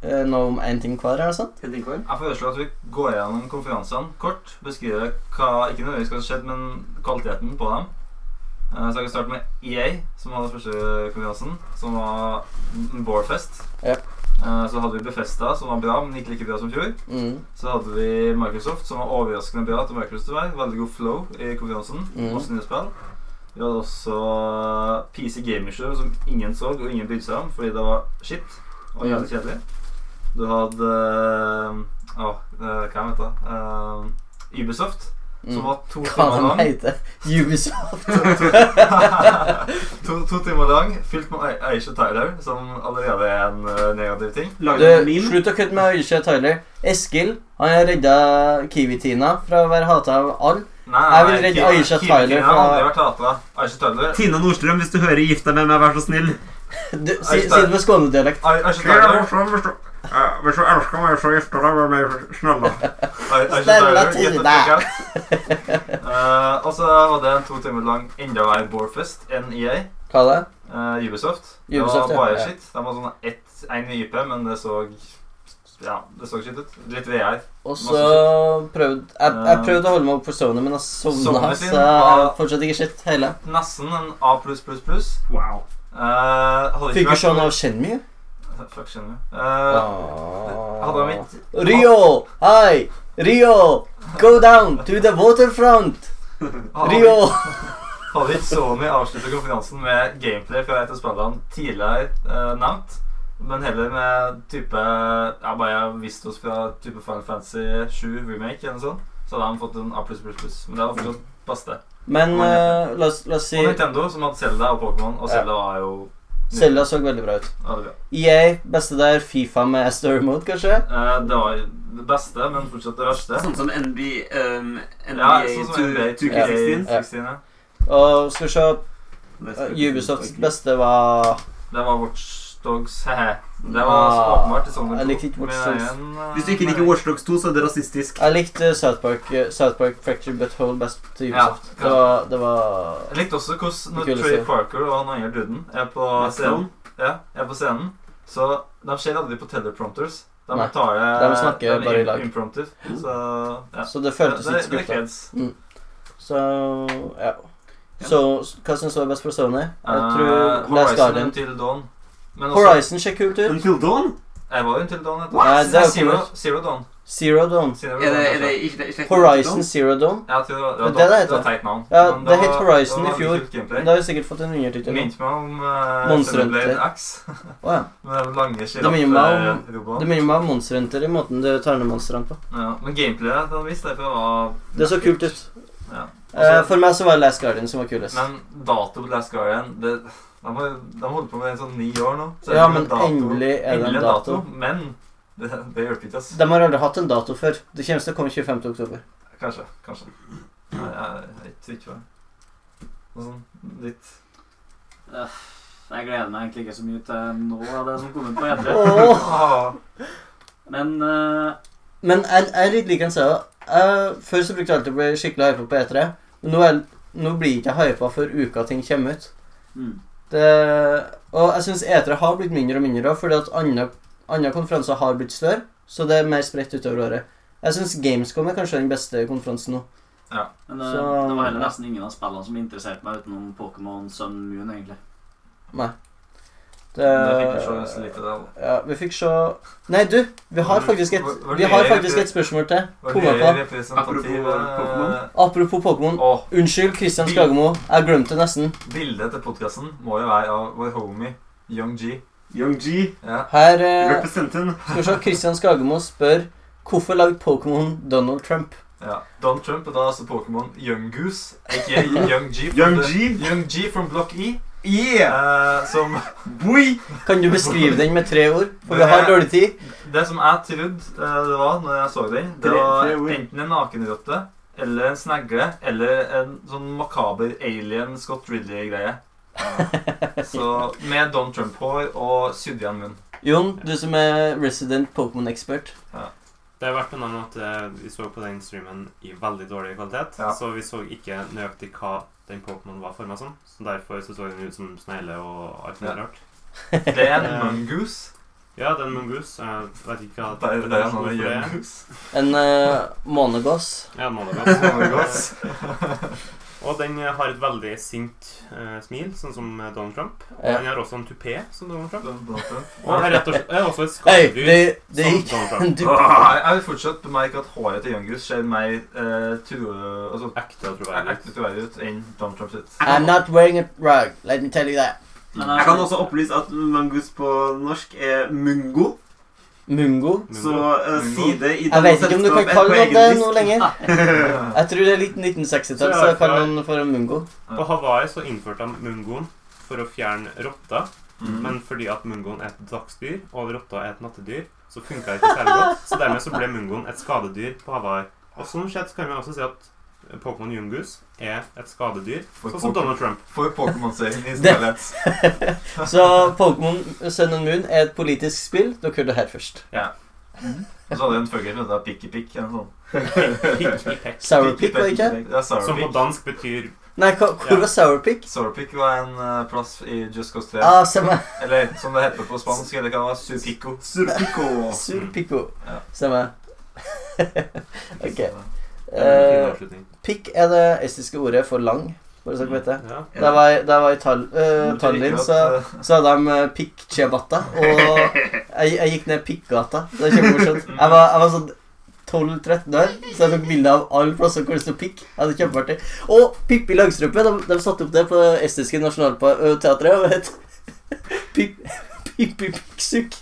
C: eh, noe om én ting hver, altså. er det sant?
E: Jeg foreslår at vi går gjennom konferansene kort. Beskriver hva ikke nødvendigvis hva som skjedde, men kvaliteten på dem. Eh, Så jeg kan starte med EA, som hadde første konferansen, som var en Borefest.
C: Ja.
E: Eh, Så hadde vi Befesta, som var bra, men ikke like bra som fjor.
C: Mm.
E: Så hadde vi Microsoft, som var overraskende bra til Microsoft-vei. Veldig god flow i konkurransen.
C: Mhm.
E: Masse nye spill. Vi hadde også PC Gaming Show, som ingen så og ingen brydde seg om, fordi det var shit og
C: Mhm.
E: jævlig kjedelig. Du hadde eh, Åh, eh, hva heter det? Eh, Ubisoft, som
C: Mm.
E: var to
C: Hva
E: timer
C: de
E: lang.
C: heter Ubisoft.
E: to, to timer lang, fylt med Ai- Aisha Tyler, som allerede er en eh, negativ ting.
B: Lagde
C: Du,
B: en meme.
C: slutt å kødde med Aisha Tyler. Eskil han har redda Kiwi-Tina fra å være hata av alle.
E: Nei,
C: Jeg vil redde Aisha Tyler
E: fra
C: fra-
E: aldri vært hatet. Aisha Tyler
B: Tina Nordstrøm, hvis du hører 'Gift deg med meg', vær så snill.
C: Du, si, si det med skånedialekt.
E: Ai- Aisha Tyler
B: Hvis du elsker meg, så gifter deg med meg snille.
E: Ai- Aisha
C: Stella
E: Tyler,
C: Tine.
E: get the fuck out. Eh, Og så var det en to timer lang enda verre Borefest enn EA.
C: Hva da?
E: eh, Ubisoft.
C: Ubisoft,
E: det
C: ja,
E: var bare
C: ja.
E: shit. Det var sånn ett, en ny IP, men det så Ja, det så shit ut. Litt VR.
C: Og så prøvde jeg, jeg prøvde å holde meg oppe for Sony, men jeg sovna.
E: Sony sin
C: Så jeg har fortsatt ikke sett hele.
E: Nesten en A Eh, pluss pluss pluss.
D: Wow.
C: Fikk jo sånn av Shenmue.
E: Fuck, skjønner du. Eh, hadde de ikke
C: Rio! Hei! Rio! Go down to the waterfront!
E: hadde-
C: Rio!
E: Hadde ikke Sony avsluttet konferansen med gameplay fra et av spillene tidligere eh, nevnt, men heller med type Ja, bare vist oss fra type Final Fantasy 7 remake eller noe sånt, så hadde de fått en A++. Men det var fortsatt beste.
C: Men eh, la, oss, la oss si
E: Og Nintendo, som hadde Zelda og Pokémon, og
C: Ja.
E: Zelda var jo
C: Selja så veldig bra ut.
E: Ja, det, var bra.
C: EA, beste der. Fifa med story mode, kanskje?
E: Eh, det var det beste, men fortsatt det verste.
B: Sånn som NB, um, NBA
E: Ja, sånn som NBA
B: 2K16.
E: 16, ja.
C: Og skal vi se eh, Ubisofts beste var
E: Det var Watch Dogs, he-he. Det var
C: Ah,
E: åpenbart i sånn
C: jeg likte ikke Watch Dogs.
B: Hvis du
E: eh,
B: ikke liker Watch Dogs 2, så er det rasistisk.
C: Jeg likte South Park, eh, South Park Fracture But Whole best til Ubisoft.
E: Ja,
C: det var, det var
E: Jeg likte også
C: Det
E: hvordan når
C: er kul å
E: Trey
C: se.
E: Parker og han andre duden er på scenen, ja, er på scenen så de ser aldri på teleprompters. De
C: Nei.
E: tar det
C: De snakker
E: det er
C: bare i
E: im-
C: lag.
E: Impromptu. Så ja.
C: Så det føltes
E: det,
C: litt
E: det, det
C: skummelt. da.
E: kreds.
C: Så ja. Så hva syns du er best for Sony? Jeg tror Last
E: Eh, Horizon
C: Guardian.
E: Until Dawn. Men også
C: Horizon ser kult ut.
B: Until Dawn?
E: Jeg var jo Until Dawn. heter
C: Nei, det er
E: Nei,
C: jo
E: Zero,
C: kommet.
E: Zero Dawn.
C: Zero Dawn.
E: Zero
B: Er det,
E: Dawn,
B: er det ikke det, er ikke det
C: Horizon Zero Dawn.
E: Ja, jeg tror det var-
C: Er
E: det var
C: det det
E: Dawn.
C: heter?
E: Det var teit navn.
C: Ja,
E: Men
C: det het
E: var-
C: Horizon
E: det var
C: i fjor.
E: kult gameplay.
C: Men Da har vi sikkert fått en undertittel. nå.
E: Minnet meg om uh,
C: Monster
E: Sunblade
C: Hunter.
E: Axe.
C: Å ja.
E: Med den lange
C: Det minner meg om- Det
E: sjiraffen.
C: minner meg om Monster Hunter i måten du tar ned monstrene på.
E: Ja, men sånn gameplayet den viste, derfor var
C: Det så kult ut.
E: Ja.
C: Eh, for meg så var Last Guardian som var kulest.
E: Men dato på Last Guardian det, de, har, de holder på med det i sånn ni år nå. Så
C: Ja,
E: det er
C: men
E: en dato-
C: endelig er det en
E: endelig en
C: dato.
E: Men det, det hjelper ikke, ass.
C: De har aldri hatt en dato før. Det kommer til å komme 25. oktober.
E: Kanskje. Kanskje. Nei, jeg, jeg, jeg tror ikke på det. Noe sånn litt
D: Eh,
H: Jeg gleder meg egentlig ikke så mye til noe av det som kom ut på
D: E
H: E3.
C: Åh.
E: Ah,
H: Men eh,
C: Men jeg, jeg er litt lik en Sara. Jeg- Før så brukte jeg alltid å bli skikkelig hypa på E3. Men nå, er, nå blir jeg ikke hypa før uka ting kommer ut.
D: hmm.
H: mm,
C: Det, og jeg syns E3 har blitt mindre og mindre, fordi at andre, andre konferanser har blitt større. Så det er mer spredt utover året. Jeg syns Gamescom er kanskje den beste konferansen nå.
H: men eh,
C: Så-
H: det var heller nesten ingen av spillene som interesserte meg utenom Pokémon Sun Moon, egentlig.
C: Det,
E: det fikk jeg se nesten litt i det. da.
C: Ja, vi fikk se Nei, du, vi har faktisk et,
E: Var- var
C: vi
E: det
C: har
E: jeg-
C: faktisk et spørsmål til.
E: Var
C: Kom
E: det
C: igjen,
E: mer representativ
B: Apropos Pokémon.
E: eh,
C: Apropos Pokémon.
E: Åh,
C: Unnskyld, Kristian Skagemo. Jeg glemte det nesten.
E: bildet til podkasten må jo være av vår homie Young G.
B: Young G,
E: Ja.
C: Her eh,
B: representant.
C: skal vi se. Kristian Skagemo spør hvorfor lagde Pokémon Donald Trump?
E: ja. Don Trump og da altså Pokémon Young Goose, aka Young G. from
B: Young
E: the-
B: G.
E: Young G from Block E,
B: Yeah!
E: eh, som
B: Boy!
C: Kan du beskrive den med tre ord? For vi har dårlig tid.
E: Det som jeg trodde eh, det var når jeg så den, det
B: Tre-
E: var
B: tre ord.
E: enten en nakenrotte eller en snegle eller en sånn makaber alien Scott Ridley-greie. Så med Don Trump-hår og sydd igjen munn.
C: Jon, du som er resident Pokémon-ekspert.
D: Det er verdt å nevne at eh, vi så på den streamen i veldig dårlig kvalitet,
E: Ja.
D: så vi så ikke nøyaktig hva den Pokémon var forma som. Så derfor så, så den ut som snegle og alt mulig
E: Ja.
D: rart.
E: Det er en
D: Ja.
E: mongoose.
D: Ja, det er en mongoose. Jeg vet ikke hva
E: Det er, det er en sånn
D: hvorfor det er.
E: youngoose.
C: En uh, månegass.
D: Ja, en
E: Mongoose.
D: monogast. Og den eh, har et veldig sint eh, smil, sånn som eh, Donald Trump. Og
C: Ja.
D: den har også en tupé, som Donald Trump.
E: Don- Don Trump.
D: Og er rett og slett er også et
C: Hei,
D: skalldyr
C: det, det
D: som
C: gikk
D: Donald Trump.
C: en dupp.
E: Jeg jeg vil fortsatt bemerke at håret til youngoose ser mer eh, tro... Altså,
D: Ekte og troverdig.
E: ekte troverdig ut enn Don Trump sitt.
C: I'm not wearing a rug, let me tell you that.
H: Men
B: Jeg kan også opplyse at mangus på norsk er mungo.
C: Mungo.
B: Så
D: Mungo.
B: eh,
E: Mungo.
B: si det i
C: Jeg vet ikke om du kan kalle noe det nå lenger.
E: Ja.
C: Jeg tror det er litt 1960-tall, så jeg kaller den for en mungo.
D: På Hawaii så innførte de mungoen for å fjerne rotta.
E: Mm.
D: Men fordi at mungoen er et dagsdyr, og rotta er et nattedyr, så funka det ikke særlig godt. Så dermed så ble mungoen et skadedyr på Hawaii. Og sånn sett så kan vi også si at Pokémon Jungus er et skadedyr, sånn som Donald Trump.
E: For Pokémon-serien i sin
C: Det-
E: helhet.
C: Så Pokémon Sun and Moon er et politisk spill. Dere hørte det her først.
E: Og så hadde jeg en følger som het Pikki Pikk. En sånn.
D: Pikk i pekk.
C: Sour Pick var det ikke?
E: Ja, Sour
D: Som på
E: Pick.
D: dansk betyr
C: Nei, hva, hvor var Sour Pick?
E: Sour Pick var en eh, plass i Just Cause 3.
C: Ah, stemmer.
E: Eller som det heter på spansk, eller hva det var, Supico.
C: Sur Pico.
E: Ja.
C: Stemmer. ok.
D: Det er en fin
C: eh,
D: avslutning.
C: pick er det estiske ordet for lang, bare så dere vet det.
D: Ja.
C: Da jeg var, da jeg var i Tall- eh, Tallinn, så, så hadde de eh, Pikk Ciabatta. Og jeg, jeg gikk ned Pikkgata. Det var kjempemorsomt. Jeg var, jeg var sånn 12-13 år, så jeg tok bilde av alle plasser hvor det sto Pikk. Jeg hadde kjempeartig. Og Pippi Langstrømpe. De, de satte opp det på det estiske nasjonalteatret og het Pip- Pippi Pikksuk.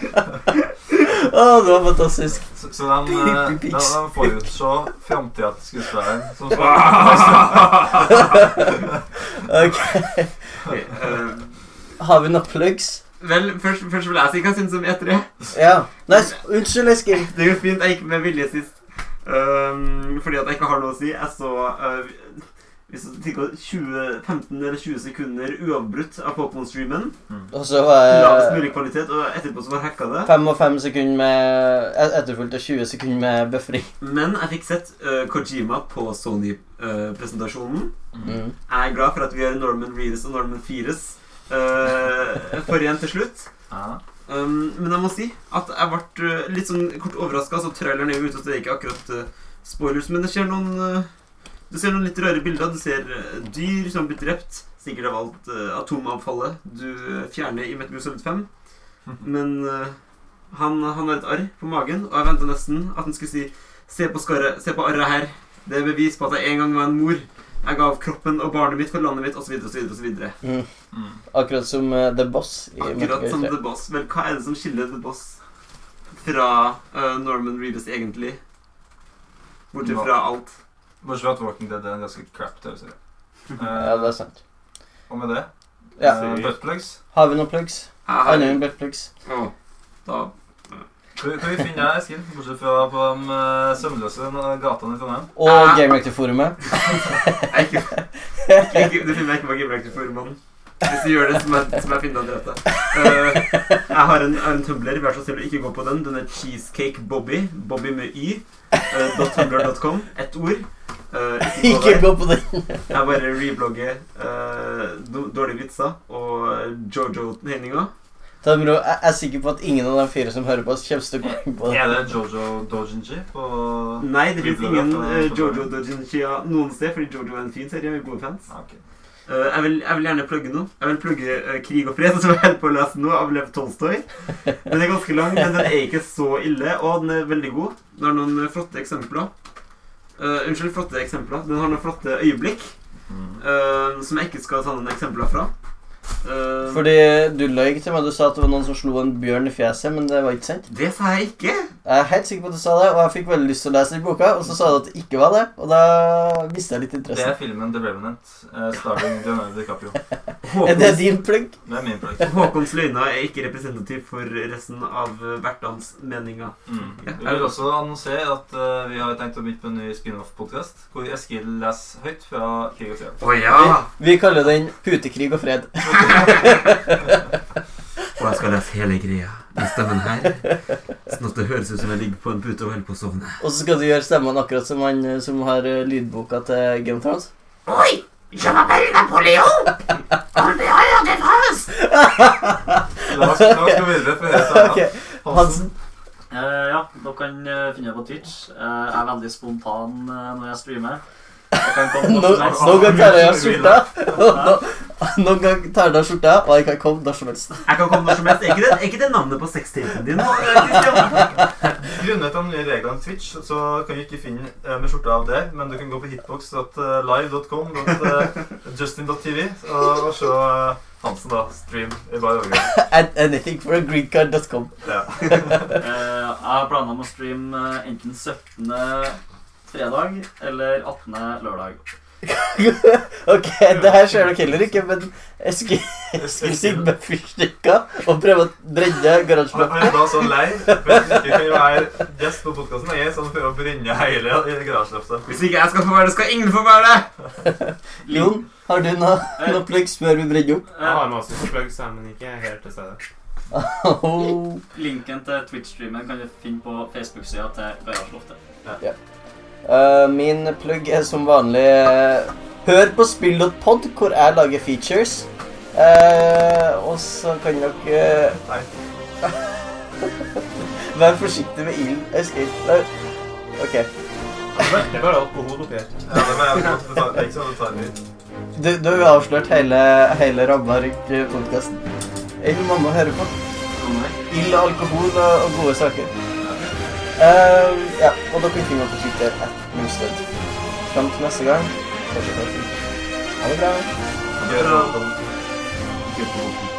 C: Å, det var fantastisk.
E: Så, så de, eh,
C: Pikk, pikk,
E: de, de forutså framtida til skuespilleren. Som
C: Ok,
B: Ok, eh,
C: Har vi noen plugs?
B: Vel, først, først vil jeg si hva jeg syns om E3.
C: Ja. Nei, s- unnskyld, Eskil.
B: Det går fint. Jeg gikk med vilje sist. Ehm, fordi at jeg ikke har noe å si. Jeg så eh, vi så ca. 15 eller 20 sekunder uavbrutt av Pokémon-streamen.
C: Og så var jeg
B: Lavest mulig kvalitet, og etterpå så var hacka det.
C: Fem og fem sekunder med et- Etterfulgt av 20 sekunder med buffering.
B: Men jeg fikk sett eh, Kojima på eh, Sony-presentasjonen.
C: Mm.
B: jeg er glad for at vi har Norman Reedus og Norman Fires uh, forent til slutt.
E: Ja.
B: Um, men jeg må si at jeg ble eh, litt sånn kort overraska. Så traileren er jo ute, så det er ikke akkurat eh, spoilers. Men det skjer noen eh, Du ser noen litt rare bilder. Du ser eh, dyr som blir drept. Sikkert av alt eh, atomavfallet du eh, fjerner i Metal Gear Solid 5. Men eh, han, han har et arr på magen, og jeg venta nesten at han skulle si Se på skarret, se på arret her. Det er bevis på at jeg en gang var en mor. Jeg ga av kroppen og barnet mitt for landet mitt, osv., osv., osv.
C: Mm.
E: Mm.
C: Akkurat som eh, The Boss i Metal Gear
B: Akkurat som
C: 3.
B: The Boss. Vel, hva er det som skiller The Boss fra eh, Norman Reedus, egentlig? Bortsett
E: Hva?
B: fra alt.
E: Bortsett fra at Walking Dead er en ganske crap TV-serie.
C: Ja, det er
E: Eh,
C: sant.
E: og med det
C: Ja.
E: eh, Buttplugs.
C: Har vi noen plugs?
B: Her,
C: Andre enn buttplugs?
B: Å, da
E: Hvor hvor vi finner deg, Eskil? Bortsett fra på de eh, søvnløse gatene i Trondheim.
C: Og
B: Ah.
C: Game Rector-forumet?
B: Jeg er ikke Ikke- Du finner meg ikke på Gibraltar for mannen. Hvis du gjør det, så må jeg, så må jeg finne deg adresse. Eh, jeg har en, en tumbler. Vær så snill, ikke gå på den. Den er Cheesecake Bobby. Bobby med y. eh, dot tumblr.com. Ett ord. Eh, der.
C: Ikke gå på den.
B: Jeg bare reblogger eh, do- dårlige vitser og Jojo-tegninga.
C: Ta det med ro. Jeg jeg er sikker på at ingen av de fire som hører på oss, kommer til å gå inn på det.
E: Er det Jojo Dojinji på
B: Nei, det fins
E: Reblogger
B: ingen
E: på-
B: eh,
E: på-
B: Jojo Dojinchia noen sted, fordi Jojo er en fin serie med gode fans.
E: Ah, ok.
B: Eh, jeg, vil, jeg vil gjerne plugge noe. Jeg vil plugge eh, 'Krig og fred', som jeg holder på å lese nå, av Lev Tolstoy. Den er ganske lang, men den er ikke så ille, og den er veldig god. Den har noen eh, flotte eksempler. Eh, unnskyld, flotte eksempler. Den har noen flotte øyeblikk
E: Mm.
B: eh, som jeg ikke skal ta noen eksempler fra. Eh,
C: Fordi du løy til meg. Du sa at det var noen som slo en bjørn i fjeset, men det var ikke sant.
B: Det sa jeg ikke!
C: Jeg er helt sikker på at du sa det, og jeg fikk veldig lyst til å lese den boka, og så sa du at det ikke var det, og da mistet jeg litt
E: Det
C: interessen.
E: er filmen The Revenant, uh, starring Leonardo DiCaprio.
C: Er det
B: Håkons,
C: din plugg?
E: Det er min plagg.
B: Håkons løgner er ikke representativ for resten av eh, hvertans meninger.
E: Mm. Jeg vil også annonsere at eh, vi har tenkt å begynne på en ny spin-off-podkast hvor Eskil leser høyt fra Krig og fred.
B: Å ja!
C: Vi kaller den Putekrig og fred.
B: Og jeg skal lese hele greia. Den stemmen her. Sånn at det høres ut som jeg ligger på en pute og holder på å sovne.
C: Og så skal du gjøre stemmene akkurat som han eh, som har eh, lydboka til Game of Thrones.
I: Oi! Je m'appelle Napoleon! On the Isle de France!
E: La oss, la oss gå videre. For helt ærlig.
C: Ok,
E: Hansen.
C: Hansen.
D: Eh, ja, dere kan eh, finne meg på Twitch. Eh, jeg er veldig spontan eh, når jeg streamer. Jeg kan komme
C: Nå-
D: når som helst.
C: Noen gang tar jeg av skjorta, og nå- noen gang tar jeg av skjorta, og jeg kan komme når som helst.
B: Jeg kan komme når som helst. Er ikke det, er ikke det navnet på sextapen din? nå, Christian?
E: Grunnet de nye reglene om Twitch så kan du ikke finne eh, med skjorta av der, men du kan gå på eh, hitbox.live.com.justin.tv og, og se eh, Hansen, da. Stream i bar overgang.
C: At anything for a greencard.com.
E: Ja.
D: Eh, jeg har planer om å streame eh, enten 17. fredag eller 18. lørdag.
C: Ok, det her ser dere heller ikke, men Eskil Eskil sitter med fyrstikker og prøver å drenne
E: Han
C: garasjen.
E: han er da så lei for at han ikke kan være gjest på podkasten lenger, så han sånn prøver å brenne hele i garasjeloftet.
B: Hvis ikke jeg skal få være det, skal ingen få være det!
C: Jon, har du noe, noe plugg før vi brenner opp?
J: Jeg
D: Eh,
J: har med oss en plugg, så jeg- men ikke helt til stede.
C: Oh.
D: linken til Twitch-streamen kan du finne på Facebook-sida til Garasjeloftet.
C: Eh, min plugg er som vanlig eh, Hør på spill.pod, hvor jeg lager features. Eh, og så kan dere eh,
E: Nei.
C: Vær forsiktig med ilden. Escape. Nei. OK.
J: Det er bare alkohol oppi her.
E: Ja, det var jeg måtte betale. Det er ikke sånn at det tar
C: Du, du har avslørt hele, hele ramma rundt podkasten. Eller mamma hører på. Ild, alkohol og, og gode saker. Eh, ja, og dere finner meg på Twitter. at Moonstead. Fram til neste gang. Kanskje det er fint. Ha det bra.
E: litt. Gjør det.
D: Gutten.